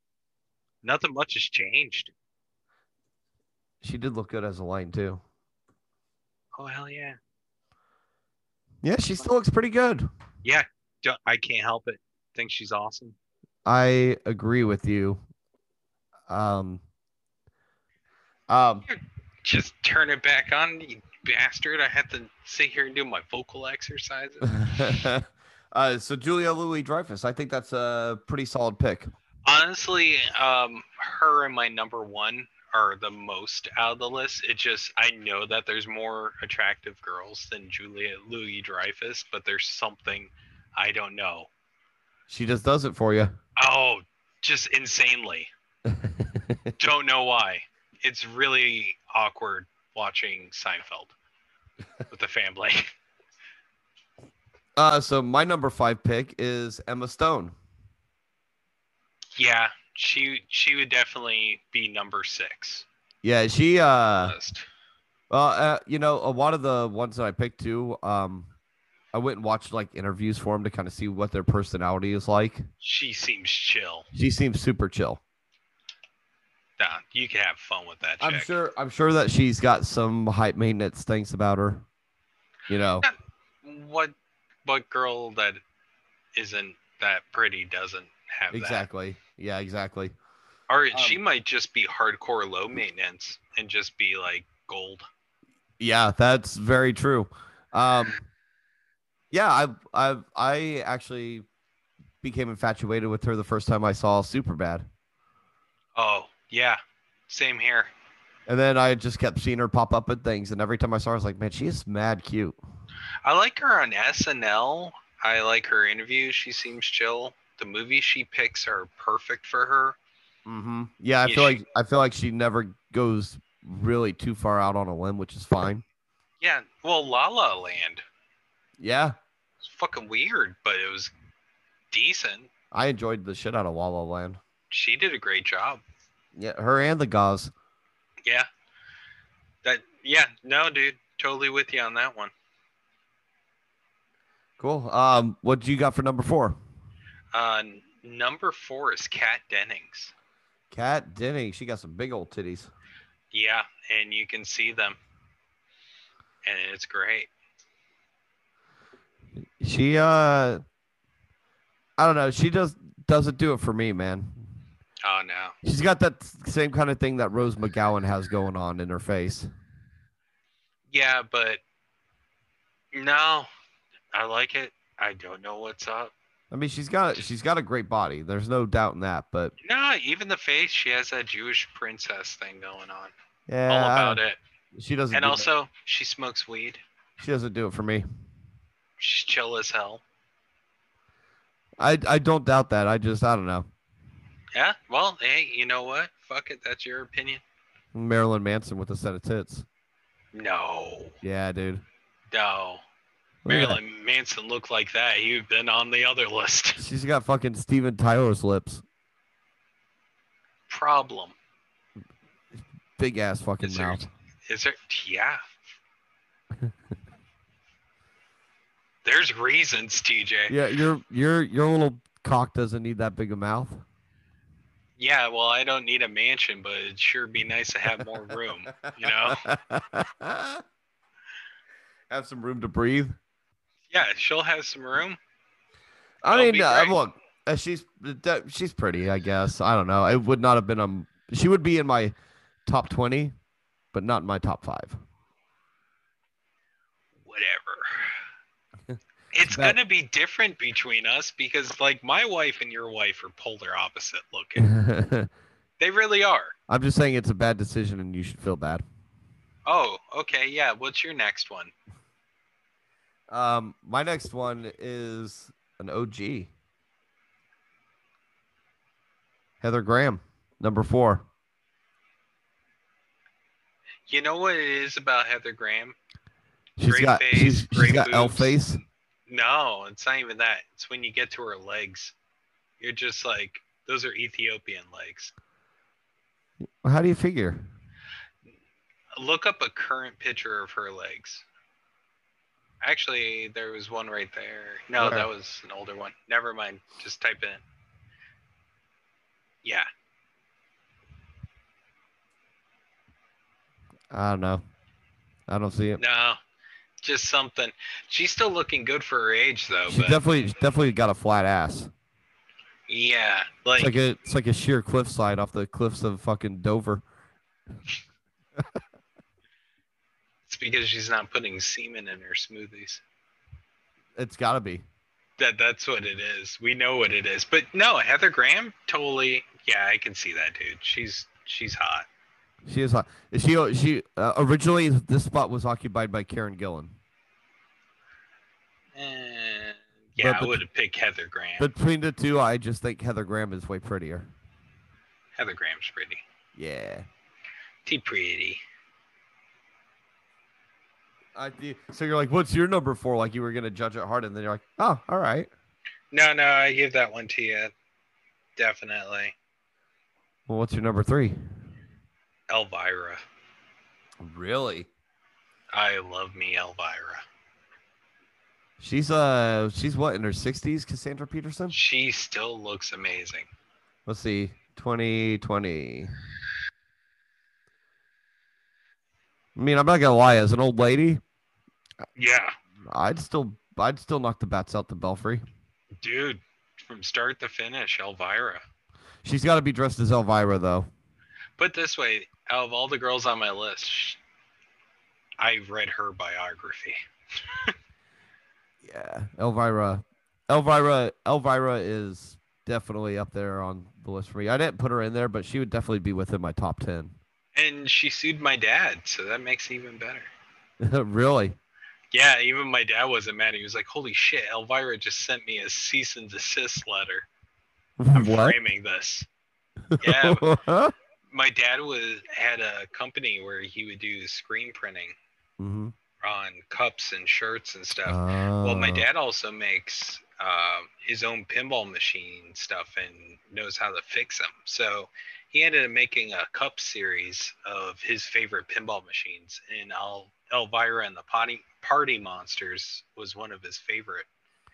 Speaker 2: nothing much has changed.
Speaker 1: She did look good as a line too.
Speaker 2: Oh, hell yeah.
Speaker 1: Yeah, she still looks pretty good.
Speaker 2: Don't- I can't help it. Think she's awesome.
Speaker 1: I agree with you. Um, um,
Speaker 2: Just turn it back on, you bastard. I have to sit here and do my vocal exercises.
Speaker 1: uh, so Julia Louis Dreyfus, I think that's a pretty solid pick.
Speaker 2: Honestly, um, her and my number one are the most out of the list. It just I know that there's more attractive girls than Julia Louis Dreyfus, but there's something I don't know.
Speaker 1: She just does it for you.
Speaker 2: Oh, just insanely. don't know why. It's really awkward watching Seinfeld with the family.
Speaker 1: Uh, so my number five pick is Emma Stone.
Speaker 2: yeah, she she would definitely be number six.
Speaker 1: Yeah, she. Uh,
Speaker 2: list.
Speaker 1: Well, uh, you know, a lot of the ones that I picked too, um, I went and watched like interviews for them to kind of see what their personality is like.
Speaker 2: She seems chill.
Speaker 1: She seems super chill.
Speaker 2: Nah, you can have fun with that.
Speaker 1: I'm
Speaker 2: chick.
Speaker 1: sure. I'm sure that she's got some high maintenance things about her. You know,
Speaker 2: What what girl that isn't that pretty doesn't have that?
Speaker 1: exactly. Yeah, exactly.
Speaker 2: Or she
Speaker 1: Um,
Speaker 2: might just be hardcore low maintenance and just be like gold.
Speaker 1: Yeah, that's very true. Um, yeah, I, I, I actually became infatuated with her the first time I saw Superbad,
Speaker 2: Oh yeah, same here.
Speaker 1: and then I just kept seeing her pop up at things, and every time I saw her, I was like, man, she is mad cute.
Speaker 2: I like her on SNL. I like her interview. She seems chill. The movies she picks are perfect for her.
Speaker 1: Mm-hmm. Yeah, I
Speaker 2: Yeah,
Speaker 1: feel
Speaker 2: she-
Speaker 1: like I feel like she never goes really too far out on a limb, which is fine.
Speaker 2: Yeah, well, La La Land.
Speaker 1: Yeah,
Speaker 2: It's fucking weird, but it was decent.
Speaker 1: I enjoyed the shit out of Walla Land.
Speaker 2: She did a great job.
Speaker 1: Yeah, her and the gauze.
Speaker 2: Yeah. That yeah, no, dude, totally with you on that one.
Speaker 1: Cool. Um, what do you got for number four?
Speaker 2: Uh, n- number four is Kat Dennings.
Speaker 1: Kat Denny. She got some big old titties.
Speaker 2: Yeah, and you can see them, and it's great.
Speaker 1: She uh, I don't know. She just doesn't do it for me, man.
Speaker 2: Oh no,
Speaker 1: She's got that same kind of thing that Rose McGowan has going on in her face.
Speaker 2: yeah, but no, I like it. I don't know what's up.
Speaker 1: I mean, she's got she's got a great body. There's no doubt in that. But
Speaker 2: No, even the face, she has that Jewish princess thing going on.
Speaker 1: yeah,
Speaker 2: All about it.
Speaker 1: she doesn't.
Speaker 2: And
Speaker 1: do it-
Speaker 2: also, she smokes weed.
Speaker 1: she doesn't do it for me.
Speaker 2: She's chill as hell.
Speaker 1: I I don't doubt that. I just I don't know.
Speaker 2: Yeah. Well, hey, you know what? Fuck it. That's your opinion.
Speaker 1: Marilyn Manson with a set of tits.
Speaker 2: No.
Speaker 1: Yeah, dude.
Speaker 2: No.
Speaker 1: Look at
Speaker 2: Marilyn Manson looked like that. He would have been on the other list.
Speaker 1: that. She's got fucking Steven Tyler's lips.
Speaker 2: Problem.
Speaker 1: Big ass fucking
Speaker 2: Is there-
Speaker 1: mouth.
Speaker 2: Is there? Yeah. There's reasons, TJ.
Speaker 1: Yeah,
Speaker 2: Yeah.
Speaker 1: your your your little cock doesn't need that big a mouth.
Speaker 2: Well, I don't need a mansion, but it'd sure be nice to have more room. You know?
Speaker 1: Have some room to breathe.
Speaker 2: Yeah. She'll have some room.
Speaker 1: I
Speaker 2: That'll
Speaker 1: mean,
Speaker 2: be
Speaker 1: uh,
Speaker 2: great.
Speaker 1: look, uh, she's that- she's pretty, I guess. I don't know. It would not have been um. She would be in my top twenty, but not in my top five.
Speaker 2: whatever. It's
Speaker 1: That-
Speaker 2: gonna be different between us because like my wife and your wife are polar opposite looking.
Speaker 1: I'm
Speaker 2: they really are.
Speaker 1: just saying it's a bad decision, and you should feel bad.
Speaker 2: Oh, okay, yeah. What's your next one?
Speaker 1: Um, my next one is an OG. Heather Graham, number four.
Speaker 2: You know what it is about Heather Graham?
Speaker 1: She's
Speaker 2: Great
Speaker 1: got
Speaker 2: face,
Speaker 1: she's, she's
Speaker 2: great
Speaker 1: got L
Speaker 2: boobs.
Speaker 1: face.
Speaker 2: No, it's not even that. It's when you get to her legs. You're just like, those are Ethiopian legs.
Speaker 1: How do you figure?
Speaker 2: Look up a current picture of her legs. Actually, there was one right there. No,
Speaker 1: Where?
Speaker 2: that was an older one. Never mind. Just type it in. Yeah.
Speaker 1: I don't know. I don't see it.
Speaker 2: No, just something. She's still looking good for her age, though.
Speaker 1: She
Speaker 2: But
Speaker 1: definitely definitely got a flat ass.
Speaker 2: Yeah,
Speaker 1: It's
Speaker 2: like,
Speaker 1: like a it's like a sheer cliffside off the cliffs of fucking Dover.
Speaker 2: it's because she's not putting semen in her smoothies.
Speaker 1: It's gotta be.
Speaker 2: That that's what it is. We know what it is. But no, Heather Graham, totally. Yeah, I can see that, dude. She's she's hot.
Speaker 1: She is hot. She she uh, originally this spot was occupied by Karen Gillan,
Speaker 2: Eh, yeah,
Speaker 1: But- but-
Speaker 2: I would have picked Heather Graham.
Speaker 1: but between the two, I just think Heather Graham is way prettier.
Speaker 2: Heather Graham's pretty.
Speaker 1: Yeah.
Speaker 2: Too pretty.
Speaker 1: I, do- so you're like, what's your number four? Like you were gonna judge it hard, and then you're like, oh, all right.
Speaker 2: No, no, I give that one to you. Definitely.
Speaker 1: Well, what's your number three?
Speaker 2: Elvira.
Speaker 1: Really?
Speaker 2: I love me Elvira.
Speaker 1: She's uh, she's what in her sixties, Cassandra Peterson.
Speaker 2: She still looks amazing.
Speaker 1: Let's see, twenty twenty. I mean, I'm not gonna lie. As an old lady,
Speaker 4: Yeah,
Speaker 1: I'd still, I'd still knock the bats out the belfry.
Speaker 2: Dude, from start to finish, Elvira.
Speaker 1: She's got to be dressed as Elvira, though.
Speaker 2: Put this way, out of all the girls on my list, sh- I've read her biography.
Speaker 1: Yeah, Elvira, Elvira, Elvira is definitely up there on the list for me. I didn't put her in there, but she would definitely be within my top ten.
Speaker 2: And she sued my dad, so that makes it even better.
Speaker 1: really?
Speaker 2: Yeah, even my dad wasn't mad. He was like, Holy shit, Elvira just sent me a cease and desist letter. I'm framing this. Yeah, my dad was had a company where he would do screen printing
Speaker 1: hmm
Speaker 2: on cups and shirts and stuff. well,
Speaker 1: Uh,
Speaker 2: my dad also makes uh, his own pinball machine stuff and knows how to fix them. So he ended up making a cup series of his favorite pinball machines, and Al- Elvira and the Potty Party Monsters was one of his favorite,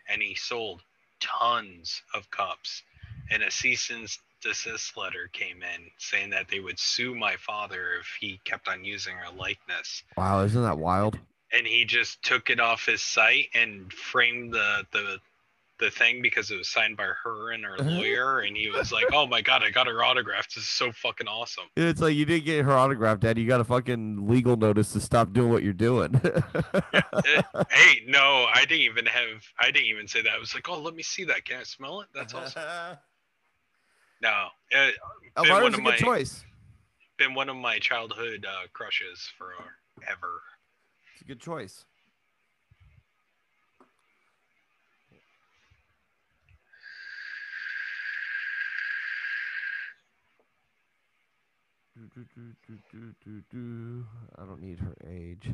Speaker 2: and he sold tons of cups. And a cease and desist letter came in saying that they would sue my father if he kept on using her likeness
Speaker 1: Wow, isn't that wild?
Speaker 2: and he just took it off his site and framed the the the thing because it was signed by her and her lawyer and he was like oh my god i got her autograph this is so fucking awesome
Speaker 1: It's like you didn't get her autograph, Dad. You got a fucking legal notice to stop doing what you're doing.
Speaker 2: hey no i didn't even have i didn't even say that i was like oh let me see that can i smell it that's awesome no it Been one
Speaker 1: Elvira's a
Speaker 2: of
Speaker 1: good
Speaker 2: my-
Speaker 1: choice.
Speaker 2: been one of my childhood uh, crushes forever
Speaker 1: It's a good choice. Do, do, do, do, do, do, do. I don't need her age.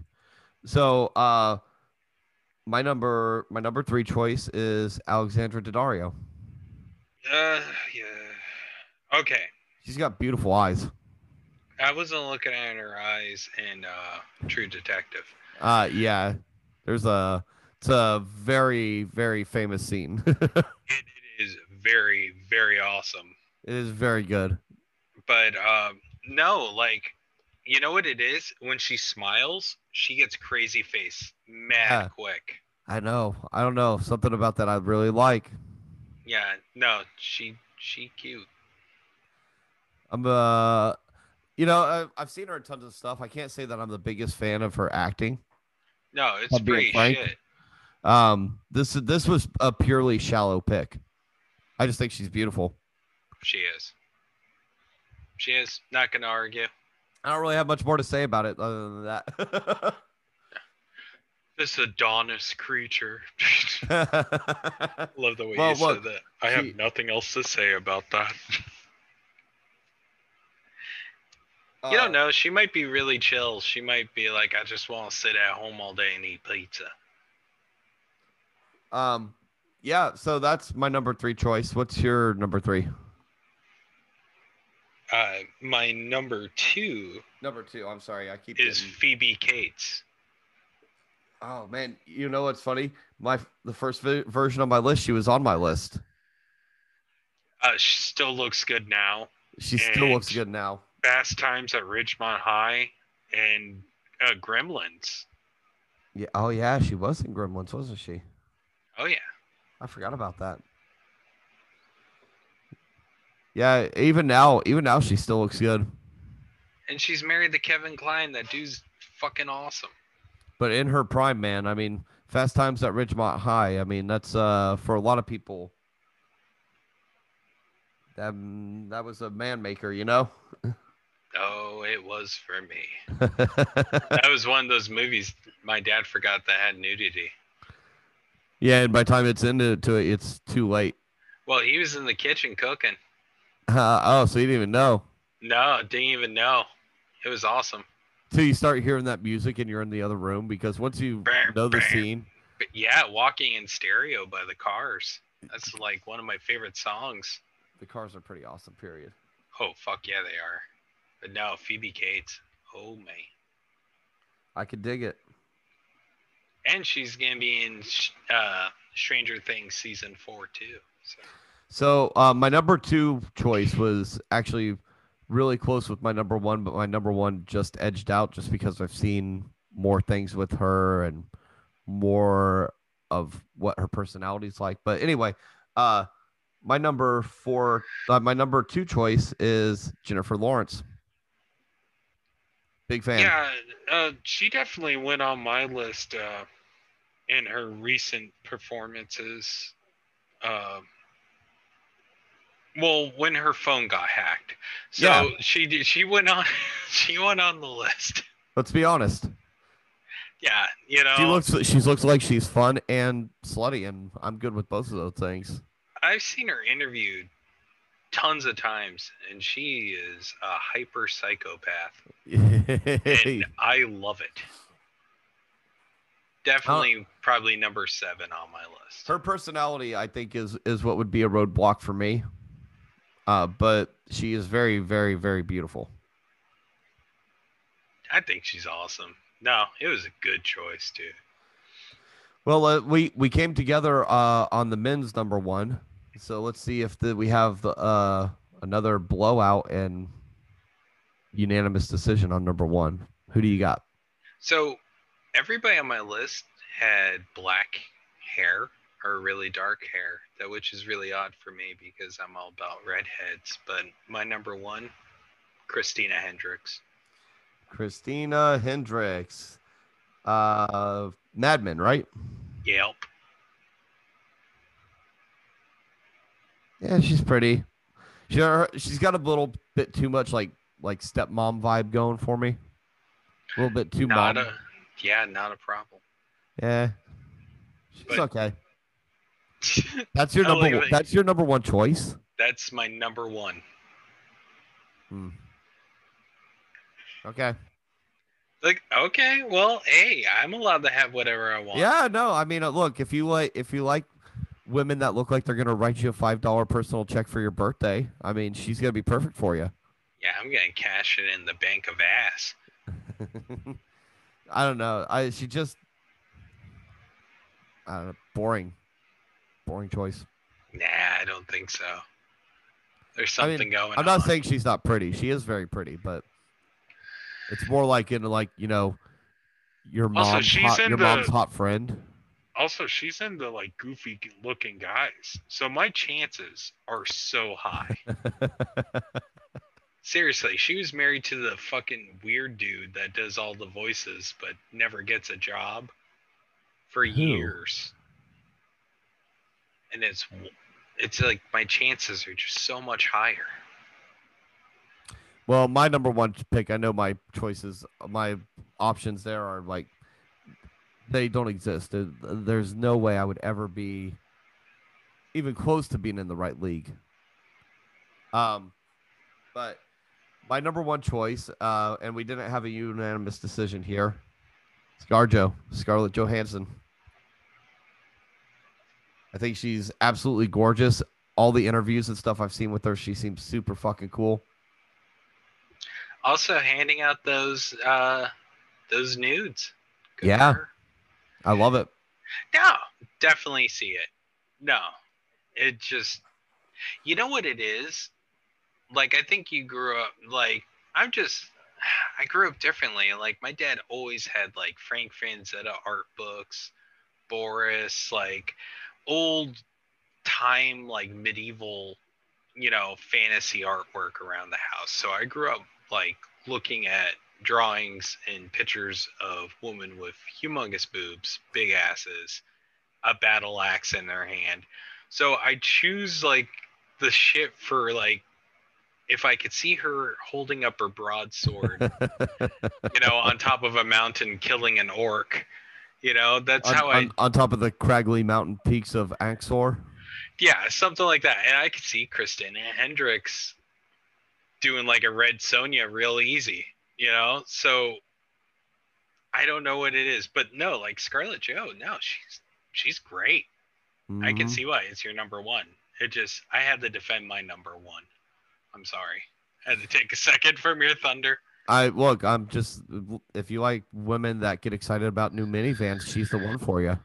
Speaker 1: So, uh, my number, my number three choice is Alexandra Daddario.
Speaker 2: uh yeah okay
Speaker 1: She's got beautiful eyes.
Speaker 2: i wasn't looking at her eyes in uh true detective
Speaker 1: Uh, yeah. There's a, it's a very, very famous scene. it
Speaker 2: it, it is very very awesome
Speaker 1: is very good.
Speaker 2: but um, no, like you know what it is when she smiles, she gets crazy face mad
Speaker 1: Yeah.
Speaker 2: quick.
Speaker 1: I know. I don't know. Something about that I really like.
Speaker 2: Yeah, no, she she cute.
Speaker 1: I'm uh, you know, I, I've seen her in tons of stuff. I can't say that I'm the biggest fan of her acting.
Speaker 2: No, it's
Speaker 1: I'll be
Speaker 2: pretty
Speaker 1: frank.
Speaker 2: shit.
Speaker 1: Um, this this was a purely shallow pick. I just think she's beautiful.
Speaker 2: She is. She is not gonna argue.
Speaker 1: I don't really have much more to say about it other than that.
Speaker 2: This Adonis creature. Love the way
Speaker 1: Well,
Speaker 2: you
Speaker 1: look,
Speaker 2: said that. I
Speaker 1: she-
Speaker 2: have nothing else to say about that. you
Speaker 1: Uh,
Speaker 2: don't know. She might be really chill. She might be like, I just want to sit at home all day and eat pizza.
Speaker 1: Um, yeah. So that's my number three choice. What's your number three?
Speaker 2: Uh, my number two
Speaker 1: Number two. I'm sorry. I keep
Speaker 2: is Phoebe Cates.
Speaker 1: Oh man, you know what's funny? My the first vi- version of my list, she was on my list.
Speaker 2: Uh, she still looks good now.
Speaker 1: She still looks
Speaker 2: And-
Speaker 1: good now.
Speaker 2: Fast Times at Ridgemont High and uh, Gremlins.
Speaker 1: Yeah. Oh yeah, she was in Gremlins, wasn't she?
Speaker 2: Oh yeah,
Speaker 1: I forgot about that. Yeah, even now, even now she still looks good.
Speaker 2: And she's married to Kevin Klein. That dude's fucking awesome.
Speaker 1: But in her prime, man, I mean, Fast Times at Ridgemont High. I mean, that's uh for a lot of people. That that was a man maker, you know.
Speaker 2: Oh, it was for me. That was one of those movies my dad forgot that had nudity.
Speaker 1: yeah, and by the time it's into to it, it's too late.
Speaker 2: Well, he was in the kitchen cooking.
Speaker 1: Uh, oh, so you didn't even know
Speaker 2: No, didn't even know. It was awesome.
Speaker 1: till you start hearing that music and you're in the other room because once you
Speaker 2: Bam,
Speaker 1: know the
Speaker 2: bam.
Speaker 1: scene,
Speaker 2: But yeah, Walking in Stereo by the Cars. That's like one of my favorite songs.
Speaker 1: the cars are pretty awesome. Period.
Speaker 2: Oh, fuck yeah, they are. But no, Phoebe Cates. Oh, man.
Speaker 1: I could dig it.
Speaker 2: And she's going to be in sh- uh, Stranger Things season four, too. So.
Speaker 1: So uh, my number two choice was actually really close with my number one, but my number one just edged out just because I've seen more things with her and more of what her personality's like. But anyway, uh, my number four, uh, my number two choice is Jennifer Lawrence. Big fan.
Speaker 4: Yeah, uh, she definitely went on my list uh, in her recent performances.
Speaker 2: uh, well, when her phone got hacked, so
Speaker 1: Yeah.
Speaker 2: she did, she went on she went on the list.
Speaker 1: Let's be honest.
Speaker 2: Yeah, you know,
Speaker 1: She looks. She looks like she's fun and slutty, and I'm good with both of those things.
Speaker 2: I've seen her interviewed tons of times, and she is a hyper psychopath, and I love it. Definitely, probably number seven on my list.
Speaker 1: her personality i think is is what would be a roadblock for me uh but she is very very very beautiful
Speaker 2: I think she's awesome. No, it was a good choice too.
Speaker 1: well uh, we we came together uh on the men's number one so let's see if the, we have the, uh another blowout and unanimous decision on number one who do you got
Speaker 2: So everybody on my list had black hair or really dark hair, that which is really odd for me because I'm all about redheads. But my number one, Christina Hendricks.
Speaker 1: christina hendricks uh madman right
Speaker 2: Yelp.
Speaker 1: yeah she's pretty she, her- she's got a little bit too much like like stepmom vibe going for me a little bit too
Speaker 2: Not
Speaker 1: mom.
Speaker 2: a yeah, not a problem.
Speaker 1: Yeah. She's
Speaker 2: But-
Speaker 1: okay. That's your
Speaker 2: I
Speaker 1: number
Speaker 2: like
Speaker 1: one,
Speaker 2: that-
Speaker 1: that's your number one choice.
Speaker 2: That's my number one.
Speaker 1: Hmm. Okay.
Speaker 2: Like, okay, well, hey, I'm allowed to have whatever I want.
Speaker 1: Yeah, no, I mean uh, look, if you like if you like women that look like they're gonna write you a five dollar personal check for your birthday, I mean she's gonna be perfect for you.
Speaker 2: Yeah, I'm gonna cash it in the bank of ass.
Speaker 1: I don't know. I she just I don't know, boring. Boring choice.
Speaker 2: Nah, I don't think so. There's
Speaker 1: I mean,
Speaker 2: something going
Speaker 1: I'm
Speaker 2: on.
Speaker 1: not saying she's not pretty. She is very pretty, but it's more like in like you know your
Speaker 4: Also,
Speaker 1: mom's
Speaker 4: she's
Speaker 1: hot,
Speaker 4: in
Speaker 1: your
Speaker 4: the-
Speaker 1: mom's hot friend.
Speaker 4: Also, she's into like goofy looking guys, so my chances are so high.
Speaker 2: Seriously, she was married to the fucking weird dude that does all the voices but never gets a job for
Speaker 1: Who?
Speaker 2: years. And it's it's like my chances are just so much higher.
Speaker 1: Well, my number one pick. I know my choices, my options there are like they don't exist. There- There's no way I would ever be even close to being in the right league. Um, but my number one choice, uh, and we didn't have a unanimous decision here. ScarJo, Scarlett Johansson. I think she's absolutely gorgeous. All the interviews and stuff I've seen with her, she seems super fucking cool.
Speaker 2: Also handing out those uh those nudes. for
Speaker 1: Yeah.
Speaker 2: her.
Speaker 1: I love it.
Speaker 2: No, definitely see it. No, it just, you know what it is? Like, I think you grew up, like, I'm just, I grew up differently. Like, my dad always had, like, Frank Franzetta art books, Boris, like, old time, like, medieval you know, fantasy artwork around the house. So I grew up like looking at drawings and pictures of women with humongous boobs, big asses, a battle axe in their hand. So I choose like the shit for like if I could see her holding up her broadsword, you know, on top of a mountain killing an orc. You know, that's
Speaker 1: on,
Speaker 2: how I
Speaker 1: on, on top of the craggly mountain peaks of Axor.
Speaker 2: yeah, something like that. And I could see Kristen Hendricks doing like a Red Sonia real easy, you know? So I don't know what it is, but no, like Scarlett Joe, no, she's she's great. I can
Speaker 1: Mhm.
Speaker 2: see why it's your number one. It just I had to defend my number one. I'm sorry. I had to take a second from your thunder.
Speaker 1: I look. I'm just. If you like women that get excited about new minivans, she's the one for you.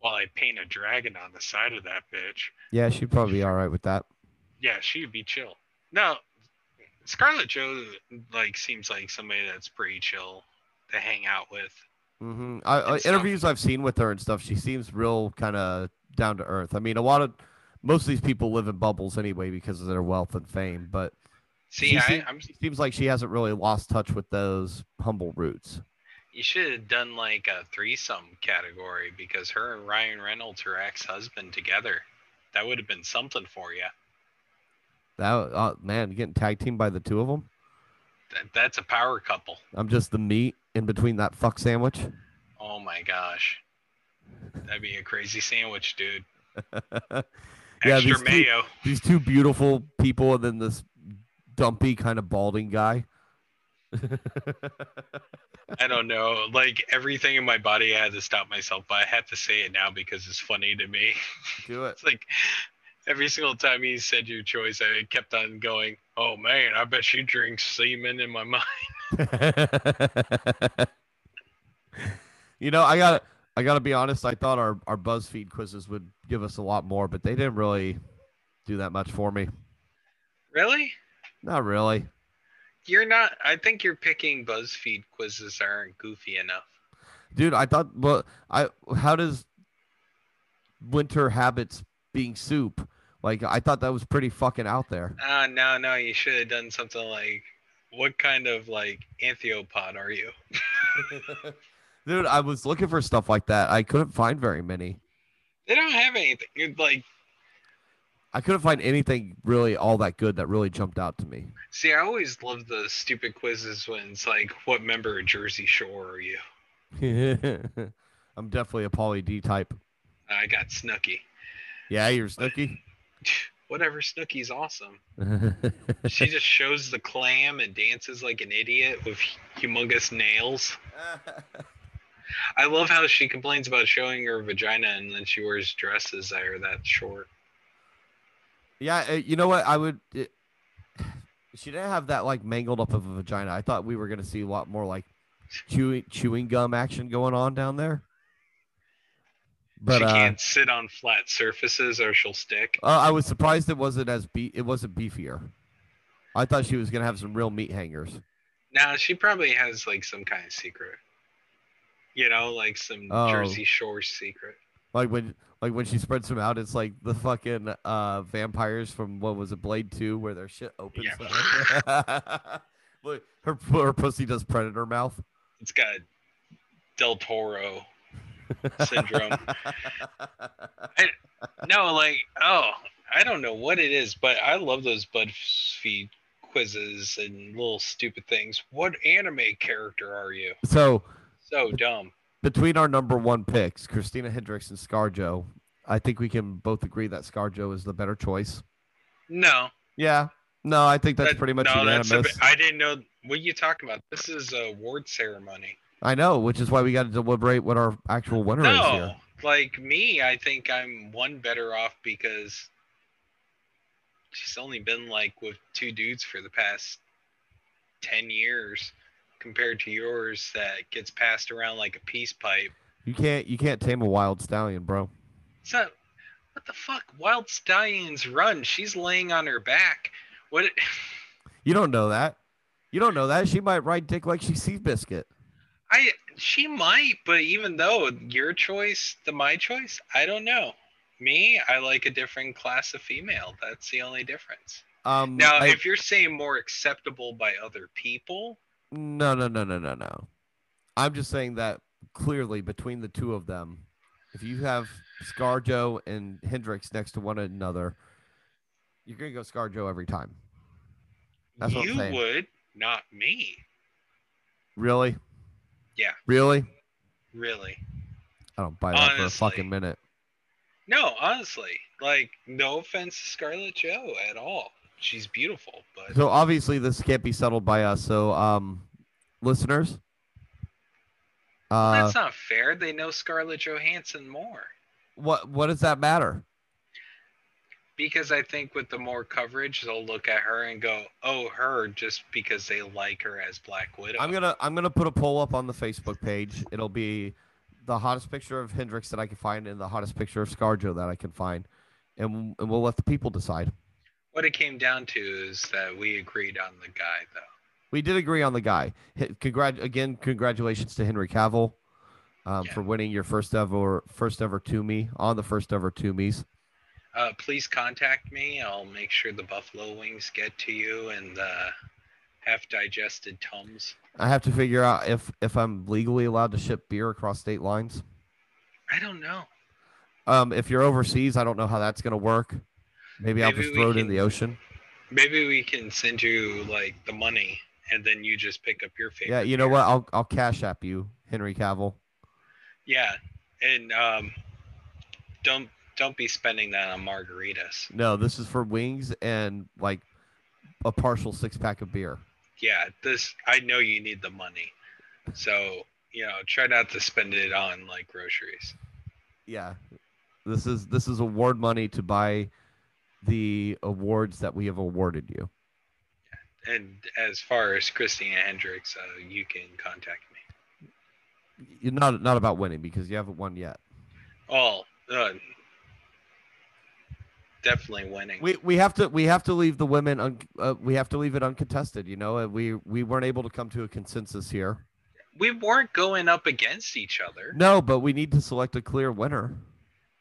Speaker 4: While I paint a dragon on the side of that bitch.
Speaker 1: Yeah, she'd probably be all right with that.
Speaker 4: Yeah, she'd be chill.
Speaker 2: No, Scarlett Joe like seems like somebody that's pretty chill to hang out with.
Speaker 1: hmm I, I,
Speaker 2: stuff.
Speaker 1: interviews I've seen with her and stuff, she seems real kind of down to earth. I mean, a lot of most of these people live in bubbles anyway because of their wealth and fame, but
Speaker 2: See,
Speaker 1: She
Speaker 2: I,
Speaker 1: seem-
Speaker 2: I'm
Speaker 1: it seems like she hasn't really lost touch with those humble roots.
Speaker 2: you should have done like a threesome category because her and Ryan Reynolds, her ex-husband, together, that would have been something for you.
Speaker 1: That uh, man getting tag team by the two of them.
Speaker 2: That that's a power couple.
Speaker 1: I'm just the meat in between that fuck sandwich.
Speaker 2: Oh my gosh, that'd be a crazy sandwich, dude.
Speaker 1: Yeah,
Speaker 2: Extra
Speaker 1: these two-
Speaker 2: mayo.
Speaker 1: These two beautiful people and then this dumpy kind of balding guy.
Speaker 2: I don't know. Like everything in my body, I had to stop myself, but I have to say it now because it's funny to me.
Speaker 1: Do it.
Speaker 2: It's like every single time he said your choice, I kept on going, Oh man, I bet she drinks semen in my mind.
Speaker 1: you know, I got to I got to be honest. I thought our our BuzzFeed quizzes would give us a lot more, but they didn't really do that much for me.
Speaker 2: Really?
Speaker 1: Not really.
Speaker 2: You're not, I think you're picking BuzzFeed quizzes that aren't goofy enough.
Speaker 1: Dude, I thought well, I how does winter habits being soup? Like I thought that was pretty fucking out there.
Speaker 2: Ah, no, no, you should have done something like, What kind of like anthropod are you?
Speaker 1: Dude, I was looking for stuff like that. I couldn't find very many.
Speaker 2: They don't have anything. You're like,
Speaker 1: I couldn't find anything really all that good that really jumped out to me.
Speaker 2: see, I always love the stupid quizzes when it's like, What member of Jersey Shore are you?
Speaker 1: I'm definitely a poly D type.
Speaker 2: Ah, I got Snooky.
Speaker 1: Yeah, you're Snooky.
Speaker 2: Whatever, Snooky's awesome. she just shows the clam and dances like an idiot with humongous nails. I love how she complains about showing her vagina and then she wears dresses that are that short.
Speaker 1: yeah, uh, you know what? I would. It, she didn't have that like mangled up of a vagina. I thought we were gonna see a lot more like chewing chewing gum action going on down there. But
Speaker 2: she
Speaker 1: uh,
Speaker 2: can't sit on flat surfaces or she'll stick.
Speaker 1: uh, I was surprised it wasn't as be it wasn't beefier. I thought she was gonna have some real meat hangers.
Speaker 2: Now she probably has like some kind of secret. You know, like some
Speaker 1: Oh.
Speaker 2: Jersey Shore secret.
Speaker 1: Like when like when she spreads them out, it's like the fucking uh vampires from what was it, Blade Two, where their shit opens. up. Look, her her pussy does predator mouth.
Speaker 2: It's got Del Toro syndrome. no, like, oh, I don't know what it is, but I love those BuzzFeed quizzes and little stupid things. What anime character are you?
Speaker 1: so
Speaker 2: So dumb.
Speaker 1: between our number one picks, Christina Hendricks and ScarJo, I think we can both agree that ScarJo is the better choice.
Speaker 2: No,
Speaker 1: Yeah. No, I think that's
Speaker 2: that-
Speaker 1: pretty much
Speaker 2: no. That's a,
Speaker 1: unanimous.
Speaker 2: bit- I didn't know what you talking about. This is a award ceremony.
Speaker 1: I know, which is why we got to deliberate what our actual winner is
Speaker 2: No,
Speaker 1: here.
Speaker 2: like me, I think I'm one better off because she's only been like with two dudes for the past 10 years compared to yours that gets passed around like a peace pipe.
Speaker 1: You can't you can't tame a wild stallion, bro.
Speaker 2: It's not, what the fuck? Wild stallions run. She's laying on her back. What?
Speaker 1: You don't know that. You don't know that. She might ride dick like she's sea biscuit.
Speaker 2: I she might, but even though your choice, the my choice, I don't know. Me, I like a different class of female. That's the only difference.
Speaker 1: Um,
Speaker 2: Now,
Speaker 1: I-
Speaker 2: if you're saying more acceptable by other people,
Speaker 1: No, no, no, no, no, no. I'm just saying that clearly between the two of them, if you have Scarjo and Hendrix next to one another, you're gonna go Scarjo every time. That's what I'm
Speaker 4: you
Speaker 1: saying.
Speaker 4: would, not me.
Speaker 1: Really?
Speaker 2: Yeah.
Speaker 1: Really?
Speaker 4: Really?
Speaker 1: I don't buy that for a
Speaker 2: Honestly.
Speaker 1: fucking minute.
Speaker 2: no, honestly, like no offense to Scarlett Joe at all. She's beautiful, but
Speaker 1: So obviously this can't be settled by us. So um, listeners, uh,
Speaker 2: that's not fair. They know Scarlett Johansson more
Speaker 1: what what does that matter?
Speaker 2: because I think with the more coverage, they'll look at her and go, "Oh, her," just because they like her as Black Widow.
Speaker 1: I'm gonna I'm gonna put a poll up on the Facebook page. It'll be the hottest picture of Hendrix that I can find and the hottest picture of ScarJo that I can find, and, and we'll let the people decide.
Speaker 2: What it came down to is that we agreed on the guy, though.
Speaker 1: We did agree on the guy. H- Congrat again, congratulations to Henry Cavill um,
Speaker 2: Yeah.
Speaker 1: for winning your first ever first ever to me on the first ever to me's.
Speaker 2: Uh, please contact me. I'll make sure the buffalo wings get to you and the half digested tums.
Speaker 1: I have to figure out if if I'm legally allowed to ship beer across state lines.
Speaker 2: I don't know.
Speaker 1: Um, if you're overseas, I don't know how that's gonna work. Maybe, I'll
Speaker 2: Maybe
Speaker 1: just
Speaker 2: we
Speaker 1: throw it in
Speaker 2: can-
Speaker 1: the ocean.
Speaker 2: Maybe we can send you like the money and then you just pick up your favorite.
Speaker 1: Yeah, you know
Speaker 2: beer.
Speaker 1: what? I'll I'll cash app you, Henry Cavill.
Speaker 2: Yeah. And um don't don't be spending that on margaritas.
Speaker 1: No, this is for wings and like a partial six pack of beer.
Speaker 2: Yeah, this I know you need the money. So, you know, try not to spend it on like groceries.
Speaker 1: Yeah. This is this is award money to buy the awards that we have awarded you.
Speaker 2: And as far as Christina Hendricks, uh, you can contact me.
Speaker 1: You're not not about winning because you haven't won yet.
Speaker 2: Oh, uh, definitely winning.
Speaker 1: We we have to we have to leave the women un, uh, we have to leave it uncontested, you know. And we we weren't able to come to a consensus here.
Speaker 2: we weren't going up against each other.
Speaker 1: No, but we need to select a clear winner.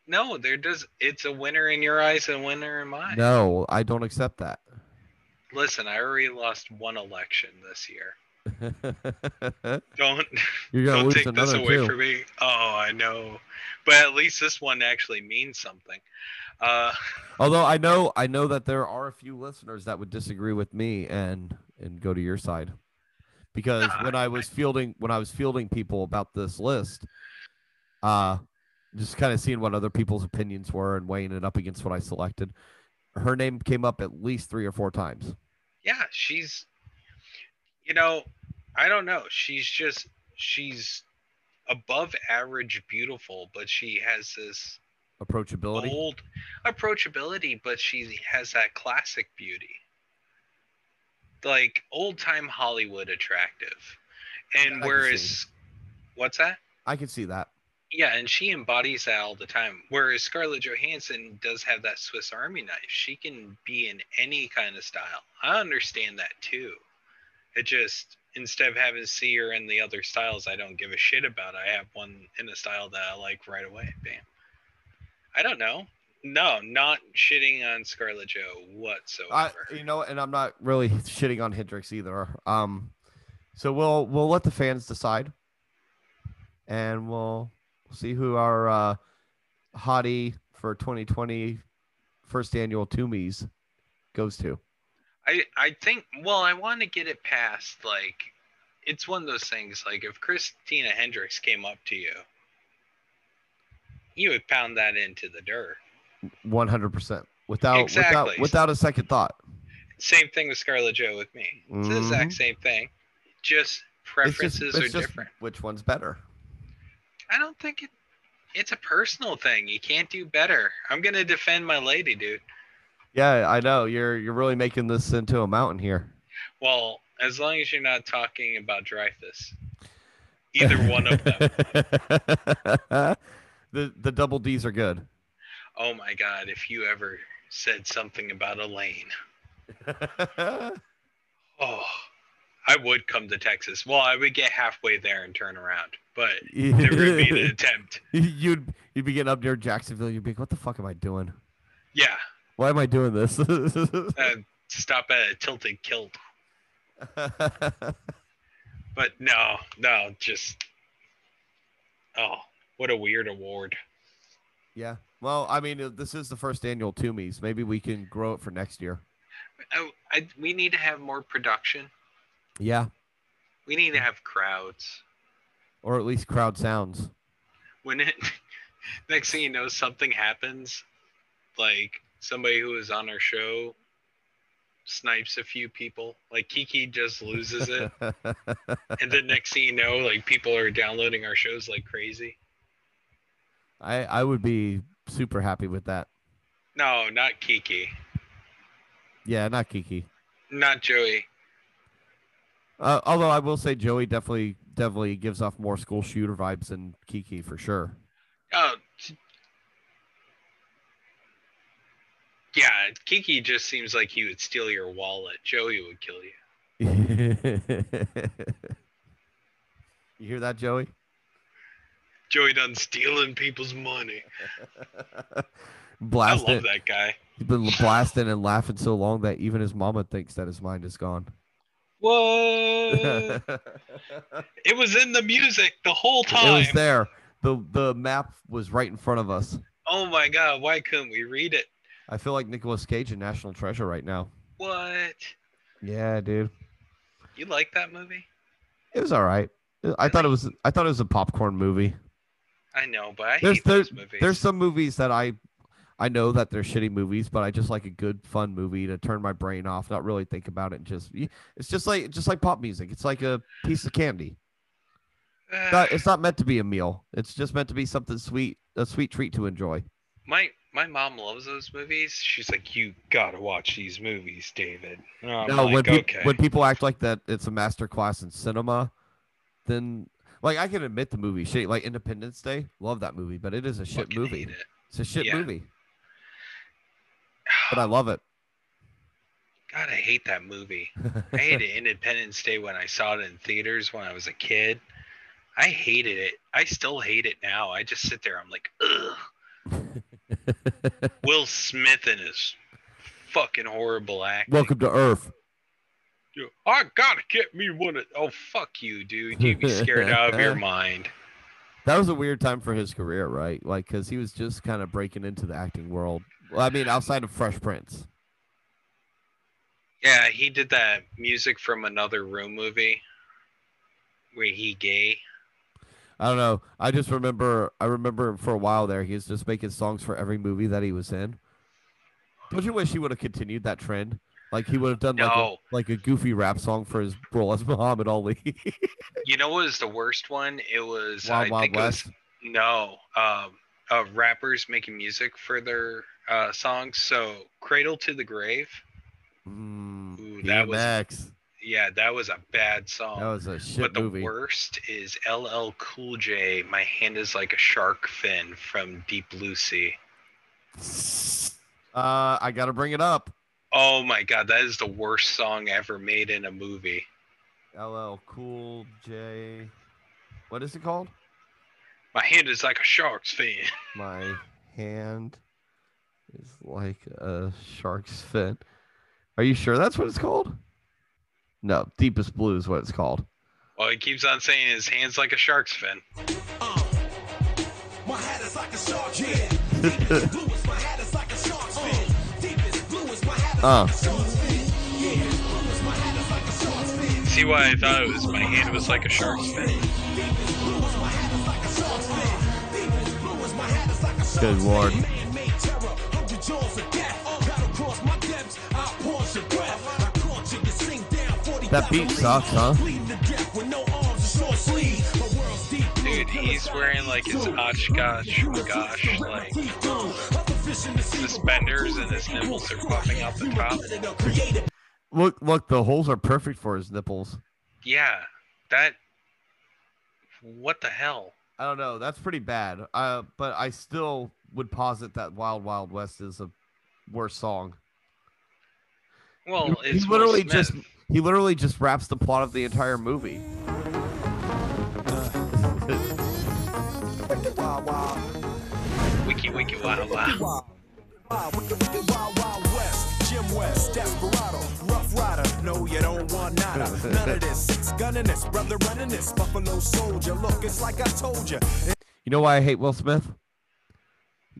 Speaker 2: No, there does. It's a winner in your eyes and a winner in mine.
Speaker 1: No, I don't accept that.
Speaker 2: Listen, I already lost one election this year. Don't
Speaker 1: You're gonna
Speaker 2: don't
Speaker 1: lose
Speaker 2: take this
Speaker 1: another
Speaker 2: away
Speaker 1: two.
Speaker 2: from me. Oh, I know, but at least this one actually means something. Uh,
Speaker 1: Although I know I know that there are a few listeners that would disagree with me and and go to your side. Because
Speaker 2: Nah,
Speaker 1: when I was fielding when I was fielding people about this list, uh just kind of seeing what other people's opinions were and weighing it up against what I selected. Her name came up at least three or four times.
Speaker 2: yeah, she's, you know, I don't know. She's just, she's above average beautiful, but she has this
Speaker 1: Approachability.
Speaker 2: bold approachability, but she has that classic beauty. Like old time Hollywood attractive.
Speaker 1: I
Speaker 2: And
Speaker 1: can
Speaker 2: whereas,
Speaker 1: see.
Speaker 2: what's that?
Speaker 1: I can see that.
Speaker 2: Yeah, and she embodies that all the time. Whereas Scarlett Johansson does have that Swiss Army knife. She can be in any kind of style. I understand that too. It just instead of having to see her in the other styles I don't give a shit about, I have one in a style that I like right away. Bam. I don't know. No, not shitting on Scarlett Joe whatsoever.
Speaker 1: I, you know, and I'm not really shitting on Hendrix either. Um, so we'll we'll let the fans decide, and we'll see who our uh, hottie for 2020 first annual Toomies goes to.
Speaker 2: I I think well I want to get it past like it's one of those things like if Christina Hendricks came up to you you would pound that into the dirt.
Speaker 1: 100 percent without
Speaker 2: Exactly.
Speaker 1: without without a second thought.
Speaker 2: Same thing with Scarlett Joe with me. It's the exact
Speaker 1: Mhm.
Speaker 2: same thing.
Speaker 1: It's
Speaker 2: Just
Speaker 1: just-
Speaker 2: preferences
Speaker 1: it's
Speaker 2: are
Speaker 1: just
Speaker 2: different.
Speaker 1: Which one's better?
Speaker 2: I don't think it it's a personal thing. You can't do better. I'm going to defend my lady, dude.
Speaker 1: Yeah, I know you're you're really making this into a mountain here.
Speaker 2: Well, as long as you're not talking about Dreyfus. Either one of them.
Speaker 1: the the double D's are good.
Speaker 2: Oh my god, if you ever said something about Elaine. Oh, I would come to Texas. Well, I would get halfway there and turn around, but there would be an attempt.
Speaker 1: you'd you'd be getting up near Jacksonville. You'd be like, "What the fuck am I doing?
Speaker 2: Yeah,
Speaker 1: Why am I doing this?"
Speaker 2: uh, stop at a tilted kilt. But no, no, just oh, what a weird award.
Speaker 1: yeah. Well, I mean, uh, this is the first annual Toomies. Maybe we can grow it for next year.
Speaker 2: I, Oh, I, we need to have more production.
Speaker 1: Yeah,
Speaker 2: We need to have crowds.
Speaker 1: or at least crowd sounds.
Speaker 2: When it next thing you know, something happens, like somebody who was on our show snipes a few people. Like Kiki just loses it, and then next thing you know, like people are downloading our shows like crazy.
Speaker 1: I I would be super happy with that.
Speaker 2: No, not Kiki,
Speaker 1: Yeah, not Kiki.
Speaker 2: not Joey.
Speaker 1: Uh, although I will say Joey definitely definitely gives off more school shooter vibes than Kiki for sure.
Speaker 2: Oh. t- Yeah, Kiki just seems like he would steal your wallet. Joey would kill you.
Speaker 1: you hear that, Joey?
Speaker 2: Joey done stealing people's money. I
Speaker 1: Blast
Speaker 2: love
Speaker 1: it.
Speaker 2: that guy.
Speaker 1: He's been blasting and laughing so long that even his mama thinks that his mind is gone.
Speaker 2: Whoa!
Speaker 1: it
Speaker 2: it was in the music the whole time.
Speaker 1: was there. The the map was right in front of us.
Speaker 2: oh my god, why couldn't we read it?
Speaker 1: I feel like Nicolas Cage in National Treasure right now.
Speaker 2: What?
Speaker 1: Yeah, dude.
Speaker 2: You like that movie?
Speaker 1: It was all right. I thought it was I thought it was a popcorn movie.
Speaker 2: I know, but I
Speaker 1: There's-
Speaker 2: hate those
Speaker 1: there-
Speaker 2: movies.
Speaker 1: There's some movies that I I know that they're shitty movies, but I just like a good fun movie to turn my brain off, not really think about it. And just y- it's just like just like pop music. It's like a piece of candy.
Speaker 2: Uh,
Speaker 1: Not- it's not meant to be a meal. It's just meant to be something sweet, a sweet treat to enjoy.
Speaker 2: my my mom loves those movies. She's like, you gotta watch these movies, David. And I'm
Speaker 1: no,
Speaker 2: like,
Speaker 1: when, peop-
Speaker 2: Oh okay.
Speaker 1: when people act like that, it's a master class in cinema. Then, like, I can admit the movie shit. Like Independence Day, love that movie, but it is a shit
Speaker 2: Fucking
Speaker 1: movie.
Speaker 2: hate it.
Speaker 1: It's a shit
Speaker 2: Yeah.
Speaker 1: movie, but I love it.
Speaker 2: God, I hate that movie. I hated Independence Day when I saw it in theaters when I was a kid. I hated it. I still hate it now. I just sit there. I'm like, ugh. Will Smith and his fucking horrible acting.
Speaker 1: Welcome to Earth.
Speaker 2: You- I gotta get me one of. Oh fuck you, dude. You'd be scared out of your mind.
Speaker 1: That was a weird time for his career, right? Like, because he was just kind of breaking into the acting world. Well, I mean, outside of Fresh Prince.
Speaker 2: Yeah, he did that music from another room movie. Where he gay.
Speaker 1: I don't know. I just remember, I remember for a while there, he was just making songs for every movie that he was in. Don't you wish he would have continued that trend? Like, he would have done like,
Speaker 2: No.
Speaker 1: a, like a goofy rap song for his role as Muhammad Ali.
Speaker 2: You know what was the worst one? It was I
Speaker 1: Wild Wild
Speaker 2: think it was
Speaker 1: West.
Speaker 2: No, um, uh, rappers making music for their uh, songs. So "Cradle to the Grave,"
Speaker 1: Mm,
Speaker 2: Ooh, that was-
Speaker 1: DMX.
Speaker 2: yeah, that was a bad song.
Speaker 1: That was a shit
Speaker 2: but the
Speaker 1: movie.
Speaker 2: worst is LL Cool J. My hand is like a shark fin from Deep Blue Sea.
Speaker 1: Uh, I got to bring it up.
Speaker 2: Oh my god, that is the worst song ever made in a movie.
Speaker 1: LL Cool J. What is it called?
Speaker 2: My hand is like a shark's fin.
Speaker 1: My hand is like a shark's fin. Are you sure that's what it's called? No, deepest blue is what it's called.
Speaker 2: Well, he keeps on saying his hand's like a shark's fin.
Speaker 5: Uh, my hat is like a shark fin. Deepest blue is my hat is like a
Speaker 6: Uh.
Speaker 5: shark's fin. Deepest blue is my hat is
Speaker 1: Uh.
Speaker 5: like a shark's fin. Yeah, blue is my hat is like a shark's fin.
Speaker 2: See why I thought it was my hand was like a shark's fin.
Speaker 5: Deepest blue is my hat is like a shark's fin. Deepest blue is my hat is like a shark's
Speaker 1: Good lord.
Speaker 5: fin. Man-made terror, hold your jaws of death.
Speaker 6: Uh.
Speaker 5: Battle cross my depths, I pause your breath. I caught you, you sink down 40
Speaker 1: That beat sucks, huh?
Speaker 5: Bleeding to death with no arms and short sleeves. My world's deep blue,
Speaker 2: Dude, he's wearing like his Oshkosh gosh like suspenders and his nipples are popping out the top.
Speaker 1: Look, look, the holes are perfect for his nipples.
Speaker 2: Yeah, that. What the hell?
Speaker 1: I don't know. That's pretty bad. Uh, but I still would posit that Wild Wild West is a worse song.
Speaker 2: Well,
Speaker 1: He-
Speaker 2: it's
Speaker 1: he
Speaker 2: Will
Speaker 1: literally
Speaker 2: Smith.
Speaker 1: just He literally just wraps the plot of the entire movie.
Speaker 5: Wicked wild, wild.
Speaker 2: Wiki wiki wow wow.
Speaker 5: Wow. Wow, wicked, wicked, wild, wild west. Jim West, Desperado, Rough Rider. No, you don't want nada. None of this. Six gunning this, brother running this. Buffalo Soldier. Look, it's like I told you.
Speaker 1: You know why I hate Will Smith?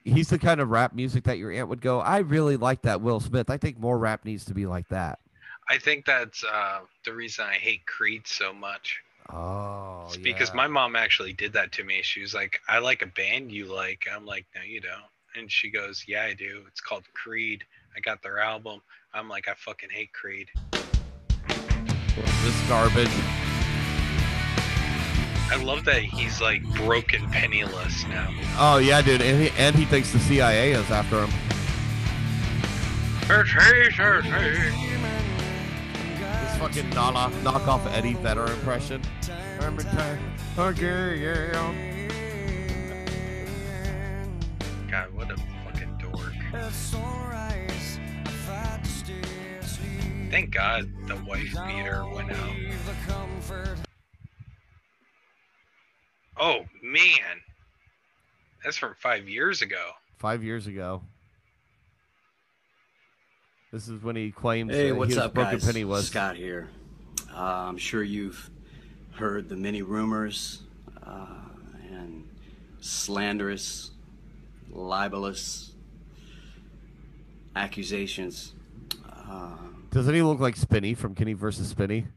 Speaker 1: He's the kind of rap music that your aunt would go, I really like that Will Smith. I think more rap needs to be like that.
Speaker 2: I think that's uh, the reason I hate Creed so much.
Speaker 1: Oh,
Speaker 2: It's because my mom actually did that to me. She was like, I like a band you like. I'm like, no, you don't. And she goes, yeah, I do. It's called Creed. I got their album. I'm like, I fucking hate Creed.
Speaker 1: this garbage.
Speaker 2: I love that he's like broken penniless now.
Speaker 1: Oh yeah, dude, and he, and he thinks the CIA is after him.
Speaker 2: It's hey, it's hey, it's hey.
Speaker 1: This fucking knock knockoff Eddie Vedder impression. Okay, yeah.
Speaker 2: God, what a fucking dork. Thank God the wife beater went out. Oh man, that's from five years ago.
Speaker 1: Five years ago. This is when he claims
Speaker 7: Hey,
Speaker 1: that
Speaker 7: what's
Speaker 1: he was
Speaker 7: up,
Speaker 1: Broken
Speaker 7: guys?
Speaker 1: Penny was.
Speaker 7: Scott here. Uh, I'm sure you've heard the many rumors uh, and slanderous, libelous accusations. Uh,
Speaker 1: Doesn't he look like Spinny from Kenny versus Spinny?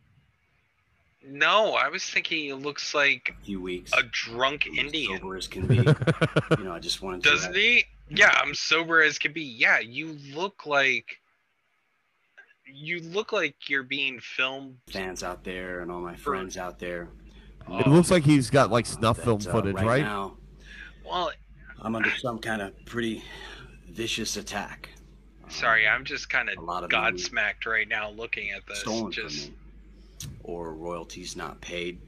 Speaker 2: No, I was thinking it looks like
Speaker 7: few weeks,
Speaker 2: a drunk
Speaker 7: I'm
Speaker 2: Indian.
Speaker 7: sober as can be. you know, I just wanted to.
Speaker 2: Doesn't he? Yeah, I'm sober as can be. Yeah, you look like you look like you're being filmed.
Speaker 7: fans out there and all my friends out there.
Speaker 1: It looks like he's got like snuff
Speaker 7: that,
Speaker 1: film
Speaker 7: uh,
Speaker 1: footage,
Speaker 7: right,
Speaker 1: right?
Speaker 7: now
Speaker 2: Well,
Speaker 7: I'm under some kind of pretty vicious attack.
Speaker 2: sorry, I'm just kind of
Speaker 7: A lot of
Speaker 2: godsmacked right now looking at this.
Speaker 7: stolen
Speaker 2: Just
Speaker 7: from me or royalties not paid.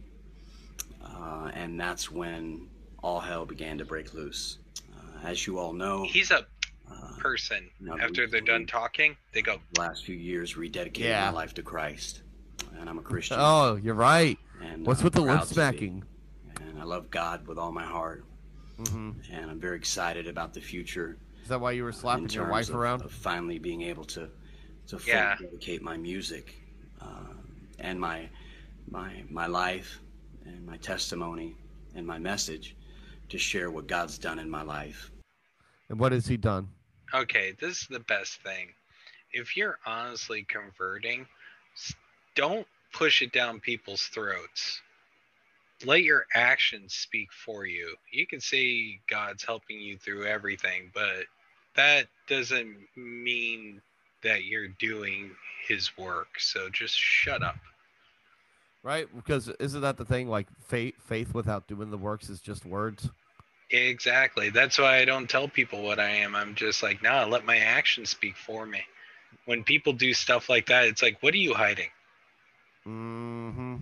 Speaker 7: Uh, and that's when all hell began to break loose. Uh, as you all know,
Speaker 2: he's a
Speaker 7: uh,
Speaker 2: person.
Speaker 7: No,
Speaker 2: After
Speaker 7: we-
Speaker 2: they're done talking, they go.
Speaker 7: the last few years rededicated
Speaker 1: Yeah.
Speaker 7: my life to Christ. And I'm a Christian.
Speaker 1: Oh, you're right.
Speaker 7: and
Speaker 1: What's
Speaker 7: I'm
Speaker 1: with the lip
Speaker 7: proud to be.
Speaker 1: smacking?
Speaker 7: And I love God with all my heart.
Speaker 1: hmm
Speaker 7: And I'm very excited about the future.
Speaker 1: Is that why you were
Speaker 7: in
Speaker 1: slapping your
Speaker 7: terms
Speaker 1: wife
Speaker 7: of,
Speaker 1: around?
Speaker 7: of finally being able to to fully
Speaker 2: Yeah.
Speaker 7: dedicate my music uh, and my my my life and my testimony and my message to share what God's done in my life.
Speaker 1: And what has he done?
Speaker 2: Okay, this is the best thing. If you're honestly converting, s- don't push it down people's throats. Let your actions speak for you. You can say God's helping you through everything, but that doesn't mean that you're doing his work. So just shut up.
Speaker 1: Right? Because isn't that the thing? Like faith, faith without doing the works is just words.
Speaker 2: Exactly. That's why I don't tell people what I am. I'm just like, nah, let my actions speak for me. When people do stuff like that, it's like, what are you hiding?
Speaker 1: Mm-hmm.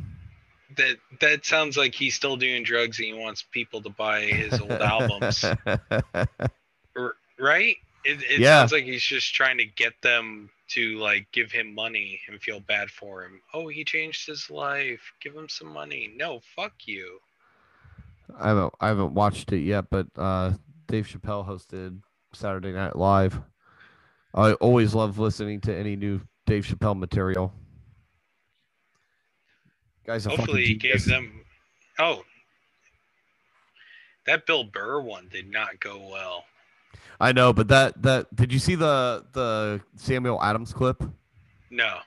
Speaker 2: That that sounds like he's still doing drugs and he wants people to buy his old albums, R- right? It, it
Speaker 1: Yeah.
Speaker 2: sounds like he's just trying to get them to like give him money and feel bad for him. Oh, he changed his life. Give him some money. No, fuck you.
Speaker 1: I haven't I haven't watched it yet, but uh, Dave Chappelle hosted Saturday Night Live. I always love listening to any new Dave Chappelle material. Guys, a fucking
Speaker 2: Hopefully, he gave
Speaker 1: genius.
Speaker 2: them. Oh, that Bill Burr one did not go well.
Speaker 1: I know, but that that did you see the the Samuel Adams clip?
Speaker 2: No.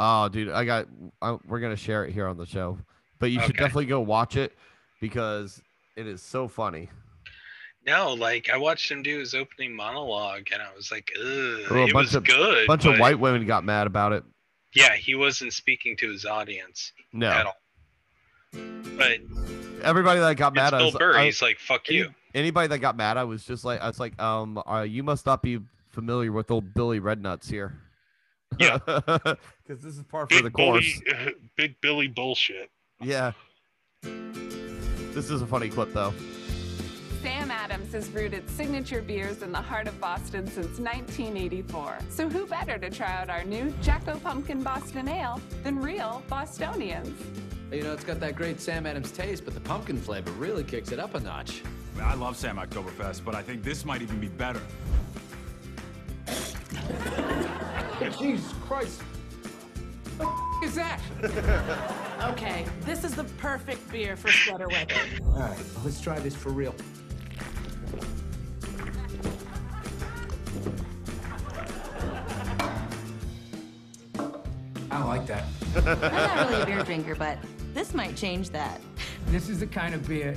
Speaker 1: Oh, dude, I got. I, we're gonna share it here on the show, but you should
Speaker 2: Okay.
Speaker 1: definitely go watch it because it is so funny.
Speaker 2: No, like I watched him do his opening monologue, and I was like, "Ugh,
Speaker 1: a
Speaker 2: it
Speaker 1: bunch
Speaker 2: was
Speaker 1: of-
Speaker 2: good."
Speaker 1: A bunch of
Speaker 2: but-
Speaker 1: white women got mad about it.
Speaker 2: Yeah, he wasn't speaking to his audience at
Speaker 1: No,
Speaker 2: all. But
Speaker 1: everybody that got
Speaker 2: it's
Speaker 1: mad, I
Speaker 2: Bill
Speaker 1: was,
Speaker 2: Burr.
Speaker 1: I-
Speaker 2: he's like, "Fuck
Speaker 1: any-
Speaker 2: you."
Speaker 1: anybody that got mad, I was just like, I was like, um, uh, you must not be familiar with old Billy Rednuts here.
Speaker 4: Yeah.
Speaker 1: because this is par for the
Speaker 4: Big Billy,
Speaker 1: course.
Speaker 4: Big Billy bullshit.
Speaker 1: Yeah. This is a funny clip though.
Speaker 8: Sam Adams has brewed its signature beers in the heart of Boston since 1984. So who better to try out our new Jacko Pumpkin Boston Ale than real Bostonians?
Speaker 9: You know, it's got that great Sam Adams taste, but the pumpkin flavor really kicks it up a notch.
Speaker 6: I love Sam Oktoberfest, but I think this might even be better.
Speaker 9: Jesus Christ! What the f- is that?
Speaker 10: Okay, this is the perfect beer for sweater weather.
Speaker 9: All right, let's try this for real. I like that.
Speaker 11: I'm not really a beer drinker, but this might change that.
Speaker 12: This is the kind of beer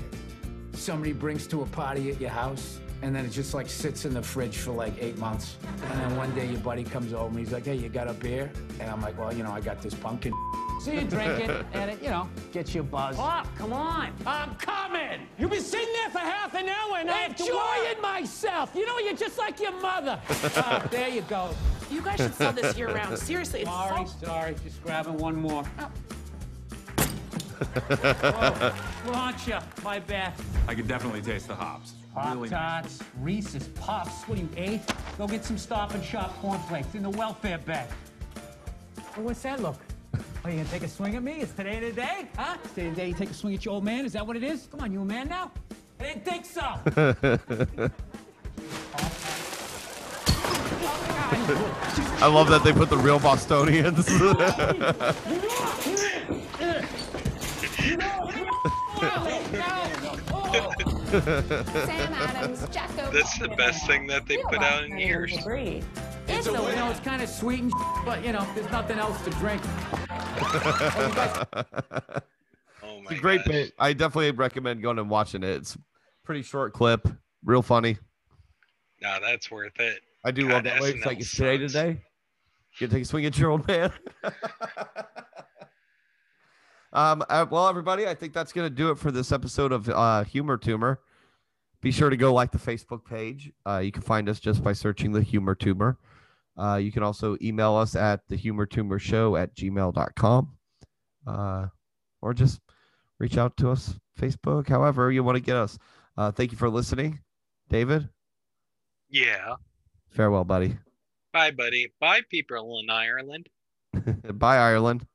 Speaker 12: somebody brings to a party at your house, and then it just like sits in the fridge for like eight months. And then one day your buddy comes over and he's like, "Hey, you got a beer?" And I'm like, "Well, you know, I got this pumpkin."
Speaker 10: So you drink it, and it, you know,
Speaker 12: gets you buzzed.
Speaker 10: Oh, come on.
Speaker 12: I'm coming.
Speaker 10: You've been sitting there for half an hour, and I have to work. Uh,
Speaker 12: Enjoying myself. You know, you're just like your mother. Oh, there you go.
Speaker 10: You guys should sell this year-round. Seriously, it's
Speaker 12: Sorry,
Speaker 10: so-
Speaker 12: sorry. Just grabbing one more.
Speaker 10: Launcher, my bad.
Speaker 6: I could definitely taste the hops.
Speaker 10: Pop Tarts, Reese's, Pops, what do you ate? Go get some Stop and Shop cornflakes in the welfare bag. Oh, what's that look? Are you gonna take a swing at me? It's today the day, huh? It's today the day you take a swing at your old man. Is that what it is? Come on, you a man now? I didn't think so.
Speaker 1: I love that they put the real Bostonians.
Speaker 8: Sam Adams, Jacko
Speaker 2: That's the best thing that they put out in years.
Speaker 11: Agree.
Speaker 12: It's a, you know, it's kind of sweet and but you know, there's nothing else to drink.
Speaker 2: Oh my
Speaker 1: It's a great
Speaker 2: gosh.
Speaker 1: bit. I definitely recommend going and watching it. It's a pretty short clip, real funny.
Speaker 2: Nah, that's worth it.
Speaker 1: I do
Speaker 2: God,
Speaker 1: love that way. It's
Speaker 2: SNL
Speaker 1: like it's today
Speaker 2: sucks.
Speaker 1: today. You gonna take a swing at your old man. um. uh, well, everybody, I think that's gonna do it for this episode of uh, Humor Tumor. Be sure to go like the Facebook page. Uh, you can find us just by searching the Humor Tumor. Uh, you can also email us at the Humor Tumor Show at gmail.com. Uh, or just reach out to us Facebook, however you want to get us. Uh, thank you for listening, David.
Speaker 2: Yeah.
Speaker 1: Farewell, buddy.
Speaker 2: Bye, buddy. Bye, people in Ireland.
Speaker 1: Bye, Ireland.